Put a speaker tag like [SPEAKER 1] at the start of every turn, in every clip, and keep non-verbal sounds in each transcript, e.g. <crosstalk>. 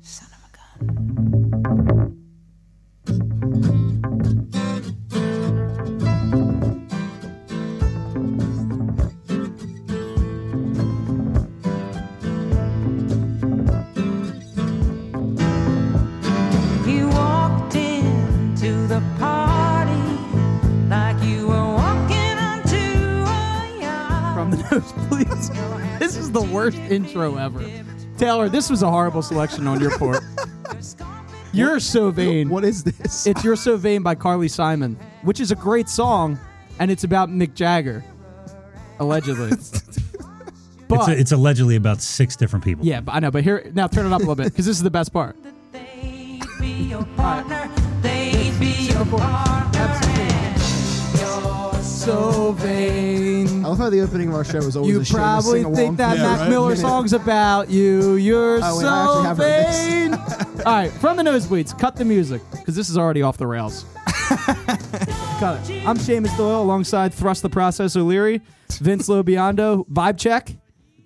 [SPEAKER 1] Son of a gun. You walked into the party like you were walking onto a yacht.
[SPEAKER 2] From the <laughs> nose, please. This is the worst intro ever. Taylor, this was a horrible selection on your part. You're so vain.
[SPEAKER 3] What is this?
[SPEAKER 2] It's You're So Vain by Carly Simon, which is a great song, and it's about Mick Jagger, allegedly.
[SPEAKER 4] It's,
[SPEAKER 2] but,
[SPEAKER 4] it's allegedly about six different people.
[SPEAKER 2] yeah, but I know, but here, now turn it up a little bit, because this is the best part.
[SPEAKER 1] They'd be your partner. They'd be your partner. and your
[SPEAKER 2] So vain.
[SPEAKER 3] I love how the opening of our show is always
[SPEAKER 2] You
[SPEAKER 3] a shame
[SPEAKER 2] probably
[SPEAKER 3] sing
[SPEAKER 2] think that Mac Miller song's about you. You're
[SPEAKER 3] Oh, wait, I
[SPEAKER 2] so
[SPEAKER 3] actually
[SPEAKER 2] vain. All right, from the nosebleeds, cut the music because this is already off the rails. cut it. I'm Seamus Doyle alongside Thrust the Process O'Leary, Vince Lobiondo, Vibe Check,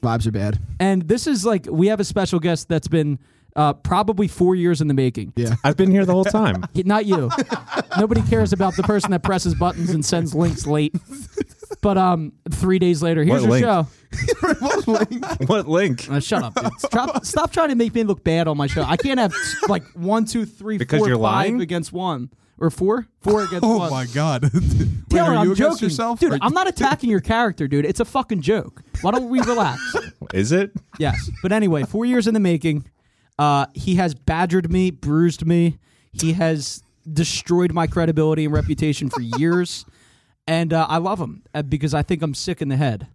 [SPEAKER 3] Vibes are bad.
[SPEAKER 2] and this is like we have a special guest that's been uh, probably four years in the making.
[SPEAKER 3] Yeah.
[SPEAKER 5] I've been here the whole time.
[SPEAKER 2] <laughs> He- Not you. Nobody cares about the person that presses buttons and sends links late. But um, three days later, here's
[SPEAKER 5] What
[SPEAKER 2] your
[SPEAKER 5] link?
[SPEAKER 2] show.
[SPEAKER 5] <laughs> what link?
[SPEAKER 2] Uh, shut up. Dude.
[SPEAKER 6] <laughs>
[SPEAKER 2] Stop, stop trying to make me look bad on my show. I can't have like one, two, three,
[SPEAKER 5] Because
[SPEAKER 2] four,
[SPEAKER 5] you're
[SPEAKER 2] five
[SPEAKER 5] lying?
[SPEAKER 2] against one or four,
[SPEAKER 6] <laughs>
[SPEAKER 2] four against one.
[SPEAKER 6] Oh my god. Wait,
[SPEAKER 2] Taylor,
[SPEAKER 6] are you
[SPEAKER 2] I'm
[SPEAKER 6] against
[SPEAKER 2] joking,
[SPEAKER 6] yourself?
[SPEAKER 2] dude.
[SPEAKER 6] Or- <laughs>
[SPEAKER 2] I'm not attacking your character, dude. It's a fucking joke. Why don't we relax?
[SPEAKER 5] Is it?
[SPEAKER 2] yes, but anyway, four years in the making. Uh, he has badgered me, bruised me. He has destroyed my credibility and reputation for years, and uh, I love him uh, because I think I'm sick in the head.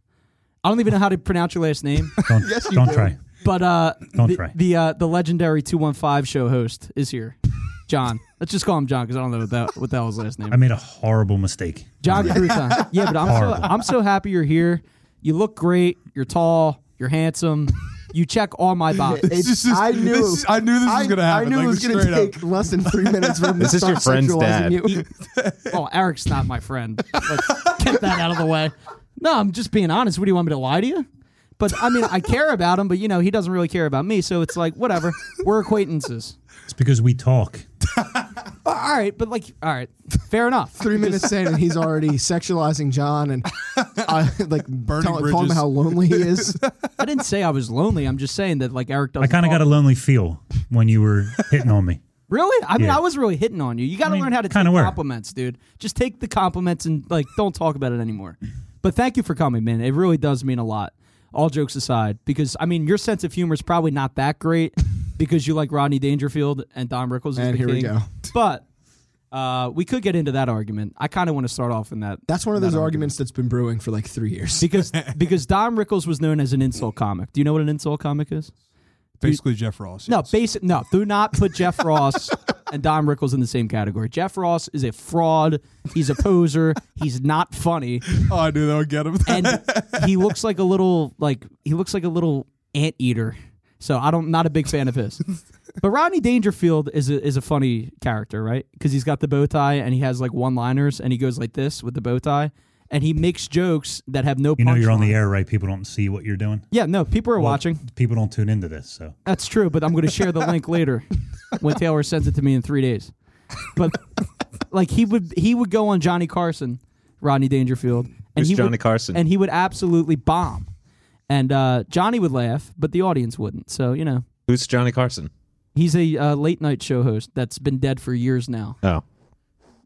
[SPEAKER 2] I don't even know how to pronounce your last name.
[SPEAKER 4] <laughs> Don't, don't try.
[SPEAKER 2] But uh,
[SPEAKER 4] Don't
[SPEAKER 2] the,
[SPEAKER 4] try.
[SPEAKER 2] the uh, the legendary two one five show host is here, John. <laughs> Let's just call him John because I don't know what that what that was last name.
[SPEAKER 4] I made a horrible mistake.
[SPEAKER 2] John Crouton. Yeah, but I'm so,
[SPEAKER 4] Horrible.
[SPEAKER 2] I'm so happy you're here. You look great. You're tall. You're handsome. You check all my boxes.
[SPEAKER 3] <laughs> <laughs> It's-
[SPEAKER 6] This is-
[SPEAKER 3] I knew
[SPEAKER 6] this is- I knew this was
[SPEAKER 3] I-
[SPEAKER 6] gonna happen,
[SPEAKER 3] I knew
[SPEAKER 6] like,
[SPEAKER 3] it was going to
[SPEAKER 6] straight up.
[SPEAKER 3] take less than three minutes for him
[SPEAKER 5] This
[SPEAKER 3] to
[SPEAKER 5] <laughs> is your
[SPEAKER 3] start
[SPEAKER 5] friend's
[SPEAKER 3] sexualizing
[SPEAKER 5] dad.
[SPEAKER 3] you.
[SPEAKER 2] oh, Eric's not my friend. Let's get that out of the way. No, I'm just being honest. What do you want me to lie to you? But I mean, I care about him, but you know, he doesn't really care about me. So it's like, whatever. We're acquaintances.
[SPEAKER 4] It's because we talk.
[SPEAKER 2] All right, but like, all right, fair enough.
[SPEAKER 3] Three minutes in, and he's already sexualizing John and uh, <laughs> like
[SPEAKER 6] Burning
[SPEAKER 3] tell, telling him
[SPEAKER 6] bridges.
[SPEAKER 3] how lonely he <laughs> is.
[SPEAKER 2] I didn't say I was lonely. I'm just saying that like Eric doesn't.
[SPEAKER 4] I kind of got a lonely feel when you were hitting on me.
[SPEAKER 2] really. I mean,
[SPEAKER 4] Yeah.
[SPEAKER 2] I was really hitting on you. You got to
[SPEAKER 4] mean,
[SPEAKER 2] learn how to take
[SPEAKER 4] kinda were.
[SPEAKER 2] compliments, dude. Just take the compliments and like don't talk about it anymore. But thank you for coming, man. It really does mean a lot. All jokes aside, because I mean, your sense of humor is probably not that great because you like Rodney Dangerfield and Don Rickles. Is
[SPEAKER 3] And
[SPEAKER 2] the
[SPEAKER 3] here we
[SPEAKER 2] king.
[SPEAKER 3] go.
[SPEAKER 2] But uh, we could get into that argument. I kind of want to start off in that.
[SPEAKER 3] That's one of
[SPEAKER 2] in that
[SPEAKER 3] those
[SPEAKER 2] argument.
[SPEAKER 3] arguments that's been brewing for like three years.
[SPEAKER 2] because because Don Rickles was known as an insult comic. Do you know what an insult comic is?
[SPEAKER 6] Basically Jeff Ross.
[SPEAKER 2] No,
[SPEAKER 6] yes.
[SPEAKER 2] basic. No, do not put Jeff Ross and Don Rickles in the same category. Jeff Ross is a fraud. He's a poser. he's not funny,
[SPEAKER 6] Oh, I knew that would get him.
[SPEAKER 2] and he looks like a little like he looks like a little anteater. So I don't not a big fan of his. But Rodney Dangerfield is a, is a funny character, right? Because he's got the bow tie and he has like one liners and he goes like this with the bow tie, and he makes jokes that have no.
[SPEAKER 4] You know, you're on
[SPEAKER 2] punchline.
[SPEAKER 4] the air, right? People don't see what you're doing.
[SPEAKER 2] Yeah, no, people are
[SPEAKER 4] Well,
[SPEAKER 2] watching.
[SPEAKER 4] People don't tune into this, so
[SPEAKER 2] That's true, but I'm going to share the
[SPEAKER 5] <laughs>
[SPEAKER 2] link later when Taylor sends it to me in three days. But like he would, he would go on Johnny Carson, Rodney Dangerfield, and
[SPEAKER 5] Who's
[SPEAKER 2] he would-
[SPEAKER 5] Johnny Carson?
[SPEAKER 2] and he would absolutely bomb. And uh, Johnny would laugh, but the audience wouldn't. So you know,
[SPEAKER 5] Who's Johnny Carson?
[SPEAKER 2] he's a uh, late night show host that's been dead for years now.
[SPEAKER 5] Oh.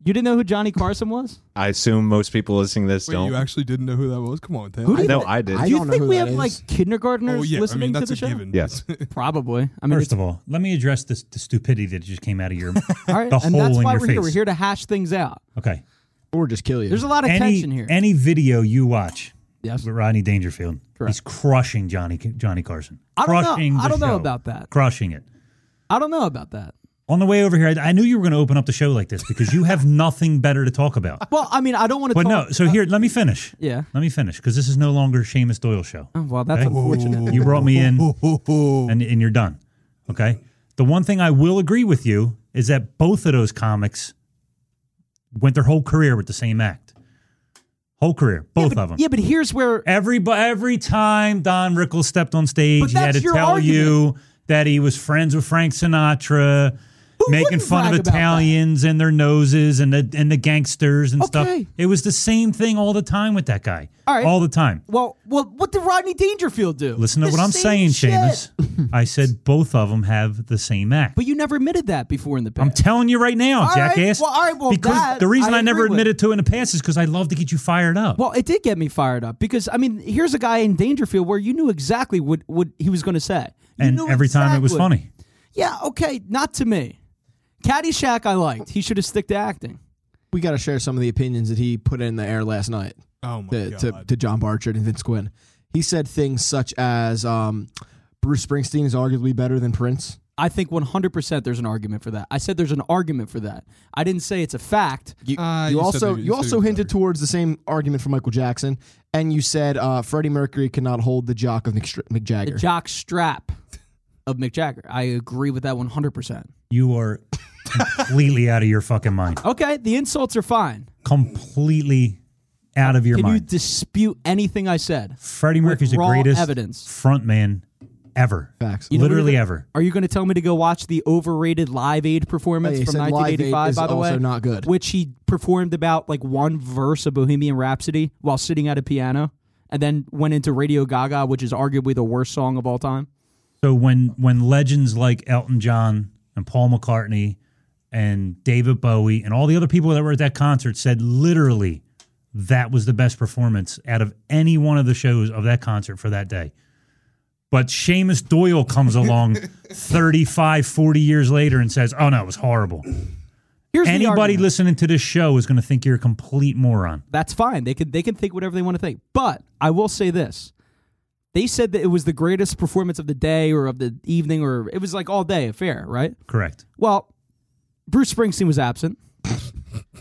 [SPEAKER 2] You didn't know who Johnny Carson was?
[SPEAKER 5] I assume most people listening to this
[SPEAKER 6] Wait,
[SPEAKER 5] don't.
[SPEAKER 6] you actually didn't know who that was? Come on, Taylor.
[SPEAKER 2] Who do you
[SPEAKER 5] no,
[SPEAKER 2] think-
[SPEAKER 5] I did.
[SPEAKER 3] I
[SPEAKER 2] Do you
[SPEAKER 3] don't know
[SPEAKER 2] think
[SPEAKER 3] who
[SPEAKER 2] we
[SPEAKER 3] that
[SPEAKER 2] have
[SPEAKER 3] is.
[SPEAKER 2] like kindergartners
[SPEAKER 6] oh yeah, I
[SPEAKER 2] listening
[SPEAKER 6] mean that's
[SPEAKER 2] to the
[SPEAKER 6] a
[SPEAKER 2] show?
[SPEAKER 6] given.
[SPEAKER 2] <laughs>
[SPEAKER 5] yes.
[SPEAKER 2] Probably. I mean,
[SPEAKER 4] first
[SPEAKER 2] it's
[SPEAKER 4] of all, let me address this the stupidity that just came out of your
[SPEAKER 2] <laughs> all right,
[SPEAKER 4] the
[SPEAKER 2] and
[SPEAKER 4] hole
[SPEAKER 2] that's
[SPEAKER 4] in
[SPEAKER 2] why
[SPEAKER 4] your
[SPEAKER 2] we're here.
[SPEAKER 4] face.
[SPEAKER 2] We're here to hash things out.
[SPEAKER 4] Okay.
[SPEAKER 3] or just kill you.
[SPEAKER 2] There's a lot of
[SPEAKER 4] Any
[SPEAKER 2] tension here.
[SPEAKER 4] any video you watch
[SPEAKER 2] Yes.
[SPEAKER 4] with Rodney Dangerfield,
[SPEAKER 2] Correct.
[SPEAKER 4] he's crushing Johnny Johnny Carson.
[SPEAKER 2] I don't know-
[SPEAKER 4] crushing
[SPEAKER 2] I
[SPEAKER 4] the
[SPEAKER 2] don't know
[SPEAKER 4] show.
[SPEAKER 2] about that.
[SPEAKER 4] Crushing it.
[SPEAKER 2] I don't know about that.
[SPEAKER 4] On the way over here, I, I knew you were going to open up the show like this because
[SPEAKER 2] <laughs>
[SPEAKER 4] you have nothing better to talk about.
[SPEAKER 2] Well, I mean, I don't want to.
[SPEAKER 4] But
[SPEAKER 2] talk,
[SPEAKER 4] no, so here, let me finish.
[SPEAKER 2] Yeah.
[SPEAKER 4] Let me finish because this is no longer Seamus Doyle show.
[SPEAKER 2] Oh, well, that's
[SPEAKER 4] Okay?
[SPEAKER 2] unfortunate.
[SPEAKER 4] You brought
[SPEAKER 2] <laughs>
[SPEAKER 4] me in
[SPEAKER 6] Oh,
[SPEAKER 4] and, and you're done. Okay. The one thing I will agree with you is that both of those comics went their whole career with the same act. Whole career, both of them.
[SPEAKER 2] Yeah, but here's where
[SPEAKER 4] Every every time Don Rickles stepped on stage,
[SPEAKER 2] But
[SPEAKER 4] he had
[SPEAKER 2] that's
[SPEAKER 4] to
[SPEAKER 2] your
[SPEAKER 4] tell you that he was friends with Frank Sinatra, making
[SPEAKER 2] wouldn't
[SPEAKER 4] fun
[SPEAKER 2] brag
[SPEAKER 4] of
[SPEAKER 2] about that?
[SPEAKER 4] Italians and their noses and the and the gangsters and
[SPEAKER 2] Okay.
[SPEAKER 4] stuff. It was the same thing all the time with that guy.
[SPEAKER 2] All right.
[SPEAKER 4] All the time.
[SPEAKER 2] Well, well, what did Rodney Dangerfield do?
[SPEAKER 4] Listen to
[SPEAKER 2] The
[SPEAKER 4] what I'm saying,
[SPEAKER 2] same shit.
[SPEAKER 4] Seamus. I said both of them have the same act.
[SPEAKER 2] But you never admitted that before in the past.
[SPEAKER 4] I'm telling you right now,
[SPEAKER 2] All right,
[SPEAKER 4] jackass.
[SPEAKER 2] well, all right, well,
[SPEAKER 4] because
[SPEAKER 2] that
[SPEAKER 4] the reason
[SPEAKER 2] I
[SPEAKER 4] I, never
[SPEAKER 2] agree with.
[SPEAKER 4] admitted to it in the past is because I love to get you fired up.
[SPEAKER 2] Well, it did get me fired up because I mean, here's a guy in Dangerfield where you knew exactly what what he was going to say, You
[SPEAKER 4] and
[SPEAKER 2] knew
[SPEAKER 4] every time it was
[SPEAKER 2] exactly.
[SPEAKER 4] funny.
[SPEAKER 2] Yeah, okay, not to me. Caddyshack, I liked. He should have stick to acting.
[SPEAKER 3] We got to share some of the opinions that he put in the air last night
[SPEAKER 6] Oh my
[SPEAKER 3] to,
[SPEAKER 6] god.
[SPEAKER 3] to, to John Barchard and Vince Quinn. He said things such as um, Bruce Springsteen is arguably better than Prince.
[SPEAKER 2] I think 100% there's an argument for that. I said there's an argument for that. I didn't say it's a fact.
[SPEAKER 3] You,
[SPEAKER 6] Uh,
[SPEAKER 3] you
[SPEAKER 6] you said
[SPEAKER 3] also
[SPEAKER 6] that- you
[SPEAKER 3] you
[SPEAKER 6] said
[SPEAKER 3] also
[SPEAKER 6] he's
[SPEAKER 3] hinted
[SPEAKER 6] better.
[SPEAKER 3] towards the same argument for Michael Jackson, and you said uh, Freddie Mercury cannot hold the jock of Mick, Str- Mick
[SPEAKER 2] The
[SPEAKER 3] Jagger.
[SPEAKER 2] jock strap of Mick Jagger. I agree with that 100%.
[SPEAKER 4] You are completely out of your fucking mind.
[SPEAKER 2] Okay, the insults are fine.
[SPEAKER 4] Completely out of your
[SPEAKER 2] Can you
[SPEAKER 4] mind.
[SPEAKER 2] dispute anything I said?
[SPEAKER 4] Freddie Mercury's the
[SPEAKER 2] raw
[SPEAKER 4] greatest
[SPEAKER 2] evidence.
[SPEAKER 4] frontman ever.
[SPEAKER 3] Facts.
[SPEAKER 2] know what
[SPEAKER 4] Literally
[SPEAKER 2] it-
[SPEAKER 4] ever.
[SPEAKER 2] Are you going to tell me to go watch the overrated Live Aid performance
[SPEAKER 3] Hey, he
[SPEAKER 2] from
[SPEAKER 3] said Live Aid
[SPEAKER 2] 1985?
[SPEAKER 3] is
[SPEAKER 2] by the
[SPEAKER 3] also
[SPEAKER 2] way,
[SPEAKER 3] not good.
[SPEAKER 2] Which he performed about like one verse of Bohemian Rhapsody while sitting at a piano, and then went into Radio Gaga, which is arguably the worst song of all time.
[SPEAKER 4] So when when legends like Elton John and Paul McCartney and David Bowie and all the other people that were at that concert said literally that was the best performance out of any one of the shows of that concert for that day. But Seamus Doyle comes
[SPEAKER 2] <laughs>
[SPEAKER 4] along 35, 40 years later and says, Oh no, it was horrible.
[SPEAKER 2] Here's the
[SPEAKER 4] Anybody
[SPEAKER 2] argument.
[SPEAKER 4] listening to this show is going to think you're a complete moron.
[SPEAKER 2] That's fine. They can they can think whatever they want to think. But I will say this. They said that it was the greatest performance of the day or of the evening or it was like all day affair, right?
[SPEAKER 4] Correct.
[SPEAKER 2] Well, Bruce Springsteen was absent.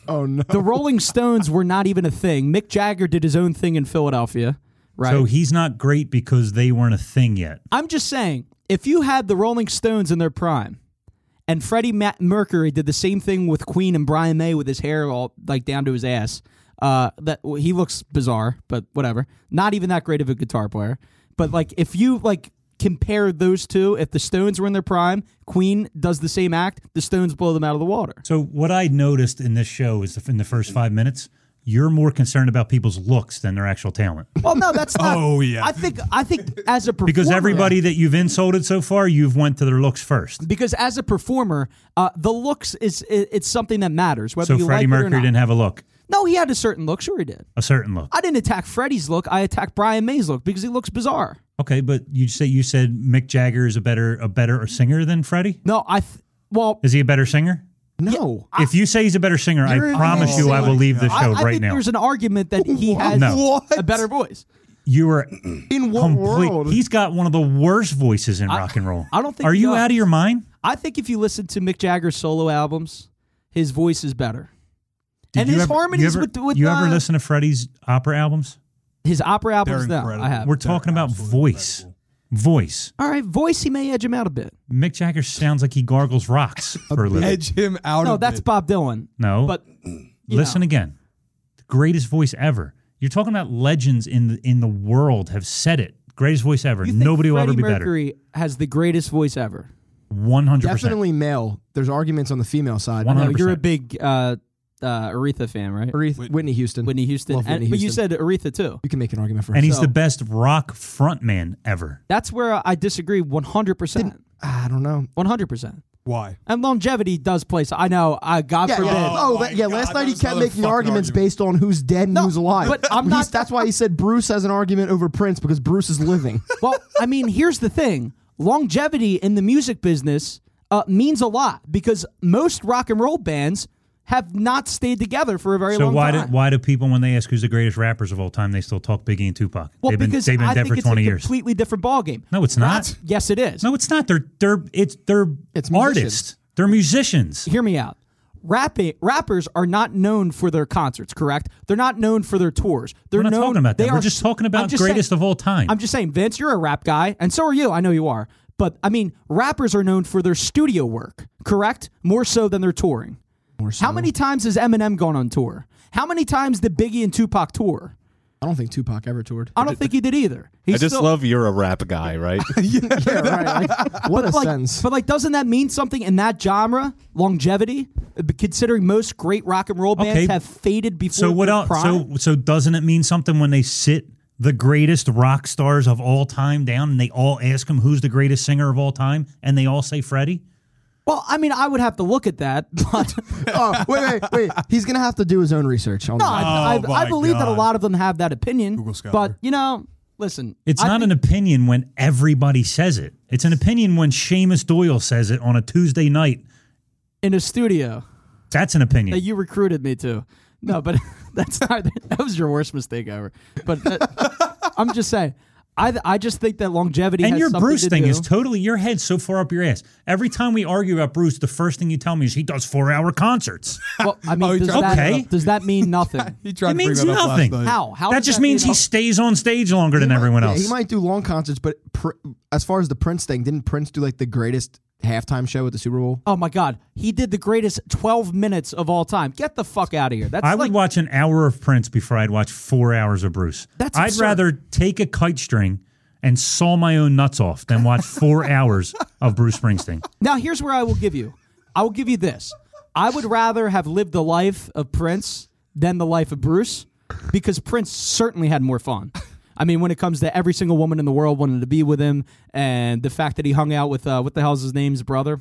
[SPEAKER 3] Oh no!
[SPEAKER 2] The Rolling Stones were not even a thing. Mick Jagger did his own thing in Philadelphia, right?
[SPEAKER 4] So he's not great because they weren't a thing yet.
[SPEAKER 2] I'm just saying, if you had the Rolling Stones in their prime, and Freddie Ma- Mercury did the same thing with Queen and Brian May with his hair all like down to his ass. Uh, that well, he looks bizarre, but whatever. Not even that great of a guitar player. But like, if you like compare those two, if the Stones were in their prime, Queen does the same act, the Stones blow them out of the water.
[SPEAKER 4] So what I noticed in this show is in the first five minutes, you're more concerned about people's looks than their actual talent.
[SPEAKER 2] Well, no,
[SPEAKER 4] <laughs>
[SPEAKER 2] that's not.
[SPEAKER 6] Oh, yeah.
[SPEAKER 2] I think I think as a performer,
[SPEAKER 4] Because everybody that you've insulted so far, you've went to their looks first.
[SPEAKER 2] because as a performer, uh, the looks is it, it's something that matters. Whether
[SPEAKER 4] So
[SPEAKER 2] you
[SPEAKER 4] Freddie
[SPEAKER 2] like it or
[SPEAKER 4] Mercury
[SPEAKER 2] not.
[SPEAKER 4] didn't have a look,
[SPEAKER 2] No, he had a certain look. Sure, he did.
[SPEAKER 4] a certain look.
[SPEAKER 2] I didn't attack Freddie's look. I attacked Brian May's look because he looks bizarre.
[SPEAKER 4] Okay, but you say you said Mick Jagger is a better a better singer than Freddie.
[SPEAKER 2] No, I. Th- well,
[SPEAKER 4] Is he a better singer?
[SPEAKER 3] No,
[SPEAKER 4] if you say he's a better singer, I
[SPEAKER 3] You're
[SPEAKER 4] promise you, I will
[SPEAKER 3] insane.
[SPEAKER 4] leave the
[SPEAKER 2] I,
[SPEAKER 4] show
[SPEAKER 2] I
[SPEAKER 4] right
[SPEAKER 2] think
[SPEAKER 4] now.
[SPEAKER 2] there's an argument that he has
[SPEAKER 4] No.
[SPEAKER 2] a better voice.
[SPEAKER 4] You are
[SPEAKER 3] in what
[SPEAKER 4] complete.
[SPEAKER 3] world?
[SPEAKER 4] He's got one of the worst voices in rock and roll.
[SPEAKER 2] I don't think
[SPEAKER 4] Are
[SPEAKER 2] he
[SPEAKER 4] you
[SPEAKER 2] does.
[SPEAKER 4] out of your mind?
[SPEAKER 2] I think if you listen to Mick Jagger's solo albums, his voice is better.
[SPEAKER 4] Did
[SPEAKER 2] and
[SPEAKER 4] you
[SPEAKER 2] his
[SPEAKER 4] ever- you
[SPEAKER 2] harmonies
[SPEAKER 4] ever,
[SPEAKER 2] with with
[SPEAKER 4] you
[SPEAKER 2] uh,
[SPEAKER 4] ever listen to Freddie's opera albums?
[SPEAKER 2] his opera
[SPEAKER 6] They're
[SPEAKER 2] albums. No,
[SPEAKER 6] incredible.
[SPEAKER 2] I have.
[SPEAKER 4] We're talking about
[SPEAKER 6] absolutely
[SPEAKER 4] voice.
[SPEAKER 6] incredible.
[SPEAKER 4] Voice.
[SPEAKER 2] All right, voice he may edge him out a bit.
[SPEAKER 4] Mick Jagger sounds like he
[SPEAKER 2] <laughs>
[SPEAKER 4] gargles rocks for a living.
[SPEAKER 6] Edge him out
[SPEAKER 2] No,
[SPEAKER 6] of
[SPEAKER 2] that's
[SPEAKER 6] it.
[SPEAKER 2] Bob Dylan.
[SPEAKER 4] No,
[SPEAKER 2] But
[SPEAKER 4] listen again. The greatest voice ever. You're talking about legends in the, in the world have said it. Greatest voice ever.
[SPEAKER 2] you think
[SPEAKER 4] Nobody will ever
[SPEAKER 2] Freddie
[SPEAKER 4] be
[SPEAKER 2] Mercury has the greatest voice ever.
[SPEAKER 4] better. One hundred percent.
[SPEAKER 3] definitely male. There's arguments on the female side.
[SPEAKER 4] One-
[SPEAKER 2] No, you're a
[SPEAKER 4] 100%.
[SPEAKER 2] big uh, uh, Aretha fan, right?
[SPEAKER 3] Aretha- Whitney, Houston.
[SPEAKER 2] Whitney Houston.
[SPEAKER 3] Love
[SPEAKER 2] And-
[SPEAKER 3] Whitney
[SPEAKER 2] But you
[SPEAKER 3] Houston.
[SPEAKER 2] said Aretha too.
[SPEAKER 3] you can make an argument for.
[SPEAKER 4] And he's
[SPEAKER 2] So-
[SPEAKER 4] the best rock frontman ever.
[SPEAKER 2] That's where I disagree 100%.
[SPEAKER 3] I don't know.
[SPEAKER 2] 100%.
[SPEAKER 6] why.
[SPEAKER 2] And longevity does play. So I know, I, God
[SPEAKER 3] Yeah,
[SPEAKER 2] forbid.
[SPEAKER 3] yeah.
[SPEAKER 6] Oh
[SPEAKER 3] Oh,
[SPEAKER 6] my
[SPEAKER 3] that- yeah.
[SPEAKER 6] God,
[SPEAKER 3] Last night he
[SPEAKER 6] that's
[SPEAKER 3] kept
[SPEAKER 6] another
[SPEAKER 3] making
[SPEAKER 6] fucking
[SPEAKER 3] arguments
[SPEAKER 6] argument.
[SPEAKER 3] based on who's dead and
[SPEAKER 2] No,
[SPEAKER 3] who's alive.
[SPEAKER 2] but I'm
[SPEAKER 3] He's-
[SPEAKER 2] not-
[SPEAKER 3] that's why he said Bruce has an argument over Prince because Bruce is
[SPEAKER 2] <laughs>
[SPEAKER 3] living.
[SPEAKER 2] Well, I mean, here's the thing longevity in the music business uh, means a lot because most rock and roll bands have not stayed together for a very
[SPEAKER 4] So
[SPEAKER 2] long
[SPEAKER 4] why do,
[SPEAKER 2] time.
[SPEAKER 4] why do people when they ask who's the greatest rappers of all time, they still talk Biggie and Tupac?
[SPEAKER 2] well,
[SPEAKER 4] they've been
[SPEAKER 2] because
[SPEAKER 4] they've been
[SPEAKER 2] I
[SPEAKER 4] dead
[SPEAKER 2] think
[SPEAKER 4] for
[SPEAKER 2] it's a
[SPEAKER 4] twenty years.
[SPEAKER 2] completely different ballgame.
[SPEAKER 4] No, it's not.
[SPEAKER 2] Yes, it is.
[SPEAKER 4] No, it's not. They're they're it's they're
[SPEAKER 3] It's musicians.
[SPEAKER 4] artists. They're musicians.
[SPEAKER 2] hear me out. Rapping, rappers are not known for their concerts, correct? They're not known for their tours. They're
[SPEAKER 4] We're not
[SPEAKER 2] known,
[SPEAKER 4] talking about
[SPEAKER 2] they
[SPEAKER 4] that. We're
[SPEAKER 2] are-
[SPEAKER 4] just talking about
[SPEAKER 2] I'm just
[SPEAKER 4] greatest
[SPEAKER 2] saying-
[SPEAKER 4] of all time.
[SPEAKER 2] I'm just saying, Vince, you're a rap guy, and so are you. I know you are. But I mean, rappers are known for their studio work, correct? More so than their touring. How many times has Eminem gone on tour? How many times did Biggie and Tupac tour?
[SPEAKER 3] I don't think Tupac ever toured.
[SPEAKER 2] I don't think he did either. He's
[SPEAKER 5] I just
[SPEAKER 2] still,
[SPEAKER 5] love you're a rap guy,
[SPEAKER 2] <laughs>
[SPEAKER 5] right?
[SPEAKER 3] yeah, <laughs> right. Like, what a
[SPEAKER 2] like,
[SPEAKER 3] sentence.
[SPEAKER 2] But like, doesn't that mean something in that genre? Longevity, Uh, but considering most great rock and roll bands
[SPEAKER 4] Okay.
[SPEAKER 2] have faded before.
[SPEAKER 4] So what
[SPEAKER 2] their
[SPEAKER 4] else?
[SPEAKER 2] prime?
[SPEAKER 4] So so doesn't it mean something when they sit the greatest rock stars of all time down and they all ask him who's the greatest singer of all time and they all say Freddie?
[SPEAKER 2] well, I mean, I would have to look at that, <laughs> but
[SPEAKER 3] oh, wait, wait, wait. He's gonna have to do his own research. On
[SPEAKER 2] no,
[SPEAKER 3] that.
[SPEAKER 2] I,
[SPEAKER 6] Oh
[SPEAKER 2] I, I
[SPEAKER 6] my
[SPEAKER 2] believe that a
[SPEAKER 6] God.
[SPEAKER 2] lot of them have that opinion.
[SPEAKER 6] Google Scholar.
[SPEAKER 2] But you know, listen,
[SPEAKER 4] It's
[SPEAKER 2] I
[SPEAKER 4] not
[SPEAKER 2] think-
[SPEAKER 4] an opinion when everybody says it. It's an opinion when Seamus Doyle says it on a Tuesday night.
[SPEAKER 2] in a studio
[SPEAKER 4] That's an
[SPEAKER 2] that
[SPEAKER 4] opinion.
[SPEAKER 2] you recruited me to. No, but <laughs> that's not. That was your worst mistake ever. But
[SPEAKER 4] <laughs>
[SPEAKER 2] that, I'm just saying. I, I just think that longevity
[SPEAKER 4] and
[SPEAKER 2] has
[SPEAKER 4] your
[SPEAKER 2] something
[SPEAKER 4] Bruce
[SPEAKER 2] to
[SPEAKER 4] thing
[SPEAKER 2] do.
[SPEAKER 4] is totally your head so far up your ass. Every time we argue about Bruce, the first thing you tell me is he does four hour concerts.
[SPEAKER 2] <laughs> well, I
[SPEAKER 4] <laughs>
[SPEAKER 2] mean,
[SPEAKER 6] he
[SPEAKER 2] does,
[SPEAKER 6] tried
[SPEAKER 2] that,
[SPEAKER 4] to bring it up.
[SPEAKER 2] does that
[SPEAKER 4] <laughs>
[SPEAKER 2] mean nothing?
[SPEAKER 6] He tried
[SPEAKER 4] It
[SPEAKER 6] to bring
[SPEAKER 4] means
[SPEAKER 6] that up
[SPEAKER 4] nothing.
[SPEAKER 6] last night.
[SPEAKER 2] How? How
[SPEAKER 4] that
[SPEAKER 2] does
[SPEAKER 4] just
[SPEAKER 2] that
[SPEAKER 4] means
[SPEAKER 2] mean
[SPEAKER 4] he stays on stage longer than everyone
[SPEAKER 3] Yeah,
[SPEAKER 4] else.
[SPEAKER 3] he might do long concerts, but pr- as far as the Prince thing, didn't Prince do like the greatest halftime show at the Super Bowl?
[SPEAKER 2] Oh my God, he did the greatest 12 minutes of all time. Get the fuck out of here. That's
[SPEAKER 4] I
[SPEAKER 2] like,
[SPEAKER 4] would watch an hour of Prince before I'd watch four hours of Bruce.
[SPEAKER 2] That's
[SPEAKER 4] I'd
[SPEAKER 2] absurd.
[SPEAKER 4] rather take a kite string and saw my own nuts off than watch four
[SPEAKER 2] <laughs>
[SPEAKER 4] hours of Bruce Springsteen.
[SPEAKER 2] now here's where I will give you. I will give you this. I would rather have lived the life of Prince than the life of Bruce because Prince certainly had more fun. I mean, when it comes to every single woman in the world wanted to be with him, and the fact that he hung out with uh, what the hell's his name's brother,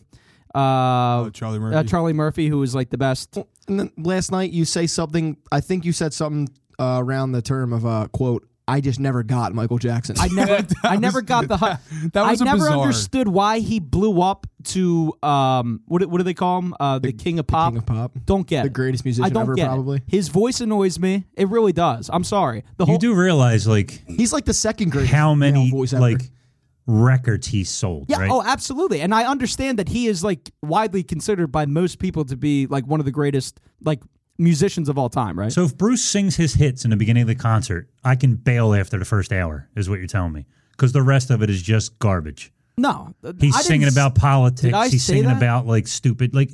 [SPEAKER 2] uh,
[SPEAKER 6] Oh, Charlie
[SPEAKER 2] uh,
[SPEAKER 6] Murphy.
[SPEAKER 2] Charlie Murphy, who was like the best.
[SPEAKER 3] And then last night you say something. I think you said something uh, around the term of uh, quote. I just never got Michael Jackson. <laughs>
[SPEAKER 2] I never, I never got the. That,
[SPEAKER 6] that was
[SPEAKER 2] I
[SPEAKER 6] a
[SPEAKER 2] never
[SPEAKER 6] bizarre-
[SPEAKER 2] understood why he blew up to um. What do- what do they call him? Uh, the, king of pop.
[SPEAKER 3] King of Pop.
[SPEAKER 2] Don't get
[SPEAKER 3] The
[SPEAKER 2] it.
[SPEAKER 3] greatest musician
[SPEAKER 2] I don't
[SPEAKER 3] ever,
[SPEAKER 2] get it.
[SPEAKER 3] probably.
[SPEAKER 2] His voice annoys me. It really does. I'm sorry. The whole
[SPEAKER 4] You do realize like
[SPEAKER 3] He's like the second greatest.
[SPEAKER 4] how many
[SPEAKER 3] male voice ever.
[SPEAKER 4] like records he sold,
[SPEAKER 2] yeah.
[SPEAKER 4] right?
[SPEAKER 2] Oh, absolutely. And I understand that he is like widely considered by most people to be like one of the greatest like musicians of all time. Right.
[SPEAKER 4] So if Bruce sings his hits in the beginning of the concert, I can bail after the first hour, is what you're telling me. Because the rest of it is just garbage.
[SPEAKER 2] no,
[SPEAKER 4] He's
[SPEAKER 2] I didn't
[SPEAKER 4] singing
[SPEAKER 2] s-
[SPEAKER 4] about politics.
[SPEAKER 2] I
[SPEAKER 4] He's
[SPEAKER 2] say
[SPEAKER 4] singing
[SPEAKER 2] that?
[SPEAKER 4] about like stupid like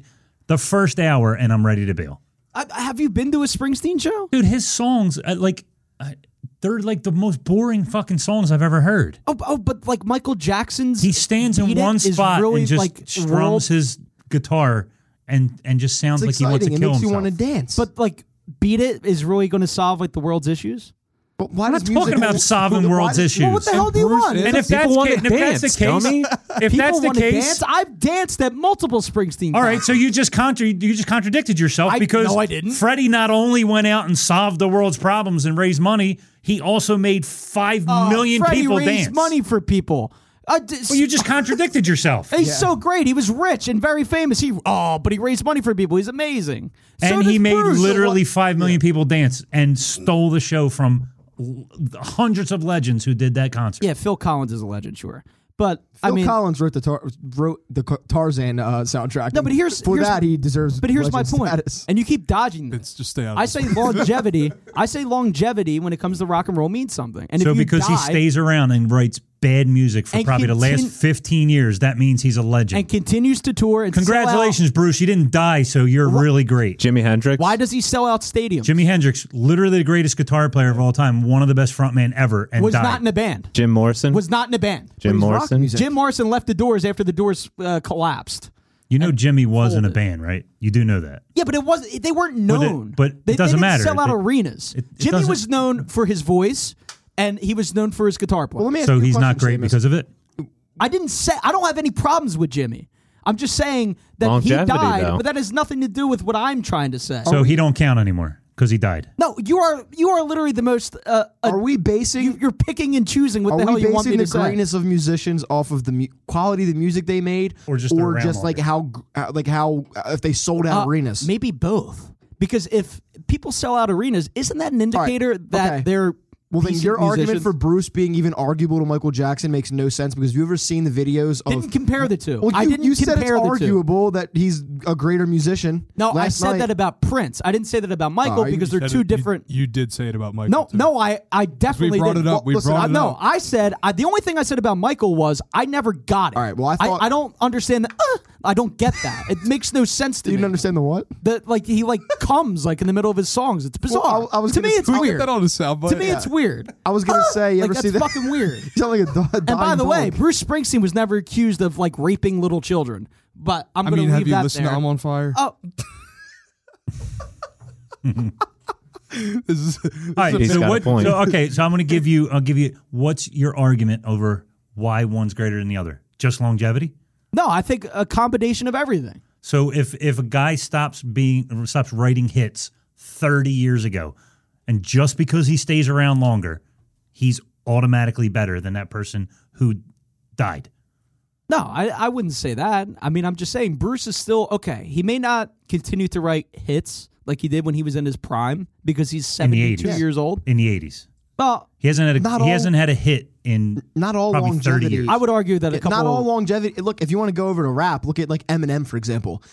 [SPEAKER 4] the first hour and I'm ready to bail.
[SPEAKER 2] I, have you been to a Springsteen show?
[SPEAKER 4] dude his songs uh, like uh, they're like the most boring fucking songs i've ever heard
[SPEAKER 2] Oh, oh, but like Michael Jackson's.
[SPEAKER 4] he stands in
[SPEAKER 2] Beat It
[SPEAKER 4] one
[SPEAKER 2] is
[SPEAKER 4] spot
[SPEAKER 2] really
[SPEAKER 4] and just
[SPEAKER 2] like
[SPEAKER 4] strums
[SPEAKER 2] world
[SPEAKER 4] his guitar and and just sounds
[SPEAKER 3] It's
[SPEAKER 4] like he wants to
[SPEAKER 3] exciting. It
[SPEAKER 4] kill
[SPEAKER 3] makes you
[SPEAKER 4] himself
[SPEAKER 3] want to dance.
[SPEAKER 2] But like, beat it is really going to solve like the world's issues.
[SPEAKER 3] but why
[SPEAKER 4] I'm
[SPEAKER 3] does
[SPEAKER 4] not talking
[SPEAKER 3] music-
[SPEAKER 4] about solving
[SPEAKER 3] why
[SPEAKER 4] world's
[SPEAKER 3] does-
[SPEAKER 4] issues
[SPEAKER 2] Well, what the hell do you
[SPEAKER 6] Bruce
[SPEAKER 2] want?
[SPEAKER 6] is-
[SPEAKER 4] and if
[SPEAKER 5] People
[SPEAKER 4] that's,
[SPEAKER 5] wanna
[SPEAKER 4] ca- and if that's
[SPEAKER 5] dance,
[SPEAKER 4] the case
[SPEAKER 5] dummy.
[SPEAKER 4] if
[SPEAKER 2] People
[SPEAKER 4] that's the
[SPEAKER 2] wanna
[SPEAKER 4] case
[SPEAKER 2] dance. I've danced at multiple Springsteen.
[SPEAKER 4] all right
[SPEAKER 2] concerts.
[SPEAKER 4] so you just contra- you just contradicted yourself
[SPEAKER 2] I-
[SPEAKER 4] because
[SPEAKER 2] no, I didn't.
[SPEAKER 4] freddie not only went out and solved the world's problems and raised money he also made five million
[SPEAKER 2] Uh, Freddie
[SPEAKER 4] people
[SPEAKER 2] raised
[SPEAKER 4] dance
[SPEAKER 2] money for people. Uh, d-
[SPEAKER 4] well you just
[SPEAKER 2] <laughs>
[SPEAKER 4] contradicted yourself
[SPEAKER 2] he's so great. He was rich and very famous. He oh, but he raised money for people. He's amazing. So
[SPEAKER 4] and
[SPEAKER 2] does
[SPEAKER 4] he made
[SPEAKER 2] Bruce.
[SPEAKER 4] literally five million people dance and stole the show from l- hundreds of legends who did that concert.
[SPEAKER 2] yeah. Phil Collins is a legend, sure, but I
[SPEAKER 3] Phil
[SPEAKER 2] mean,
[SPEAKER 3] Collins wrote the tar- wrote the Ca- Tarzan uh, soundtrack.
[SPEAKER 2] No, but
[SPEAKER 3] and
[SPEAKER 2] here's-
[SPEAKER 3] for
[SPEAKER 2] here's-
[SPEAKER 3] that he deserves.
[SPEAKER 2] but here's my
[SPEAKER 3] legend
[SPEAKER 2] point.
[SPEAKER 3] status.
[SPEAKER 2] And you keep dodging this.
[SPEAKER 6] It's just stay out. of
[SPEAKER 2] I
[SPEAKER 6] this.
[SPEAKER 2] say longevity. I say longevity when it comes to rock and roll means something. And
[SPEAKER 4] So
[SPEAKER 2] if you
[SPEAKER 4] because he
[SPEAKER 2] die
[SPEAKER 4] stays around and writes bad music for
[SPEAKER 2] And
[SPEAKER 4] probably the
[SPEAKER 2] continu-
[SPEAKER 4] last fifteen years, that means he's a
[SPEAKER 2] and
[SPEAKER 4] legend.
[SPEAKER 2] continues to tour, and sell out-
[SPEAKER 4] Congratulations, Bruce! You didn't die, so you're really great.
[SPEAKER 5] Jimi Hendrix.
[SPEAKER 2] Why does he sell out stadiums?
[SPEAKER 4] Jimi Hendrix, literally the greatest guitar player of all time, one of the best frontmen ever, and
[SPEAKER 2] was
[SPEAKER 4] died.
[SPEAKER 2] not in a band.
[SPEAKER 5] Jim Morrison.
[SPEAKER 2] Was not in a band.
[SPEAKER 5] Jim
[SPEAKER 3] He's rock
[SPEAKER 5] Morrison.
[SPEAKER 3] music.
[SPEAKER 2] Jim Morrison left the Doors after the Doors uh, collapsed.
[SPEAKER 4] you know, Jimmy was in a band, right? You do know that.
[SPEAKER 2] Yeah, but it was not they weren't known.
[SPEAKER 4] but it
[SPEAKER 2] they,
[SPEAKER 4] doesn't
[SPEAKER 2] they didn't
[SPEAKER 4] matter.
[SPEAKER 2] Sell out
[SPEAKER 4] It-
[SPEAKER 2] arenas.
[SPEAKER 4] it- it
[SPEAKER 2] Jimmy
[SPEAKER 4] doesn't-
[SPEAKER 2] was known for his voice, and he was known for his guitar playing.
[SPEAKER 3] Well, let me ask
[SPEAKER 4] So
[SPEAKER 3] you a
[SPEAKER 4] he's not
[SPEAKER 3] question,
[SPEAKER 4] great
[SPEAKER 3] Seamus.
[SPEAKER 4] because of it.
[SPEAKER 2] I didn't say I don't have any problems with Jimmy. I'm just saying that
[SPEAKER 5] Longevity,
[SPEAKER 2] he died,
[SPEAKER 5] though.
[SPEAKER 2] but that has nothing to do with what I'm trying to say.
[SPEAKER 5] Oh,
[SPEAKER 4] So he don't count anymore because he
[SPEAKER 5] <laughs>
[SPEAKER 4] died.
[SPEAKER 2] no, you are you are literally the most. Uh, uh,
[SPEAKER 3] are we basing
[SPEAKER 2] you, you're picking and choosing what
[SPEAKER 3] are
[SPEAKER 2] the hell
[SPEAKER 3] we
[SPEAKER 2] you want me
[SPEAKER 3] basing
[SPEAKER 2] to
[SPEAKER 3] the
[SPEAKER 2] say.
[SPEAKER 3] greatness of musicians off of the mu- quality of the music they made,
[SPEAKER 4] Or just their
[SPEAKER 3] or
[SPEAKER 4] round
[SPEAKER 3] just like how gr- uh, like how uh, if they sold out
[SPEAKER 2] Uh,
[SPEAKER 3] arenas?
[SPEAKER 2] Maybe both, because if people sell out arenas, isn't that an indicator that
[SPEAKER 3] okay.
[SPEAKER 2] they're
[SPEAKER 3] well, then
[SPEAKER 2] decent
[SPEAKER 3] your argument
[SPEAKER 2] musicians?
[SPEAKER 3] for Bruce being even arguable to Michael Jackson makes no sense because have you ever seen the videos of?
[SPEAKER 2] didn't compare the two.
[SPEAKER 3] well, you,
[SPEAKER 2] I didn't
[SPEAKER 3] you
[SPEAKER 2] compare
[SPEAKER 3] said it's
[SPEAKER 2] the two.
[SPEAKER 3] arguable that he's a greater musician.
[SPEAKER 2] No, I
[SPEAKER 3] last
[SPEAKER 2] said
[SPEAKER 3] night.
[SPEAKER 2] that about Prince. I didn't say that about Michael
[SPEAKER 3] Oh, you
[SPEAKER 2] because
[SPEAKER 6] Said
[SPEAKER 2] they're
[SPEAKER 6] it-
[SPEAKER 2] two
[SPEAKER 6] you-
[SPEAKER 2] different.
[SPEAKER 6] You, did say it about Michael.
[SPEAKER 2] no,
[SPEAKER 6] too.
[SPEAKER 2] no, I I definitely
[SPEAKER 6] brought
[SPEAKER 2] didn't.
[SPEAKER 6] it up.
[SPEAKER 2] Well,
[SPEAKER 6] We
[SPEAKER 3] listen,
[SPEAKER 6] brought
[SPEAKER 2] I,
[SPEAKER 6] it
[SPEAKER 2] no,
[SPEAKER 6] up.
[SPEAKER 2] I said I, the only thing I said about Michael was I never got it.
[SPEAKER 3] All right, well, I thought-
[SPEAKER 2] I, don't understand that. Uh, I don't get that.
[SPEAKER 3] <laughs>
[SPEAKER 2] it makes no sense to
[SPEAKER 3] You
[SPEAKER 2] me.
[SPEAKER 3] didn't understand the what? <laughs>
[SPEAKER 2] That like he like comes like in the middle of his songs. It's bizarre.
[SPEAKER 3] I- I was
[SPEAKER 2] to me,
[SPEAKER 3] gonna
[SPEAKER 2] it's
[SPEAKER 3] say-
[SPEAKER 6] I'll get
[SPEAKER 2] weird.
[SPEAKER 6] that on the soundbite.
[SPEAKER 2] To me, it's weird.
[SPEAKER 3] I was gonna say, you
[SPEAKER 2] like,
[SPEAKER 3] ever
[SPEAKER 2] that's
[SPEAKER 3] see that?
[SPEAKER 2] fucking
[SPEAKER 3] <laughs>
[SPEAKER 2] weird.
[SPEAKER 3] You sound like a, do- a
[SPEAKER 2] And by
[SPEAKER 3] dying
[SPEAKER 2] the way,
[SPEAKER 3] dog.
[SPEAKER 2] Bruce Springsteen was never accused of like raping little children. But I'm
[SPEAKER 6] I
[SPEAKER 2] gonna
[SPEAKER 6] mean,
[SPEAKER 2] leave
[SPEAKER 6] have you
[SPEAKER 2] that
[SPEAKER 6] listened
[SPEAKER 2] there.
[SPEAKER 6] to I'm on Fire?
[SPEAKER 2] oh,
[SPEAKER 6] This is- this
[SPEAKER 4] All right,
[SPEAKER 5] He's
[SPEAKER 4] so
[SPEAKER 5] got a
[SPEAKER 4] what?
[SPEAKER 5] point.
[SPEAKER 4] So, okay, so I'm going to give you. I'll give you. What's your argument over why one's greater than the other? Just longevity.
[SPEAKER 2] no, I think a combination of everything.
[SPEAKER 4] So if if a guy stops being stops writing hits 30 years ago, and just because he stays around longer, he's automatically better than that person who died.
[SPEAKER 2] No, I, I wouldn't say that. I mean, I'm just saying Bruce is still okay. He may not continue to write hits like he did when he was in his prime because he's
[SPEAKER 4] the
[SPEAKER 2] 72
[SPEAKER 4] 80s.
[SPEAKER 2] years old.
[SPEAKER 4] in the 80s.
[SPEAKER 2] Well,
[SPEAKER 4] He hasn't had a,
[SPEAKER 3] Not
[SPEAKER 4] he
[SPEAKER 3] all-
[SPEAKER 4] hasn't had a hit in
[SPEAKER 3] not all
[SPEAKER 4] probably 30
[SPEAKER 3] longevity.
[SPEAKER 4] years.
[SPEAKER 2] I would argue that a couple.
[SPEAKER 3] not all longevity. Look, if you want to go over to rap, look at like Eminem for example.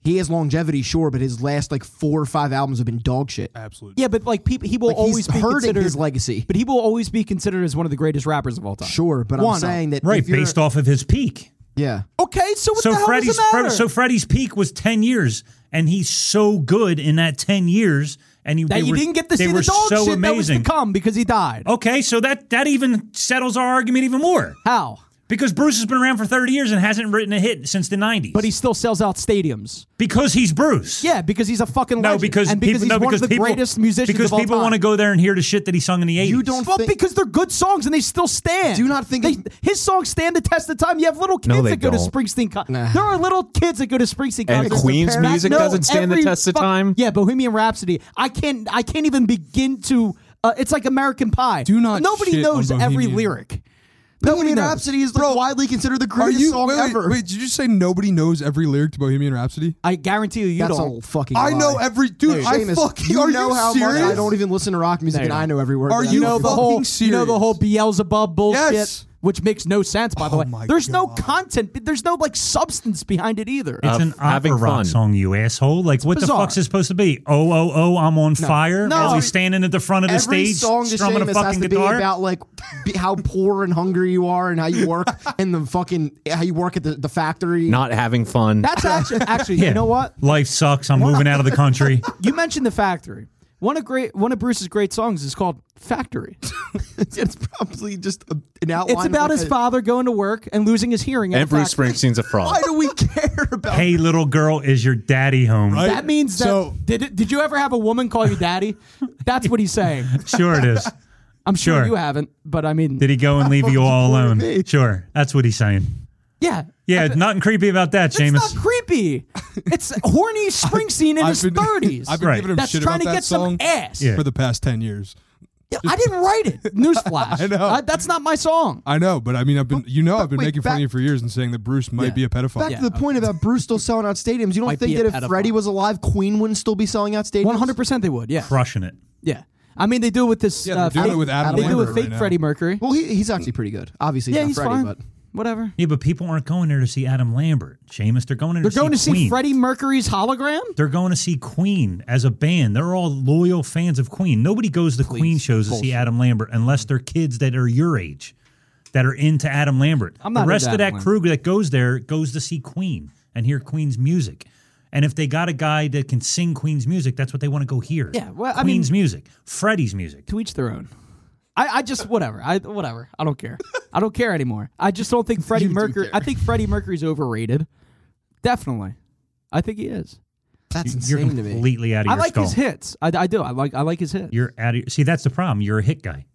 [SPEAKER 3] He has longevity, sure, but his last like four or five albums have been dog shit.
[SPEAKER 6] absolutely.
[SPEAKER 2] yeah, but like people, he will
[SPEAKER 3] Like,
[SPEAKER 2] always
[SPEAKER 3] he's
[SPEAKER 2] be
[SPEAKER 3] hurting
[SPEAKER 2] considered
[SPEAKER 3] his legacy.
[SPEAKER 2] But he will always be considered as one of the greatest rappers of all time.
[SPEAKER 3] Sure, but
[SPEAKER 2] One
[SPEAKER 3] I'm
[SPEAKER 2] of-
[SPEAKER 3] saying that
[SPEAKER 4] right
[SPEAKER 3] if you're-
[SPEAKER 4] based off of his peak.
[SPEAKER 3] Yeah,
[SPEAKER 2] Okay, so what
[SPEAKER 4] So
[SPEAKER 2] the hell
[SPEAKER 4] Freddie's
[SPEAKER 2] does it matter?
[SPEAKER 4] so Freddie's peak was 10 years and he's so good in that 10 years and he
[SPEAKER 2] that
[SPEAKER 4] they
[SPEAKER 2] you
[SPEAKER 4] were-
[SPEAKER 2] didn't get to
[SPEAKER 4] they
[SPEAKER 2] see the
[SPEAKER 4] were
[SPEAKER 2] dog
[SPEAKER 4] so
[SPEAKER 2] shit that was to
[SPEAKER 4] amazing.
[SPEAKER 2] come because he died.
[SPEAKER 4] okay, so that that even settles our argument even more
[SPEAKER 2] How?
[SPEAKER 4] because Bruce has been around for 30 years and hasn't written a hit since the 90s.
[SPEAKER 2] But he still sells out stadiums.
[SPEAKER 4] because he's Bruce.
[SPEAKER 2] Yeah, because he's a fucking
[SPEAKER 4] No,
[SPEAKER 2] legend.
[SPEAKER 4] because,
[SPEAKER 2] and because
[SPEAKER 4] people,
[SPEAKER 2] he's
[SPEAKER 4] no,
[SPEAKER 2] one
[SPEAKER 4] because
[SPEAKER 2] of the
[SPEAKER 4] people,
[SPEAKER 2] greatest musicians
[SPEAKER 4] because
[SPEAKER 2] of all
[SPEAKER 4] people
[SPEAKER 2] time.
[SPEAKER 4] want to go there and hear the shit that he sung in the 80s.
[SPEAKER 3] you don't.
[SPEAKER 2] Well,
[SPEAKER 3] think,
[SPEAKER 2] because they're good songs and they still stand.
[SPEAKER 3] Do not think
[SPEAKER 2] They-
[SPEAKER 3] of-
[SPEAKER 2] his songs stand the test of time. You have little kids
[SPEAKER 5] No, they
[SPEAKER 2] that go to
[SPEAKER 5] don't.
[SPEAKER 2] Springsteen. Con-
[SPEAKER 3] Nah.
[SPEAKER 2] There are little kids that go to Springsteen.
[SPEAKER 5] And
[SPEAKER 2] concerts.
[SPEAKER 5] Queen's
[SPEAKER 2] Their parents-
[SPEAKER 5] music
[SPEAKER 2] No,
[SPEAKER 5] doesn't stand the
[SPEAKER 2] every
[SPEAKER 5] test of
[SPEAKER 2] fuck-
[SPEAKER 5] time?
[SPEAKER 2] Yeah, Bohemian Rhapsody. I can't. I can't even begin to. Uh, it's like American Pie.
[SPEAKER 6] Do not
[SPEAKER 2] Nobody
[SPEAKER 6] shit on
[SPEAKER 2] knows every
[SPEAKER 6] Bohemian.
[SPEAKER 2] lyric. Nobody
[SPEAKER 3] Bohemian
[SPEAKER 2] knows.
[SPEAKER 3] Rhapsody is like, widely considered the
[SPEAKER 6] Are
[SPEAKER 3] greatest
[SPEAKER 6] you
[SPEAKER 3] song
[SPEAKER 6] wait, wait,
[SPEAKER 3] ever.
[SPEAKER 6] wait, did you say nobody knows every lyric to Bohemian Rhapsody?
[SPEAKER 2] I guarantee you, you
[SPEAKER 3] That's
[SPEAKER 2] don't.
[SPEAKER 3] a fucking. lie.
[SPEAKER 6] I know every dude. I
[SPEAKER 3] Seamus,
[SPEAKER 6] fucking
[SPEAKER 3] you
[SPEAKER 6] are
[SPEAKER 3] know
[SPEAKER 6] you
[SPEAKER 3] how
[SPEAKER 6] serious?
[SPEAKER 3] much I don't even listen to rock music,
[SPEAKER 2] There you
[SPEAKER 3] and I
[SPEAKER 2] go.
[SPEAKER 3] know every word.
[SPEAKER 6] Are
[SPEAKER 3] that
[SPEAKER 6] you
[SPEAKER 2] you
[SPEAKER 3] I
[SPEAKER 2] know the
[SPEAKER 6] fucking
[SPEAKER 2] whole you know
[SPEAKER 6] serious?
[SPEAKER 2] the whole Beelzebub bullshit,
[SPEAKER 6] Yes.
[SPEAKER 2] which makes no sense. By the
[SPEAKER 6] Oh
[SPEAKER 2] way,
[SPEAKER 6] my
[SPEAKER 2] there's no
[SPEAKER 6] God.
[SPEAKER 2] content. There's no like substance behind it either.
[SPEAKER 4] It's
[SPEAKER 5] of
[SPEAKER 4] an opera
[SPEAKER 5] having
[SPEAKER 4] rock
[SPEAKER 5] fun.
[SPEAKER 4] song, you asshole. Like, what
[SPEAKER 2] bizarre.
[SPEAKER 4] the fuck's it supposed to be? Oh, oh, oh, I'm on fire.
[SPEAKER 2] No.
[SPEAKER 4] As he's standing at the front of the
[SPEAKER 3] every
[SPEAKER 4] stage,
[SPEAKER 3] song to
[SPEAKER 4] strumming a
[SPEAKER 3] Seamus has
[SPEAKER 4] fucking
[SPEAKER 3] to
[SPEAKER 4] guitar.
[SPEAKER 3] be about like be, how poor and hungry you are, and how you
[SPEAKER 6] <laughs>
[SPEAKER 3] work and the fucking how you work at the, the factory.
[SPEAKER 5] Not having fun.
[SPEAKER 4] <laughs>
[SPEAKER 2] That's actually actually.
[SPEAKER 4] Yeah.
[SPEAKER 2] You know what?
[SPEAKER 4] Life sucks. I'm
[SPEAKER 2] <laughs>
[SPEAKER 4] moving out of the country.
[SPEAKER 2] You mentioned the factory. One of great one of Bruce's great songs is called
[SPEAKER 6] <laughs>
[SPEAKER 2] Factory.
[SPEAKER 3] it's probably just a, an outline.
[SPEAKER 2] It's about his
[SPEAKER 3] father.
[SPEAKER 2] father going to work and losing his hearing. at
[SPEAKER 5] and
[SPEAKER 2] a
[SPEAKER 5] Bruce
[SPEAKER 2] factory.
[SPEAKER 5] Springsteen's a fraud.
[SPEAKER 3] Why do we care about?
[SPEAKER 4] hey, little girl, is your daddy home?
[SPEAKER 6] Right?
[SPEAKER 2] That means that
[SPEAKER 6] So-
[SPEAKER 2] did it, did you ever have a woman call you daddy? That's what he's saying.
[SPEAKER 4] Sure,
[SPEAKER 2] <laughs>
[SPEAKER 4] it is.
[SPEAKER 2] I'm sure,
[SPEAKER 4] Sure.
[SPEAKER 2] you haven't, but I mean,
[SPEAKER 4] Did he go and leave you all alone?
[SPEAKER 3] me?
[SPEAKER 4] Sure, that's what he's saying.
[SPEAKER 2] yeah,
[SPEAKER 4] Yeah, nothing creepy about that,
[SPEAKER 2] It's
[SPEAKER 4] Seamus.
[SPEAKER 2] not creepy. It's horny Springsteen in
[SPEAKER 6] <laughs> I've
[SPEAKER 2] his
[SPEAKER 6] been- <laughs>
[SPEAKER 2] thirties.
[SPEAKER 6] I've been
[SPEAKER 4] Right.
[SPEAKER 6] giving him
[SPEAKER 2] That's
[SPEAKER 6] shit
[SPEAKER 2] trying
[SPEAKER 6] about
[SPEAKER 2] to
[SPEAKER 6] that
[SPEAKER 2] get some
[SPEAKER 6] song
[SPEAKER 2] ass.
[SPEAKER 4] Yeah.
[SPEAKER 6] for the past ten years.
[SPEAKER 2] Yeah, I didn't write it. Newsflash.
[SPEAKER 6] <laughs> I know.
[SPEAKER 2] Uh, that's not my song.
[SPEAKER 6] I know, but I mean, I've been you know I've been
[SPEAKER 3] wait,
[SPEAKER 6] making fun
[SPEAKER 3] back-
[SPEAKER 6] of you for years and saying that Bruce might
[SPEAKER 2] Yeah.
[SPEAKER 6] be a pedophile.
[SPEAKER 3] Back to the point about Bruce still selling out stadiums. You don't
[SPEAKER 2] Might
[SPEAKER 3] think
[SPEAKER 2] be a
[SPEAKER 3] that if
[SPEAKER 2] pedophile.
[SPEAKER 3] Freddie was alive, Queen wouldn't still be selling out stadiums?
[SPEAKER 2] One hundred percent, they would. Yeah,
[SPEAKER 4] Crushing it.
[SPEAKER 2] yeah. I mean, they do it with this.
[SPEAKER 6] Yeah, they're
[SPEAKER 2] uh,
[SPEAKER 6] doing
[SPEAKER 2] fake,
[SPEAKER 6] it with Adam
[SPEAKER 2] They do it
[SPEAKER 6] Lambert
[SPEAKER 2] with fake
[SPEAKER 6] right now.
[SPEAKER 2] Freddie Mercury.
[SPEAKER 3] Well, he, he's actually pretty good. Obviously,
[SPEAKER 2] yeah,
[SPEAKER 3] not
[SPEAKER 2] he's
[SPEAKER 3] Freddie,
[SPEAKER 2] fine.
[SPEAKER 3] but
[SPEAKER 2] Whatever.
[SPEAKER 4] Yeah, but people aren't going there to see Adam Lambert, Seamus. They're going there
[SPEAKER 2] They're going to see
[SPEAKER 4] Queen.
[SPEAKER 2] Freddie Mercury's hologram.
[SPEAKER 4] They're going to see Queen as a band. They're all loyal fans of Queen. Nobody goes to Queen shows to see Adam Lambert unless they're kids that are your age that are into Adam Lambert.
[SPEAKER 2] I'm not
[SPEAKER 4] the rest
[SPEAKER 2] into
[SPEAKER 4] of that
[SPEAKER 2] Adam Lambert.
[SPEAKER 4] crew that goes there goes to see Queen and hear Queen's music. And if they got a guy that can sing Queen's music, that's what they want to go hear.
[SPEAKER 2] Yeah, well, I mean-
[SPEAKER 4] Queen's music, Freddie's music.
[SPEAKER 2] To each their own. I, I just whatever. I whatever. I don't care. I don't care anymore. I just don't
[SPEAKER 6] <laughs>
[SPEAKER 2] think Freddie
[SPEAKER 3] You do
[SPEAKER 2] Mercury.
[SPEAKER 3] care.
[SPEAKER 2] I think Freddie Mercury's overrated. Definitely. I think he is.
[SPEAKER 3] that's
[SPEAKER 4] You're
[SPEAKER 3] insane to me.
[SPEAKER 4] completely out of
[SPEAKER 2] I
[SPEAKER 4] your
[SPEAKER 2] like
[SPEAKER 4] skull.
[SPEAKER 2] his hits. I, I do. I like. I like his hits.
[SPEAKER 4] You're out of. See, that's the problem. You're a hit guy.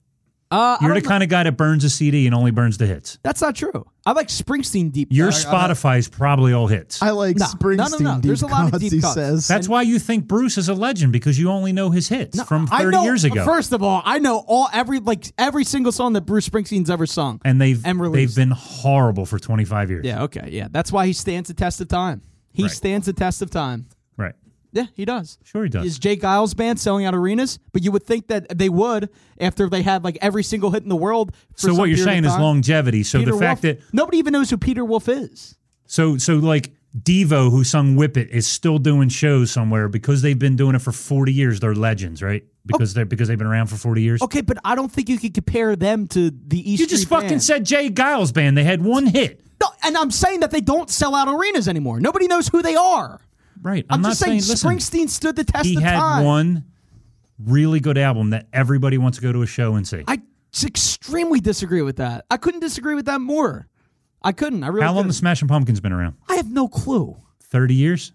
[SPEAKER 2] Uh, I
[SPEAKER 4] You're the
[SPEAKER 2] don't know.
[SPEAKER 4] kind of guy that burns a CD and only burns the hits.
[SPEAKER 2] That's not true. I like Springsteen deep.
[SPEAKER 4] Your
[SPEAKER 2] cuts.
[SPEAKER 4] Spotify is probably all hits.
[SPEAKER 3] I like
[SPEAKER 2] No, no,
[SPEAKER 3] Springsteen.
[SPEAKER 2] no, no.
[SPEAKER 3] Deep
[SPEAKER 2] There's a lot of
[SPEAKER 3] cuts,
[SPEAKER 2] deep
[SPEAKER 3] he
[SPEAKER 2] cuts.
[SPEAKER 3] says.
[SPEAKER 4] That's why you think Bruce is a legend because you only know his hits from 30
[SPEAKER 2] I know,
[SPEAKER 4] years ago.
[SPEAKER 2] First of all, I know all every like every single song that Bruce Springsteen's ever sung.
[SPEAKER 4] and they've
[SPEAKER 2] and
[SPEAKER 4] they've
[SPEAKER 2] released.
[SPEAKER 4] been horrible for 25 years.
[SPEAKER 2] yeah, okay, yeah. That's why he stands the test of time. He
[SPEAKER 4] Right.
[SPEAKER 2] stands the test of time.
[SPEAKER 4] Right.
[SPEAKER 2] Yeah, he does.
[SPEAKER 4] Sure he does.
[SPEAKER 2] Is Jay Giles' band selling out arenas? But you would think that they would after they had like every single hit in the world. For
[SPEAKER 4] so
[SPEAKER 2] some
[SPEAKER 4] what you're
[SPEAKER 2] period of
[SPEAKER 4] saying is
[SPEAKER 2] time.
[SPEAKER 4] longevity. So
[SPEAKER 2] Peter
[SPEAKER 4] the fact
[SPEAKER 2] Wolf-
[SPEAKER 4] that
[SPEAKER 2] nobody even knows who Peter Wolf is.
[SPEAKER 4] so so like Devo who sung Whip It is still doing shows somewhere because they've been doing it for 40 years. They're legends, right? Because they're because they've been around for 40 years.
[SPEAKER 2] Okay, but I don't think you could compare them to the East.
[SPEAKER 4] You just
[SPEAKER 2] Street
[SPEAKER 4] fucking
[SPEAKER 2] Band.
[SPEAKER 4] said Jay Giles band. They had one hit.
[SPEAKER 2] No, and I'm saying that they don't sell out arenas anymore. Nobody knows who they are.
[SPEAKER 4] Right.
[SPEAKER 2] I'm,
[SPEAKER 4] I'm, not
[SPEAKER 2] just saying,
[SPEAKER 4] listen,
[SPEAKER 2] Springsteen stood the test
[SPEAKER 4] he
[SPEAKER 2] of
[SPEAKER 4] had
[SPEAKER 2] time.
[SPEAKER 4] one really good album that everybody wants to go to a show and see.
[SPEAKER 2] I s- extremely disagree with that. I couldn't disagree with that more. I couldn't. I really.
[SPEAKER 4] How long the
[SPEAKER 2] couldn't.
[SPEAKER 4] Smashing Pumpkins been around?
[SPEAKER 2] I have no clue.
[SPEAKER 4] 30 years?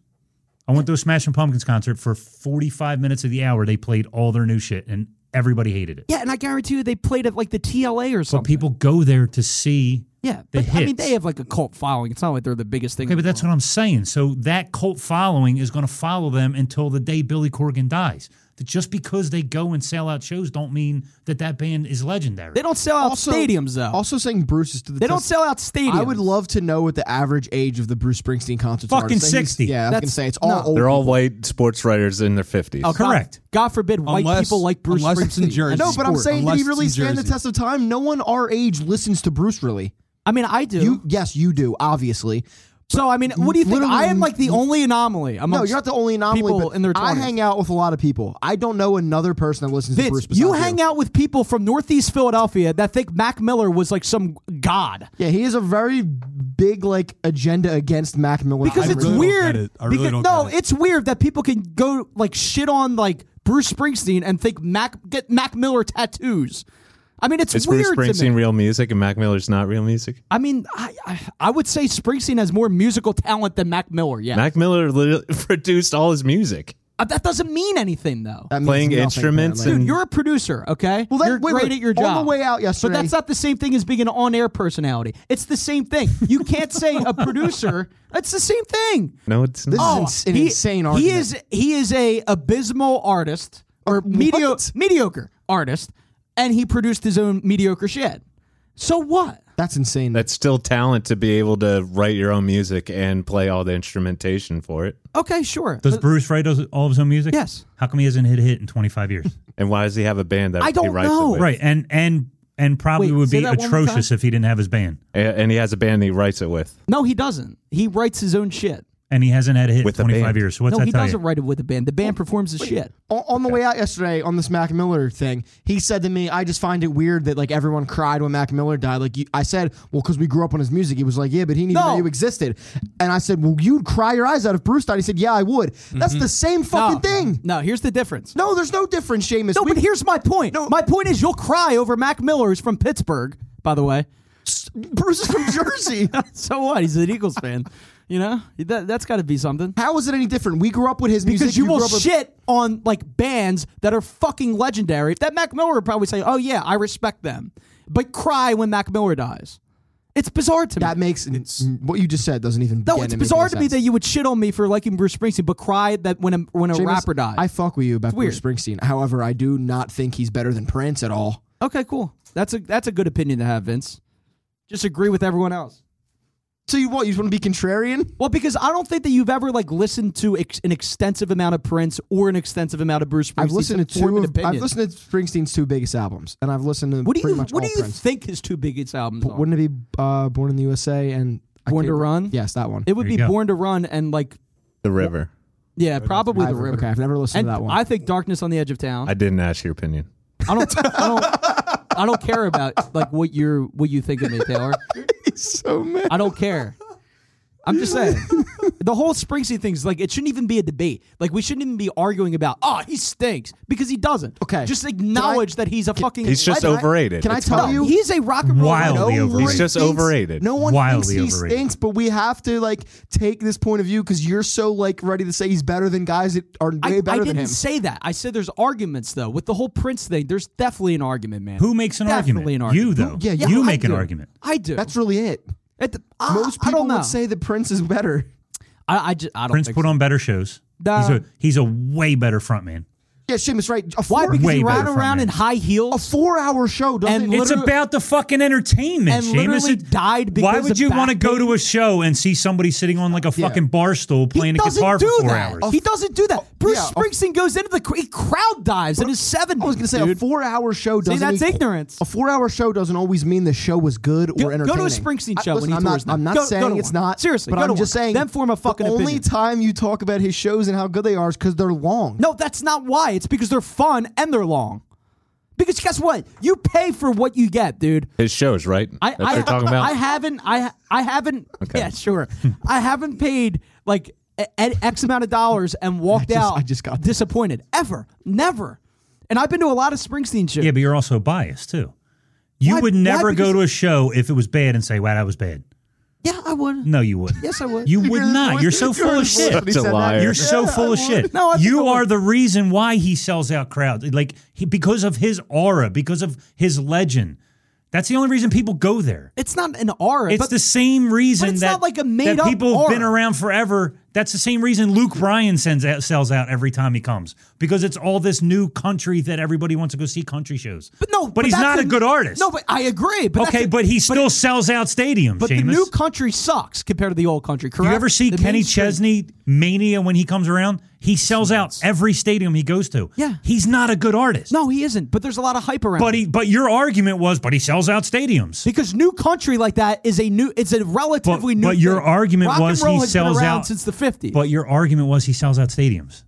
[SPEAKER 4] I went to a Smashing Pumpkins concert for 45 minutes of the hour. They played all their new shit and everybody hated it.
[SPEAKER 2] Yeah, and I guarantee you they played at like the TLA or something.
[SPEAKER 4] But people go there to see.
[SPEAKER 2] yeah,
[SPEAKER 4] the
[SPEAKER 2] but I mean
[SPEAKER 4] hits.
[SPEAKER 2] they have like a cult following. It's not like they're the biggest thing.
[SPEAKER 4] Okay,
[SPEAKER 2] in
[SPEAKER 4] but
[SPEAKER 2] the
[SPEAKER 4] that's what I'm saying. So that cult following is going to follow them until the day Billy Corgan dies. That just because they go and sell out shows don't mean that that band is legendary.
[SPEAKER 2] They don't sell out stadiums though.
[SPEAKER 3] Also saying Bruce is to the
[SPEAKER 2] they don't
[SPEAKER 3] test-
[SPEAKER 2] sell out stadiums.
[SPEAKER 3] I would love to know what the average age of the Bruce Springsteen concerts are.
[SPEAKER 4] Fucking
[SPEAKER 3] It's like he's-
[SPEAKER 4] 60.
[SPEAKER 3] Yeah, I was
[SPEAKER 2] That's-
[SPEAKER 3] gonna say it's all
[SPEAKER 2] no.
[SPEAKER 3] old.
[SPEAKER 5] They're all white sports writers in their 50s.
[SPEAKER 2] Oh, God-
[SPEAKER 4] Correct.
[SPEAKER 2] God forbid white
[SPEAKER 6] Unless-
[SPEAKER 2] people like Bruce
[SPEAKER 6] unless it's in
[SPEAKER 2] Springsteen.
[SPEAKER 6] Jersey.
[SPEAKER 3] no, but I'm
[SPEAKER 6] sport,
[SPEAKER 3] saying did
[SPEAKER 6] unless
[SPEAKER 3] he
[SPEAKER 6] it's
[SPEAKER 3] really
[SPEAKER 6] in
[SPEAKER 3] stand the
[SPEAKER 6] Jersey.
[SPEAKER 3] test of time? No one our age listens to Bruce really.
[SPEAKER 2] I mean, I do.
[SPEAKER 3] You yes, you do, obviously.
[SPEAKER 2] so I mean, what do you think?
[SPEAKER 3] literally-
[SPEAKER 2] I am like the only anomaly.
[SPEAKER 3] No,
[SPEAKER 2] amongst-
[SPEAKER 3] you're not the only anomaly.
[SPEAKER 2] people
[SPEAKER 3] but
[SPEAKER 2] in their
[SPEAKER 3] I
[SPEAKER 2] 20s.
[SPEAKER 3] hang out with a lot of people. I don't know another person that listens to Bruce.
[SPEAKER 2] Vince,
[SPEAKER 3] besides
[SPEAKER 2] you hang out with people from Northeast Philadelphia that think Mac Miller was like some god.
[SPEAKER 3] Yeah, he is a very big like agenda against Mac Miller.
[SPEAKER 2] Because
[SPEAKER 6] I
[SPEAKER 2] it's
[SPEAKER 6] really don't
[SPEAKER 2] weird.
[SPEAKER 6] get it. I really
[SPEAKER 2] because-
[SPEAKER 6] don't
[SPEAKER 2] no,
[SPEAKER 6] get it.
[SPEAKER 2] it's weird that people can go like shit on like Bruce Springsteen and think Mac get Mac Miller tattoos. I mean, it's
[SPEAKER 5] Is Bruce
[SPEAKER 2] weird to me.
[SPEAKER 5] Springsteen real music and Mac Miller's not real music?
[SPEAKER 2] I mean, I, I I would say Springsteen has more musical talent than Mac Miller. Yeah,
[SPEAKER 5] Mac Miller li- <laughs> produced all his music,
[SPEAKER 2] Uh, that doesn't mean anything though.
[SPEAKER 3] That means
[SPEAKER 5] playing
[SPEAKER 3] nothing,
[SPEAKER 5] instruments
[SPEAKER 3] apparently.
[SPEAKER 5] and
[SPEAKER 2] You're a producer, okay?
[SPEAKER 3] Well, that-
[SPEAKER 2] You're
[SPEAKER 3] wait,
[SPEAKER 2] great
[SPEAKER 3] wait.
[SPEAKER 2] at your
[SPEAKER 3] On
[SPEAKER 2] job.
[SPEAKER 3] the way out yesterday-
[SPEAKER 2] but that's not the same thing as being an on-air personality. It's the same thing. You can't say a producer. It's the same thing.
[SPEAKER 5] no, it's not.
[SPEAKER 3] Oh, ins- an insane
[SPEAKER 2] He
[SPEAKER 3] argument.
[SPEAKER 2] is he is a abysmal artist or medio- mediocre artist, and he produced his own mediocre shit. So what?
[SPEAKER 3] that's insane.
[SPEAKER 5] That's still talent to be able to write your own music and play all the instrumentation for it.
[SPEAKER 2] Okay, sure.
[SPEAKER 4] Does
[SPEAKER 2] But
[SPEAKER 4] Bruce write those- all of his own music?
[SPEAKER 2] Yes.
[SPEAKER 4] How come he hasn't hit a hit in
[SPEAKER 2] <laughs>
[SPEAKER 4] 25 years?
[SPEAKER 5] And why does he have a band that
[SPEAKER 2] I don't
[SPEAKER 5] he writes it
[SPEAKER 2] know.
[SPEAKER 5] with?
[SPEAKER 4] right. And and and probably
[SPEAKER 2] Wait,
[SPEAKER 4] would
[SPEAKER 2] say
[SPEAKER 4] be
[SPEAKER 2] that one more
[SPEAKER 4] atrocious if he didn't have his band.
[SPEAKER 5] A- And he has a band that he writes it with.
[SPEAKER 2] no, he doesn't. He writes his own shit.
[SPEAKER 4] And he hasn't had a hit
[SPEAKER 5] With a
[SPEAKER 4] in 25
[SPEAKER 5] band.
[SPEAKER 4] years. So what's
[SPEAKER 2] no,
[SPEAKER 4] that
[SPEAKER 2] he
[SPEAKER 4] tell
[SPEAKER 2] doesn't
[SPEAKER 4] you?
[SPEAKER 2] write it with a band. The band performs his shit.
[SPEAKER 3] on, on the way out yesterday on this Mac Miller thing, he said to me, "I just find it weird that like everyone cried when Mac Miller died." Like you, I said, "Well, because we grew up on his music." He was like, "Yeah, but he didn't even
[SPEAKER 2] No.
[SPEAKER 3] know you existed." And I said, "Well, you'd cry your eyes out if Bruce died." He said, "Yeah, I would." That's the same fucking
[SPEAKER 2] no,
[SPEAKER 3] thing.
[SPEAKER 2] No, here's the difference.
[SPEAKER 3] No, there's no difference, Seamus.
[SPEAKER 2] No,
[SPEAKER 3] We-
[SPEAKER 2] but here's my point. My point is you'll cry over Mac Miller, who's from Pittsburgh, by the way. <laughs>
[SPEAKER 3] Bruce is <laughs> from Jersey.
[SPEAKER 2] So what? He's an Eagles fan. You know? That, that's got to be something.
[SPEAKER 3] How is it any different? We grew up with his music.
[SPEAKER 2] Because you
[SPEAKER 3] grew
[SPEAKER 2] will
[SPEAKER 3] up with-
[SPEAKER 2] shit on, like, bands that are fucking legendary. That Mac Miller would probably say, oh, yeah, I respect them. But cry when Mac Miller dies. It's bizarre to me.
[SPEAKER 3] That makes n- what you just said doesn't even.
[SPEAKER 2] no,
[SPEAKER 3] begin
[SPEAKER 2] it's
[SPEAKER 3] to make
[SPEAKER 2] bizarre
[SPEAKER 3] any
[SPEAKER 2] to me
[SPEAKER 3] sense.
[SPEAKER 2] that you would shit on me for liking Bruce Springsteen, but cry that when a, when a
[SPEAKER 3] Seamus,
[SPEAKER 2] rapper dies.
[SPEAKER 3] I fuck with you about
[SPEAKER 2] weird.
[SPEAKER 3] Bruce Springsteen. However, I do not think he's better than Prince at all.
[SPEAKER 2] okay, cool. That's a, that's a good opinion to have, Vince. Just agree with everyone else.
[SPEAKER 3] So you what? You just want to be contrarian?
[SPEAKER 2] Well, because I don't think that you've ever like listened to ex- an extensive amount of Prince or an extensive amount of Bruce Springsteen.
[SPEAKER 3] I've listened to
[SPEAKER 2] form
[SPEAKER 3] two.
[SPEAKER 2] an
[SPEAKER 3] Of,
[SPEAKER 2] opinion.
[SPEAKER 3] I've listened to Springsteen's two biggest albums, and I've listened to
[SPEAKER 2] What do
[SPEAKER 3] pretty
[SPEAKER 2] you
[SPEAKER 3] much
[SPEAKER 2] What do
[SPEAKER 3] all
[SPEAKER 2] you
[SPEAKER 3] Prince.
[SPEAKER 2] think his two biggest albums? are?
[SPEAKER 3] Wouldn't it be uh, Born in the USA and I
[SPEAKER 2] Born to
[SPEAKER 3] can't-
[SPEAKER 2] Run?
[SPEAKER 3] Yes, that one.
[SPEAKER 2] it would
[SPEAKER 4] There you
[SPEAKER 2] be
[SPEAKER 4] go.
[SPEAKER 2] Born to Run and like
[SPEAKER 5] The River.
[SPEAKER 2] yeah, probably
[SPEAKER 3] I've-
[SPEAKER 2] the River.
[SPEAKER 3] Okay, I've never listened
[SPEAKER 2] and
[SPEAKER 3] to that one.
[SPEAKER 2] I think Darkness on the Edge of Town.
[SPEAKER 5] I
[SPEAKER 2] I,
[SPEAKER 5] didn't ask your opinion.
[SPEAKER 2] don't. I don't. I don't care about like what you're what you think of me, Taylor.
[SPEAKER 3] so mad.
[SPEAKER 2] I don't care. I'm just saying the whole Springsteen thing's like it shouldn't even be a debate. Like we shouldn't even be arguing about oh he stinks because he doesn't.
[SPEAKER 3] Okay.
[SPEAKER 2] just
[SPEAKER 3] Can I-
[SPEAKER 2] acknowledge that he's a fucking.
[SPEAKER 5] He's just
[SPEAKER 3] Can I-
[SPEAKER 5] overrated.
[SPEAKER 3] Can I
[SPEAKER 5] It's
[SPEAKER 3] tell
[SPEAKER 2] No,
[SPEAKER 3] you?
[SPEAKER 2] he's a rock and roll.
[SPEAKER 4] Wild.
[SPEAKER 2] legend.
[SPEAKER 3] no
[SPEAKER 4] Wildly
[SPEAKER 3] one
[SPEAKER 4] overrated. He's
[SPEAKER 5] just
[SPEAKER 3] thinks-
[SPEAKER 5] overrated.
[SPEAKER 3] No one
[SPEAKER 4] Wildly
[SPEAKER 3] thinks he
[SPEAKER 4] overrated.
[SPEAKER 3] stinks, but we have to like take this point of view because you're so like ready to say he's better than guys that are way
[SPEAKER 2] I, I
[SPEAKER 3] better
[SPEAKER 2] didn't
[SPEAKER 3] than him.
[SPEAKER 2] say that. I said there's arguments though with the whole Prince thing. There's definitely an argument, man.
[SPEAKER 4] Who makes an
[SPEAKER 2] Definitely an
[SPEAKER 4] argument?
[SPEAKER 2] argument.
[SPEAKER 4] You, though.
[SPEAKER 3] yeah, yeah,
[SPEAKER 4] you
[SPEAKER 2] I
[SPEAKER 4] make an
[SPEAKER 2] do.
[SPEAKER 4] argument.
[SPEAKER 2] I do.
[SPEAKER 3] That's really it.
[SPEAKER 2] It- I-
[SPEAKER 3] Most
[SPEAKER 2] I
[SPEAKER 3] people
[SPEAKER 2] don't know.
[SPEAKER 3] would say that Prince is better.
[SPEAKER 2] I, I just I don't.
[SPEAKER 4] Prince
[SPEAKER 2] think
[SPEAKER 4] put
[SPEAKER 2] so.
[SPEAKER 4] on better shows.
[SPEAKER 2] Nah.
[SPEAKER 4] He's a he's a way better frontman.
[SPEAKER 3] Yeah, Seamus, right? A
[SPEAKER 2] why
[SPEAKER 3] four-
[SPEAKER 2] because he
[SPEAKER 4] Way
[SPEAKER 2] ran
[SPEAKER 4] better from
[SPEAKER 2] around
[SPEAKER 4] him.
[SPEAKER 2] in high
[SPEAKER 3] a
[SPEAKER 2] heels.
[SPEAKER 3] four-hour show doesn't
[SPEAKER 2] And
[SPEAKER 4] It's
[SPEAKER 2] Literally-
[SPEAKER 4] about the fucking entertainment,
[SPEAKER 2] And
[SPEAKER 4] Seamus.
[SPEAKER 2] literally
[SPEAKER 4] It-
[SPEAKER 2] died
[SPEAKER 4] Why
[SPEAKER 2] because
[SPEAKER 4] would
[SPEAKER 2] of
[SPEAKER 4] you
[SPEAKER 2] back
[SPEAKER 4] want to go to a show and see somebody sitting on like a fucking bar stool
[SPEAKER 2] He
[SPEAKER 4] playing a
[SPEAKER 2] doesn't
[SPEAKER 4] guitar
[SPEAKER 2] do
[SPEAKER 4] for four
[SPEAKER 2] that. Oh,
[SPEAKER 4] hours?
[SPEAKER 2] He doesn't do that. Bruce
[SPEAKER 3] yeah, a-
[SPEAKER 2] Springsteen goes into the cr- he crowd dives in his seventies.
[SPEAKER 3] I was gonna say a four-hour show doesn't.
[SPEAKER 2] See, that's
[SPEAKER 3] equal-
[SPEAKER 2] ignorance.
[SPEAKER 3] A four-hour show doesn't always mean the show was good or
[SPEAKER 2] Go- go to a
[SPEAKER 3] entertaining.
[SPEAKER 2] Springsteen
[SPEAKER 3] I-
[SPEAKER 2] show
[SPEAKER 3] listen,
[SPEAKER 2] when he
[SPEAKER 3] I'm not,
[SPEAKER 2] tours now.
[SPEAKER 3] I'm not
[SPEAKER 2] Go- go
[SPEAKER 3] saying
[SPEAKER 2] to
[SPEAKER 3] it's
[SPEAKER 2] one.
[SPEAKER 3] not.
[SPEAKER 2] Seriously,
[SPEAKER 3] but
[SPEAKER 2] go
[SPEAKER 3] I'm
[SPEAKER 2] to
[SPEAKER 3] just
[SPEAKER 2] one.
[SPEAKER 3] saying.
[SPEAKER 2] Then form a fucking
[SPEAKER 3] The only
[SPEAKER 2] opinion.
[SPEAKER 3] time you talk about his shows and how good they are is because they're long.
[SPEAKER 2] No, that's not why. It's because they're fun and they're long. Because guess what? You pay for what you get, dude.
[SPEAKER 5] His shows, right?
[SPEAKER 2] I,
[SPEAKER 5] That's
[SPEAKER 2] I,
[SPEAKER 5] what you're talking about.
[SPEAKER 2] I haven't. I I haven't.
[SPEAKER 5] Okay.
[SPEAKER 2] Yeah, sure. <laughs> I haven't paid like a, a- X amount of dollars and walked
[SPEAKER 3] just-
[SPEAKER 2] out.
[SPEAKER 3] I just got that.
[SPEAKER 2] disappointed. Ever, never. And I've been to a lot of Springsteen shows.
[SPEAKER 4] Yeah, but you're also biased too. You
[SPEAKER 2] Why-
[SPEAKER 4] would
[SPEAKER 2] why?
[SPEAKER 4] never go
[SPEAKER 2] Because-
[SPEAKER 4] to a show if it was bad and say, "Wow, that was bad."
[SPEAKER 2] Yeah, I would.
[SPEAKER 4] No, you wouldn't.
[SPEAKER 2] Yes, I would.
[SPEAKER 4] You would not. You're so
[SPEAKER 3] You're
[SPEAKER 4] full of
[SPEAKER 3] his voice
[SPEAKER 4] shit.
[SPEAKER 3] when he
[SPEAKER 5] Such a
[SPEAKER 3] said that.
[SPEAKER 5] liar.
[SPEAKER 4] You're so full of shit.
[SPEAKER 2] No, I think I
[SPEAKER 4] you
[SPEAKER 2] would.
[SPEAKER 4] are the reason why he sells out crowds. Like he, because of his aura, because of his legend. That's the only reason people go there.
[SPEAKER 2] It's not an aura.
[SPEAKER 4] It's
[SPEAKER 2] but
[SPEAKER 4] the same reason
[SPEAKER 2] but it's
[SPEAKER 4] that,
[SPEAKER 2] not like a
[SPEAKER 4] that
[SPEAKER 2] made-up
[SPEAKER 4] people have been
[SPEAKER 2] aura.
[SPEAKER 4] around forever. That's the same reason Luke Bryan sends out, sells out every time he comes because it's all this new country that everybody wants to go see country shows.
[SPEAKER 2] But no,
[SPEAKER 4] but, he's
[SPEAKER 2] that's
[SPEAKER 4] not a, good artist.
[SPEAKER 2] No, but I agree. But that's
[SPEAKER 4] okay,
[SPEAKER 2] a-
[SPEAKER 4] but he still sells out stadiums.
[SPEAKER 2] but the
[SPEAKER 4] Seamus.
[SPEAKER 2] new country sucks compared to the old country. Correct.
[SPEAKER 4] Do you ever see
[SPEAKER 2] The
[SPEAKER 4] Kenny
[SPEAKER 2] mainstream-
[SPEAKER 4] Chesney mania when he comes around? He sells out every stadium he goes to.
[SPEAKER 2] Yeah.
[SPEAKER 4] He's not a good artist.
[SPEAKER 2] No, he isn't. But there's a lot of hype around.
[SPEAKER 4] But
[SPEAKER 2] him.
[SPEAKER 4] he but your argument was, but he sells out stadiums.
[SPEAKER 2] Because new country like that is a new, it's a relatively new.
[SPEAKER 4] but your
[SPEAKER 2] thing.
[SPEAKER 4] argument
[SPEAKER 2] Rock
[SPEAKER 4] was
[SPEAKER 2] and roll
[SPEAKER 4] he
[SPEAKER 2] has been
[SPEAKER 4] sells
[SPEAKER 2] around
[SPEAKER 4] out-
[SPEAKER 2] since the fifties.
[SPEAKER 4] but your argument was he sells out stadiums.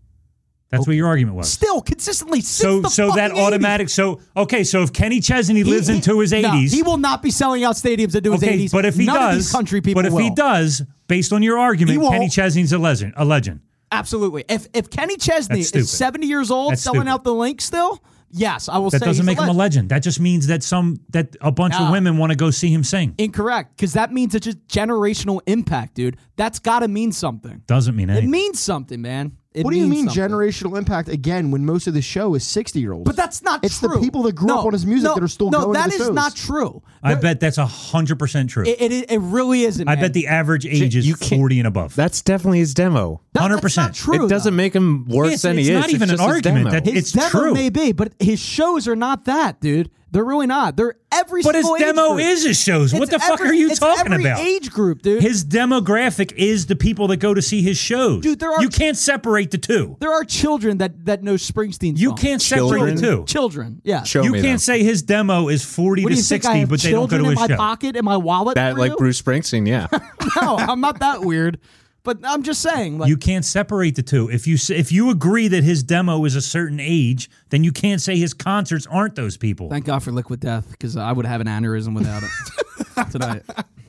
[SPEAKER 4] That's what your argument was.
[SPEAKER 2] still consistently since
[SPEAKER 4] so
[SPEAKER 2] the
[SPEAKER 4] so that
[SPEAKER 2] fucking 80s.
[SPEAKER 4] automatic so okay, so if Kenny Chesney
[SPEAKER 2] He-
[SPEAKER 4] lives
[SPEAKER 2] he-
[SPEAKER 4] into his
[SPEAKER 2] no,
[SPEAKER 4] eighties.
[SPEAKER 2] he will not be selling out stadiums into his
[SPEAKER 4] okay,
[SPEAKER 2] eighties.
[SPEAKER 4] but if he
[SPEAKER 2] None of
[SPEAKER 4] does
[SPEAKER 2] these country people
[SPEAKER 4] But if he
[SPEAKER 2] will.
[SPEAKER 4] does, based on your
[SPEAKER 2] He
[SPEAKER 4] argument,
[SPEAKER 2] won't.
[SPEAKER 4] Kenny Chesney's a legend a legend.
[SPEAKER 2] absolutely. If if Kenny Chesney
[SPEAKER 4] That's stupid.
[SPEAKER 2] is seventy years old,
[SPEAKER 4] That's
[SPEAKER 2] selling
[SPEAKER 4] stupid.
[SPEAKER 2] out the link still, yes, I will
[SPEAKER 4] That
[SPEAKER 2] say
[SPEAKER 4] doesn't
[SPEAKER 2] he's
[SPEAKER 4] make him a
[SPEAKER 2] legend.
[SPEAKER 4] legend. That just means that some that a bunch
[SPEAKER 2] No.
[SPEAKER 4] of women want to go see him sing.
[SPEAKER 2] Incorrect, because that means it's just generational impact, dude. That's got to mean something.
[SPEAKER 4] Doesn't mean
[SPEAKER 2] It
[SPEAKER 4] anything.
[SPEAKER 2] means something, man. It
[SPEAKER 3] What do you
[SPEAKER 2] means
[SPEAKER 3] mean
[SPEAKER 2] something.
[SPEAKER 3] generational impact again when most of the show is 60 year olds?
[SPEAKER 2] But that's not
[SPEAKER 3] It's the
[SPEAKER 2] true.
[SPEAKER 3] people that grew
[SPEAKER 2] No,
[SPEAKER 3] up on his music
[SPEAKER 2] no,
[SPEAKER 3] that are still
[SPEAKER 2] no,
[SPEAKER 3] going to
[SPEAKER 2] that
[SPEAKER 3] the
[SPEAKER 2] is
[SPEAKER 3] shows.
[SPEAKER 2] not true.
[SPEAKER 4] I bet that's hundred percent true.
[SPEAKER 2] It, it, it really isn't.
[SPEAKER 4] I
[SPEAKER 2] man.
[SPEAKER 4] bet the average age is
[SPEAKER 5] you can't-
[SPEAKER 4] forty and above.
[SPEAKER 5] That's definitely his demo.
[SPEAKER 2] That- that's
[SPEAKER 4] 100%.
[SPEAKER 2] not true.
[SPEAKER 5] it doesn't
[SPEAKER 2] though.
[SPEAKER 5] make him worse
[SPEAKER 4] It's-
[SPEAKER 5] than
[SPEAKER 4] it's
[SPEAKER 5] he is.
[SPEAKER 4] not even an
[SPEAKER 5] just his
[SPEAKER 4] argument
[SPEAKER 5] demo.
[SPEAKER 4] that he-
[SPEAKER 2] His
[SPEAKER 4] It's
[SPEAKER 2] demo
[SPEAKER 4] true.
[SPEAKER 2] may be, but his shows are not that, dude. They're really not. They're every.
[SPEAKER 4] but his
[SPEAKER 2] single age
[SPEAKER 4] demo
[SPEAKER 2] group.
[SPEAKER 4] is his shows. What
[SPEAKER 2] It's
[SPEAKER 4] the fuck
[SPEAKER 2] every-
[SPEAKER 4] are you
[SPEAKER 2] it's
[SPEAKER 4] talking
[SPEAKER 2] every
[SPEAKER 4] about?
[SPEAKER 2] Age group, dude.
[SPEAKER 4] His demographic is the people that go to see his shows.
[SPEAKER 2] Dude, there are-
[SPEAKER 4] you can't separate the two.
[SPEAKER 2] there are children that that know Springsteen.
[SPEAKER 4] You
[SPEAKER 2] songs.
[SPEAKER 4] can't separate
[SPEAKER 5] Children.
[SPEAKER 4] the two.
[SPEAKER 2] Oh, Children, yeah.
[SPEAKER 5] Show
[SPEAKER 4] you
[SPEAKER 5] me
[SPEAKER 4] can't
[SPEAKER 5] them.
[SPEAKER 4] say his demo is forty
[SPEAKER 2] What do
[SPEAKER 4] to
[SPEAKER 2] you
[SPEAKER 4] sixty,
[SPEAKER 2] think I have
[SPEAKER 4] but they don't go
[SPEAKER 2] children in
[SPEAKER 4] to his
[SPEAKER 2] my
[SPEAKER 4] show.
[SPEAKER 2] pocket in my wallet?
[SPEAKER 5] that
[SPEAKER 2] for
[SPEAKER 5] like
[SPEAKER 2] you?
[SPEAKER 5] Bruce Springsteen, yeah.
[SPEAKER 2] <laughs> No, I'm not that weird. But I'm just saying, like,
[SPEAKER 4] You can't separate the two. If you s- if you agree that his demo is a certain age, then you can't say his concerts aren't those people.
[SPEAKER 2] Thank God for Liquid Death because I would have an aneurysm without it <laughs> tonight.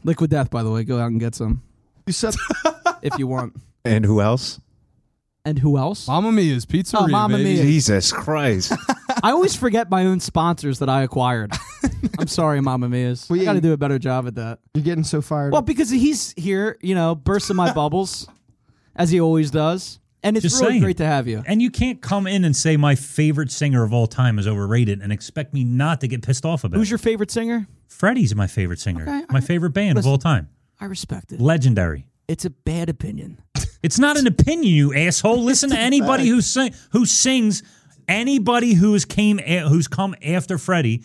[SPEAKER 2] Liquid Death, by the way, go out and get some
[SPEAKER 3] you said <laughs>
[SPEAKER 2] if you want.
[SPEAKER 5] and who else?
[SPEAKER 2] And who else?
[SPEAKER 6] Mamma Mia's pizzeria.
[SPEAKER 2] Oh, Mamma
[SPEAKER 6] baby.
[SPEAKER 2] Mia.
[SPEAKER 5] Jesus <laughs> Christ!
[SPEAKER 2] I always forget my own sponsors that I acquired. I'm sorry, Mama Mia's.
[SPEAKER 3] Well,
[SPEAKER 2] We
[SPEAKER 3] yeah,
[SPEAKER 2] got to
[SPEAKER 3] you-
[SPEAKER 2] do a better job at that.
[SPEAKER 3] you're getting so fired.
[SPEAKER 2] Well,
[SPEAKER 3] Well,
[SPEAKER 2] because he's here, you know, bursting my bubbles as he always does, and it's
[SPEAKER 4] Just
[SPEAKER 2] really
[SPEAKER 4] saying.
[SPEAKER 2] great to have you.
[SPEAKER 4] And you can't come in and say my favorite singer of all time is overrated and expect me not to get pissed off about
[SPEAKER 2] Who's
[SPEAKER 4] it.
[SPEAKER 2] your favorite singer?
[SPEAKER 4] Freddie's my favorite singer.
[SPEAKER 2] Okay, all
[SPEAKER 4] my
[SPEAKER 2] right.
[SPEAKER 4] favorite band
[SPEAKER 2] Listen.
[SPEAKER 4] of all time.
[SPEAKER 2] I respect it.
[SPEAKER 4] Legendary.
[SPEAKER 2] It's a bad opinion.
[SPEAKER 4] It's not an opinion, you asshole.
[SPEAKER 2] <laughs>
[SPEAKER 4] Listen to anybody who sing, who sings anybody who's came a- who's come after Freddie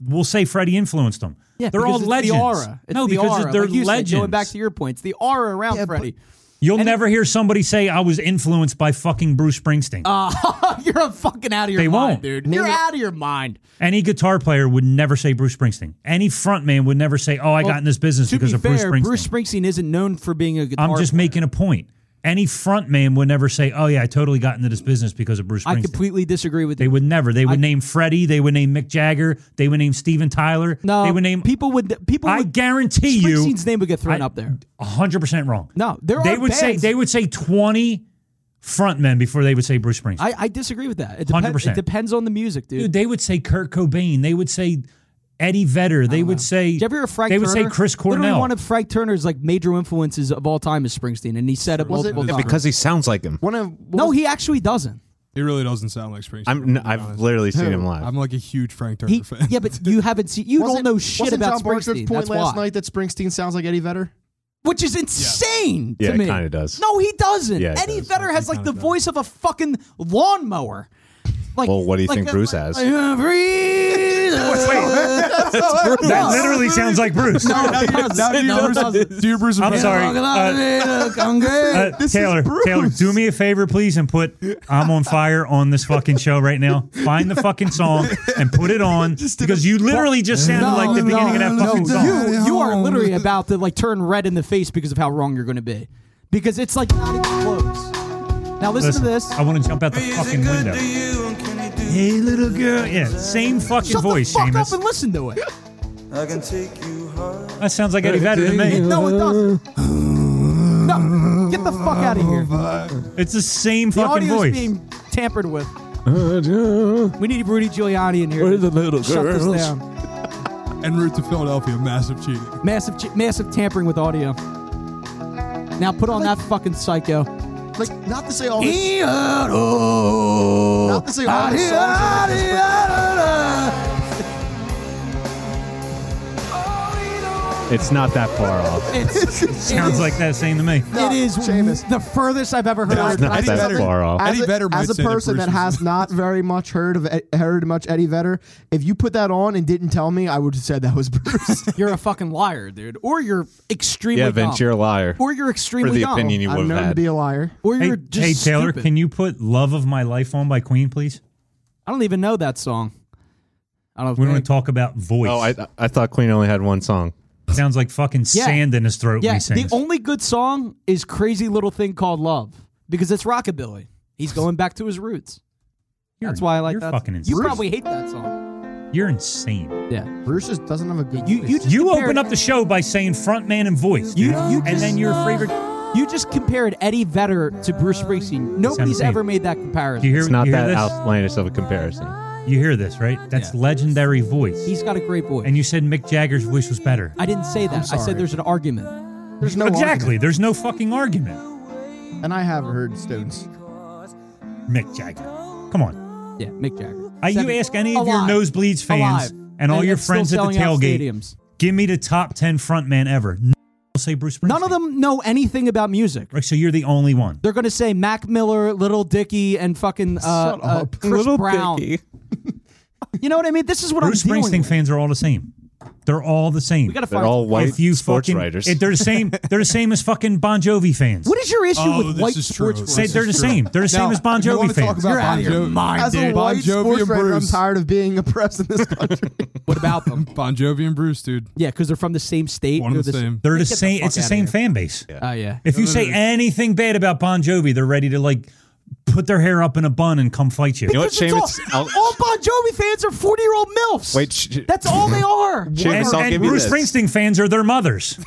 [SPEAKER 4] will say Freddie influenced them.
[SPEAKER 2] Yeah,
[SPEAKER 4] they're
[SPEAKER 2] because
[SPEAKER 4] all
[SPEAKER 2] it's
[SPEAKER 4] legends.
[SPEAKER 2] The aura. It's
[SPEAKER 4] no,
[SPEAKER 2] the
[SPEAKER 4] because
[SPEAKER 2] aura.
[SPEAKER 4] they're
[SPEAKER 2] like you said,
[SPEAKER 4] legends.
[SPEAKER 2] going back to your points, the aura around <laughs> Freddie.
[SPEAKER 4] You'll never hear somebody say I was influenced by fucking Bruce Springsteen.
[SPEAKER 2] You're a fucking out of your
[SPEAKER 4] They
[SPEAKER 2] mind,
[SPEAKER 4] won't.
[SPEAKER 2] dude. You're out of your mind.
[SPEAKER 4] Any guitar player would never say Bruce Springsteen. Any front man would never say, "Oh, I got in this business
[SPEAKER 2] To
[SPEAKER 4] because
[SPEAKER 2] be
[SPEAKER 4] of
[SPEAKER 2] fair,
[SPEAKER 4] Bruce Springsteen."
[SPEAKER 2] Bruce Springsteen isn't known for being a guitar.
[SPEAKER 4] I'm just
[SPEAKER 2] player.
[SPEAKER 4] making a point. Any front man would never say, "Oh yeah, I totally got into this business because of Bruce
[SPEAKER 2] I
[SPEAKER 4] Springsteen."
[SPEAKER 2] completely disagree with
[SPEAKER 4] They
[SPEAKER 2] you.
[SPEAKER 4] would never. They would name Freddie. They would name Mick Jagger. They would name Steven Tyler.
[SPEAKER 2] No,
[SPEAKER 4] they would name.
[SPEAKER 2] people would people.
[SPEAKER 4] I
[SPEAKER 2] would,
[SPEAKER 4] guarantee you,
[SPEAKER 2] Springsteen's name would get thrown
[SPEAKER 4] I-
[SPEAKER 2] up there.
[SPEAKER 4] hundred percent wrong.
[SPEAKER 2] No, there
[SPEAKER 4] they
[SPEAKER 2] are
[SPEAKER 4] would say
[SPEAKER 2] bands-
[SPEAKER 4] they would say twenty frontmen before they would say Bruce Springsteen.
[SPEAKER 2] I, I disagree with that. It, depen-
[SPEAKER 4] 100%.
[SPEAKER 2] it depends on the music, dude.
[SPEAKER 4] Dude, they would say Kurt Cobain. They would say Eddie Vedder. They would say.
[SPEAKER 2] Did you ever hear of Frank
[SPEAKER 4] They would
[SPEAKER 2] Turner?
[SPEAKER 4] say Chris
[SPEAKER 2] Literally
[SPEAKER 4] Cornell.
[SPEAKER 2] one of Frank Turner's like major influences of all time is Springsteen, and he said it
[SPEAKER 3] Was it-
[SPEAKER 2] multiple times.
[SPEAKER 5] because he sounds like him.
[SPEAKER 3] one of what
[SPEAKER 2] no,
[SPEAKER 3] was-
[SPEAKER 2] he actually doesn't.
[SPEAKER 6] He really doesn't sound like Springsteen.
[SPEAKER 5] I'm. n-
[SPEAKER 6] to be
[SPEAKER 5] I've
[SPEAKER 6] honest.
[SPEAKER 5] literally seen him live.
[SPEAKER 6] I'm like a huge Frank Turner
[SPEAKER 2] He,
[SPEAKER 6] fan.
[SPEAKER 2] yeah, but you haven't seen. You don't
[SPEAKER 3] wasn't-
[SPEAKER 2] know shit
[SPEAKER 3] wasn't
[SPEAKER 2] about
[SPEAKER 3] John Barker's
[SPEAKER 2] Springsteen.
[SPEAKER 3] point
[SPEAKER 2] That's
[SPEAKER 3] last
[SPEAKER 2] why.
[SPEAKER 3] night that Springsteen sounds like Eddie Vedder.
[SPEAKER 2] which is insane
[SPEAKER 5] Yeah,
[SPEAKER 2] to
[SPEAKER 5] it
[SPEAKER 2] me.
[SPEAKER 5] kinda does.
[SPEAKER 2] No, he doesn't.
[SPEAKER 5] Yeah, it
[SPEAKER 2] Eddie
[SPEAKER 5] does.
[SPEAKER 2] Vedder has like
[SPEAKER 6] kinda
[SPEAKER 2] the
[SPEAKER 6] does.
[SPEAKER 2] voice of a fucking lawnmower. Like,
[SPEAKER 5] Well, what do you
[SPEAKER 2] like
[SPEAKER 5] think
[SPEAKER 2] a-
[SPEAKER 5] Bruce
[SPEAKER 2] like-
[SPEAKER 5] has?
[SPEAKER 2] like, uh, breathe.
[SPEAKER 4] that literally sounds like Bruce.
[SPEAKER 2] No, it doesn't.
[SPEAKER 6] Now do
[SPEAKER 2] No, it
[SPEAKER 6] you Bruce-
[SPEAKER 2] doesn't.
[SPEAKER 6] do you Bruce
[SPEAKER 4] I'm
[SPEAKER 6] Springsteen?
[SPEAKER 4] sorry.
[SPEAKER 2] Look, I'm good.
[SPEAKER 4] Uh, Taylor, Taylor, do me a favor, please, and put "I'm on Fire" on this fucking show right now. Find the fucking song and put it on because you literally just sounded
[SPEAKER 2] No,
[SPEAKER 4] like the beginning of that
[SPEAKER 6] no,
[SPEAKER 4] fucking
[SPEAKER 6] no.
[SPEAKER 4] song.
[SPEAKER 2] you, you are literally about to like turn red in the face because of how wrong you're going to be. Because it's like not even close. Now listen,
[SPEAKER 4] Listen,
[SPEAKER 2] to this.
[SPEAKER 4] I want to jump out the fucking window.
[SPEAKER 1] you and can he do
[SPEAKER 4] Hey, little girl. Yeah, same fucking
[SPEAKER 2] Shut
[SPEAKER 4] voice,
[SPEAKER 2] the fuck
[SPEAKER 4] Seamus.
[SPEAKER 2] up and listen to it.
[SPEAKER 7] I can take you home.
[SPEAKER 4] That sounds like Eddie Vedder to me.
[SPEAKER 2] No, it doesn't.
[SPEAKER 5] Uh-huh.
[SPEAKER 2] No, get the fuck out of here.
[SPEAKER 4] It's the same
[SPEAKER 2] The
[SPEAKER 4] fucking
[SPEAKER 2] audio
[SPEAKER 4] voice.
[SPEAKER 2] is being tampered with. We need Rudy Giuliani in here. to Shut this down.
[SPEAKER 6] En route to Philadelphia, massive cheating.
[SPEAKER 2] Massive, ch- massive tampering with audio. Now put on that fucking
[SPEAKER 5] <laughs>
[SPEAKER 2] psycho.
[SPEAKER 3] Like, not to say all this. Not to say all this.
[SPEAKER 5] It's not that far off.
[SPEAKER 2] It's,
[SPEAKER 4] Sounds
[SPEAKER 2] it
[SPEAKER 4] like that same to me.
[SPEAKER 2] It is
[SPEAKER 3] Seamus.
[SPEAKER 2] the furthest I've ever heard.
[SPEAKER 5] It's not
[SPEAKER 3] Eddie
[SPEAKER 5] that
[SPEAKER 3] Vedder-
[SPEAKER 5] far off.
[SPEAKER 3] As
[SPEAKER 6] Eddie
[SPEAKER 3] a,
[SPEAKER 6] Vedder might
[SPEAKER 3] as a
[SPEAKER 6] say that
[SPEAKER 3] person
[SPEAKER 6] Bruce
[SPEAKER 3] that,
[SPEAKER 6] was-
[SPEAKER 3] has not very much heard of E, heard much Eddie Vedder, if you put that on and didn't tell me, I would have said that was Bruce.
[SPEAKER 6] <laughs>
[SPEAKER 2] You're a fucking liar, dude. Or you're extremely
[SPEAKER 5] Yeah, Vince,
[SPEAKER 2] dumb.
[SPEAKER 5] you're a liar.
[SPEAKER 2] Or you're
[SPEAKER 5] For
[SPEAKER 2] extremely
[SPEAKER 5] the
[SPEAKER 2] dumb.
[SPEAKER 5] opinion you
[SPEAKER 3] I'm
[SPEAKER 5] would
[SPEAKER 3] known to
[SPEAKER 5] have
[SPEAKER 3] be
[SPEAKER 5] had.
[SPEAKER 3] a liar.
[SPEAKER 2] Or
[SPEAKER 4] Hey,
[SPEAKER 2] you're just
[SPEAKER 4] hey, Taylor,
[SPEAKER 2] stupid.
[SPEAKER 4] can you put "Love of My Life" on by Queen, please?
[SPEAKER 2] I don't even know that song. I don't.
[SPEAKER 4] We want
[SPEAKER 2] think-
[SPEAKER 4] to talk about voice.
[SPEAKER 5] Oh, I I thought Queen only had one song.
[SPEAKER 4] Sounds like fucking
[SPEAKER 2] Yeah.
[SPEAKER 4] sand in his throat when
[SPEAKER 2] Yeah,
[SPEAKER 4] he sings.
[SPEAKER 2] the only good song is "Crazy Little Thing Called Love" because it's rockabilly. He's going back to his roots.
[SPEAKER 4] You're-
[SPEAKER 2] That's why I like
[SPEAKER 4] you're
[SPEAKER 2] that.
[SPEAKER 4] Fucking
[SPEAKER 2] you
[SPEAKER 4] insane.
[SPEAKER 2] probably hate that song.
[SPEAKER 4] You're insane.
[SPEAKER 2] Yeah.
[SPEAKER 3] Bruce just doesn't have a good.
[SPEAKER 2] You you just
[SPEAKER 4] You
[SPEAKER 2] compared-
[SPEAKER 4] open up the show by saying front man and voice,
[SPEAKER 2] You-
[SPEAKER 4] dude.
[SPEAKER 2] you
[SPEAKER 4] and then your favorite.
[SPEAKER 2] you just compared Eddie Vedder to Bruce Springsteen. Nobody's
[SPEAKER 4] insane.
[SPEAKER 2] ever made that
[SPEAKER 4] Do you
[SPEAKER 2] comparison.
[SPEAKER 4] hear?
[SPEAKER 5] It's not
[SPEAKER 4] you hear
[SPEAKER 5] that
[SPEAKER 4] this?
[SPEAKER 5] outlandish of a comparison.
[SPEAKER 2] Uh,
[SPEAKER 4] You hear this, right? That's
[SPEAKER 2] Yeah.
[SPEAKER 4] legendary voice.
[SPEAKER 2] He's got a great voice.
[SPEAKER 4] and you said Mick Jagger's voice was better.
[SPEAKER 2] I didn't say that. I
[SPEAKER 3] sorry.
[SPEAKER 2] said there's an argument.
[SPEAKER 3] There's no
[SPEAKER 4] exactly. There's no fucking argument.
[SPEAKER 3] argument. And I have heard Stones.
[SPEAKER 2] <laughs>
[SPEAKER 4] Mick Jagger. Come on.
[SPEAKER 2] Yeah, Mick Jagger.
[SPEAKER 4] I, you
[SPEAKER 2] Seven-
[SPEAKER 4] ask any of
[SPEAKER 2] Alive.
[SPEAKER 4] your Nosebleeds fans
[SPEAKER 2] Alive.
[SPEAKER 4] and all your
[SPEAKER 2] it's still
[SPEAKER 4] friends at the
[SPEAKER 2] selling out
[SPEAKER 4] tailgate,
[SPEAKER 2] stadiums.
[SPEAKER 4] give me the top 10 frontman ever. None will say Bruce Springsteen.
[SPEAKER 2] None of them know anything about music.
[SPEAKER 4] Right, so you're the only one.
[SPEAKER 2] They're gonna say Mac Miller, Little Dicky, and fucking uh,
[SPEAKER 3] Shut
[SPEAKER 2] uh,
[SPEAKER 3] up.
[SPEAKER 2] Chris Brown. You know what I mean? This is what
[SPEAKER 4] Bruce
[SPEAKER 2] I'm dealing
[SPEAKER 4] Springsteen
[SPEAKER 2] with.
[SPEAKER 4] fans are all the same. They're all the same.
[SPEAKER 2] We gotta
[SPEAKER 5] They're
[SPEAKER 2] find.
[SPEAKER 5] all white
[SPEAKER 4] if you
[SPEAKER 5] sports
[SPEAKER 4] fucking,
[SPEAKER 5] writers.
[SPEAKER 4] if they're the
[SPEAKER 5] <laughs>
[SPEAKER 4] same. They're the same as fucking Bon Jovi fans.
[SPEAKER 2] what is your issue
[SPEAKER 6] Oh,
[SPEAKER 2] with
[SPEAKER 6] this
[SPEAKER 2] white
[SPEAKER 6] is
[SPEAKER 2] sports?
[SPEAKER 6] true.
[SPEAKER 2] writers?
[SPEAKER 4] Say they're the same. They're the same as Bon
[SPEAKER 6] if you
[SPEAKER 4] Jovi
[SPEAKER 6] wanna
[SPEAKER 4] fans.
[SPEAKER 6] Talk
[SPEAKER 2] You're out
[SPEAKER 6] about
[SPEAKER 2] of your
[SPEAKER 6] Bon Jovi,
[SPEAKER 2] mind,
[SPEAKER 3] As a
[SPEAKER 2] dude.
[SPEAKER 6] Bon
[SPEAKER 3] white
[SPEAKER 6] Jovi
[SPEAKER 3] sports
[SPEAKER 6] and
[SPEAKER 3] writer, I'm
[SPEAKER 6] Bruce.
[SPEAKER 3] tired of being oppressed in this country.
[SPEAKER 2] <laughs> What about them?
[SPEAKER 6] Bon Jovi and Bruce, dude.
[SPEAKER 2] Yeah, because they're from the same state.
[SPEAKER 6] One and the
[SPEAKER 2] s-
[SPEAKER 6] same.
[SPEAKER 4] They're the
[SPEAKER 2] Get the
[SPEAKER 4] same.
[SPEAKER 2] fuck
[SPEAKER 4] it's the
[SPEAKER 2] outta
[SPEAKER 4] same
[SPEAKER 2] here.
[SPEAKER 4] fan base.
[SPEAKER 2] Oh yeah.
[SPEAKER 4] If you say anything bad about Bon Jovi, they're ready to like put their hair up in a bun and come fight you.
[SPEAKER 5] know what,
[SPEAKER 2] Because it's
[SPEAKER 5] Seamus?
[SPEAKER 2] all,
[SPEAKER 5] I'll-
[SPEAKER 2] all Bon Jovi fans are forty-year-old milfs.
[SPEAKER 5] Wait, sh-
[SPEAKER 2] that's all they are.
[SPEAKER 5] Seamus,
[SPEAKER 4] And,
[SPEAKER 5] I'll
[SPEAKER 4] and
[SPEAKER 5] give you
[SPEAKER 4] Bruce
[SPEAKER 5] this.
[SPEAKER 4] Springsteen fans are their mothers.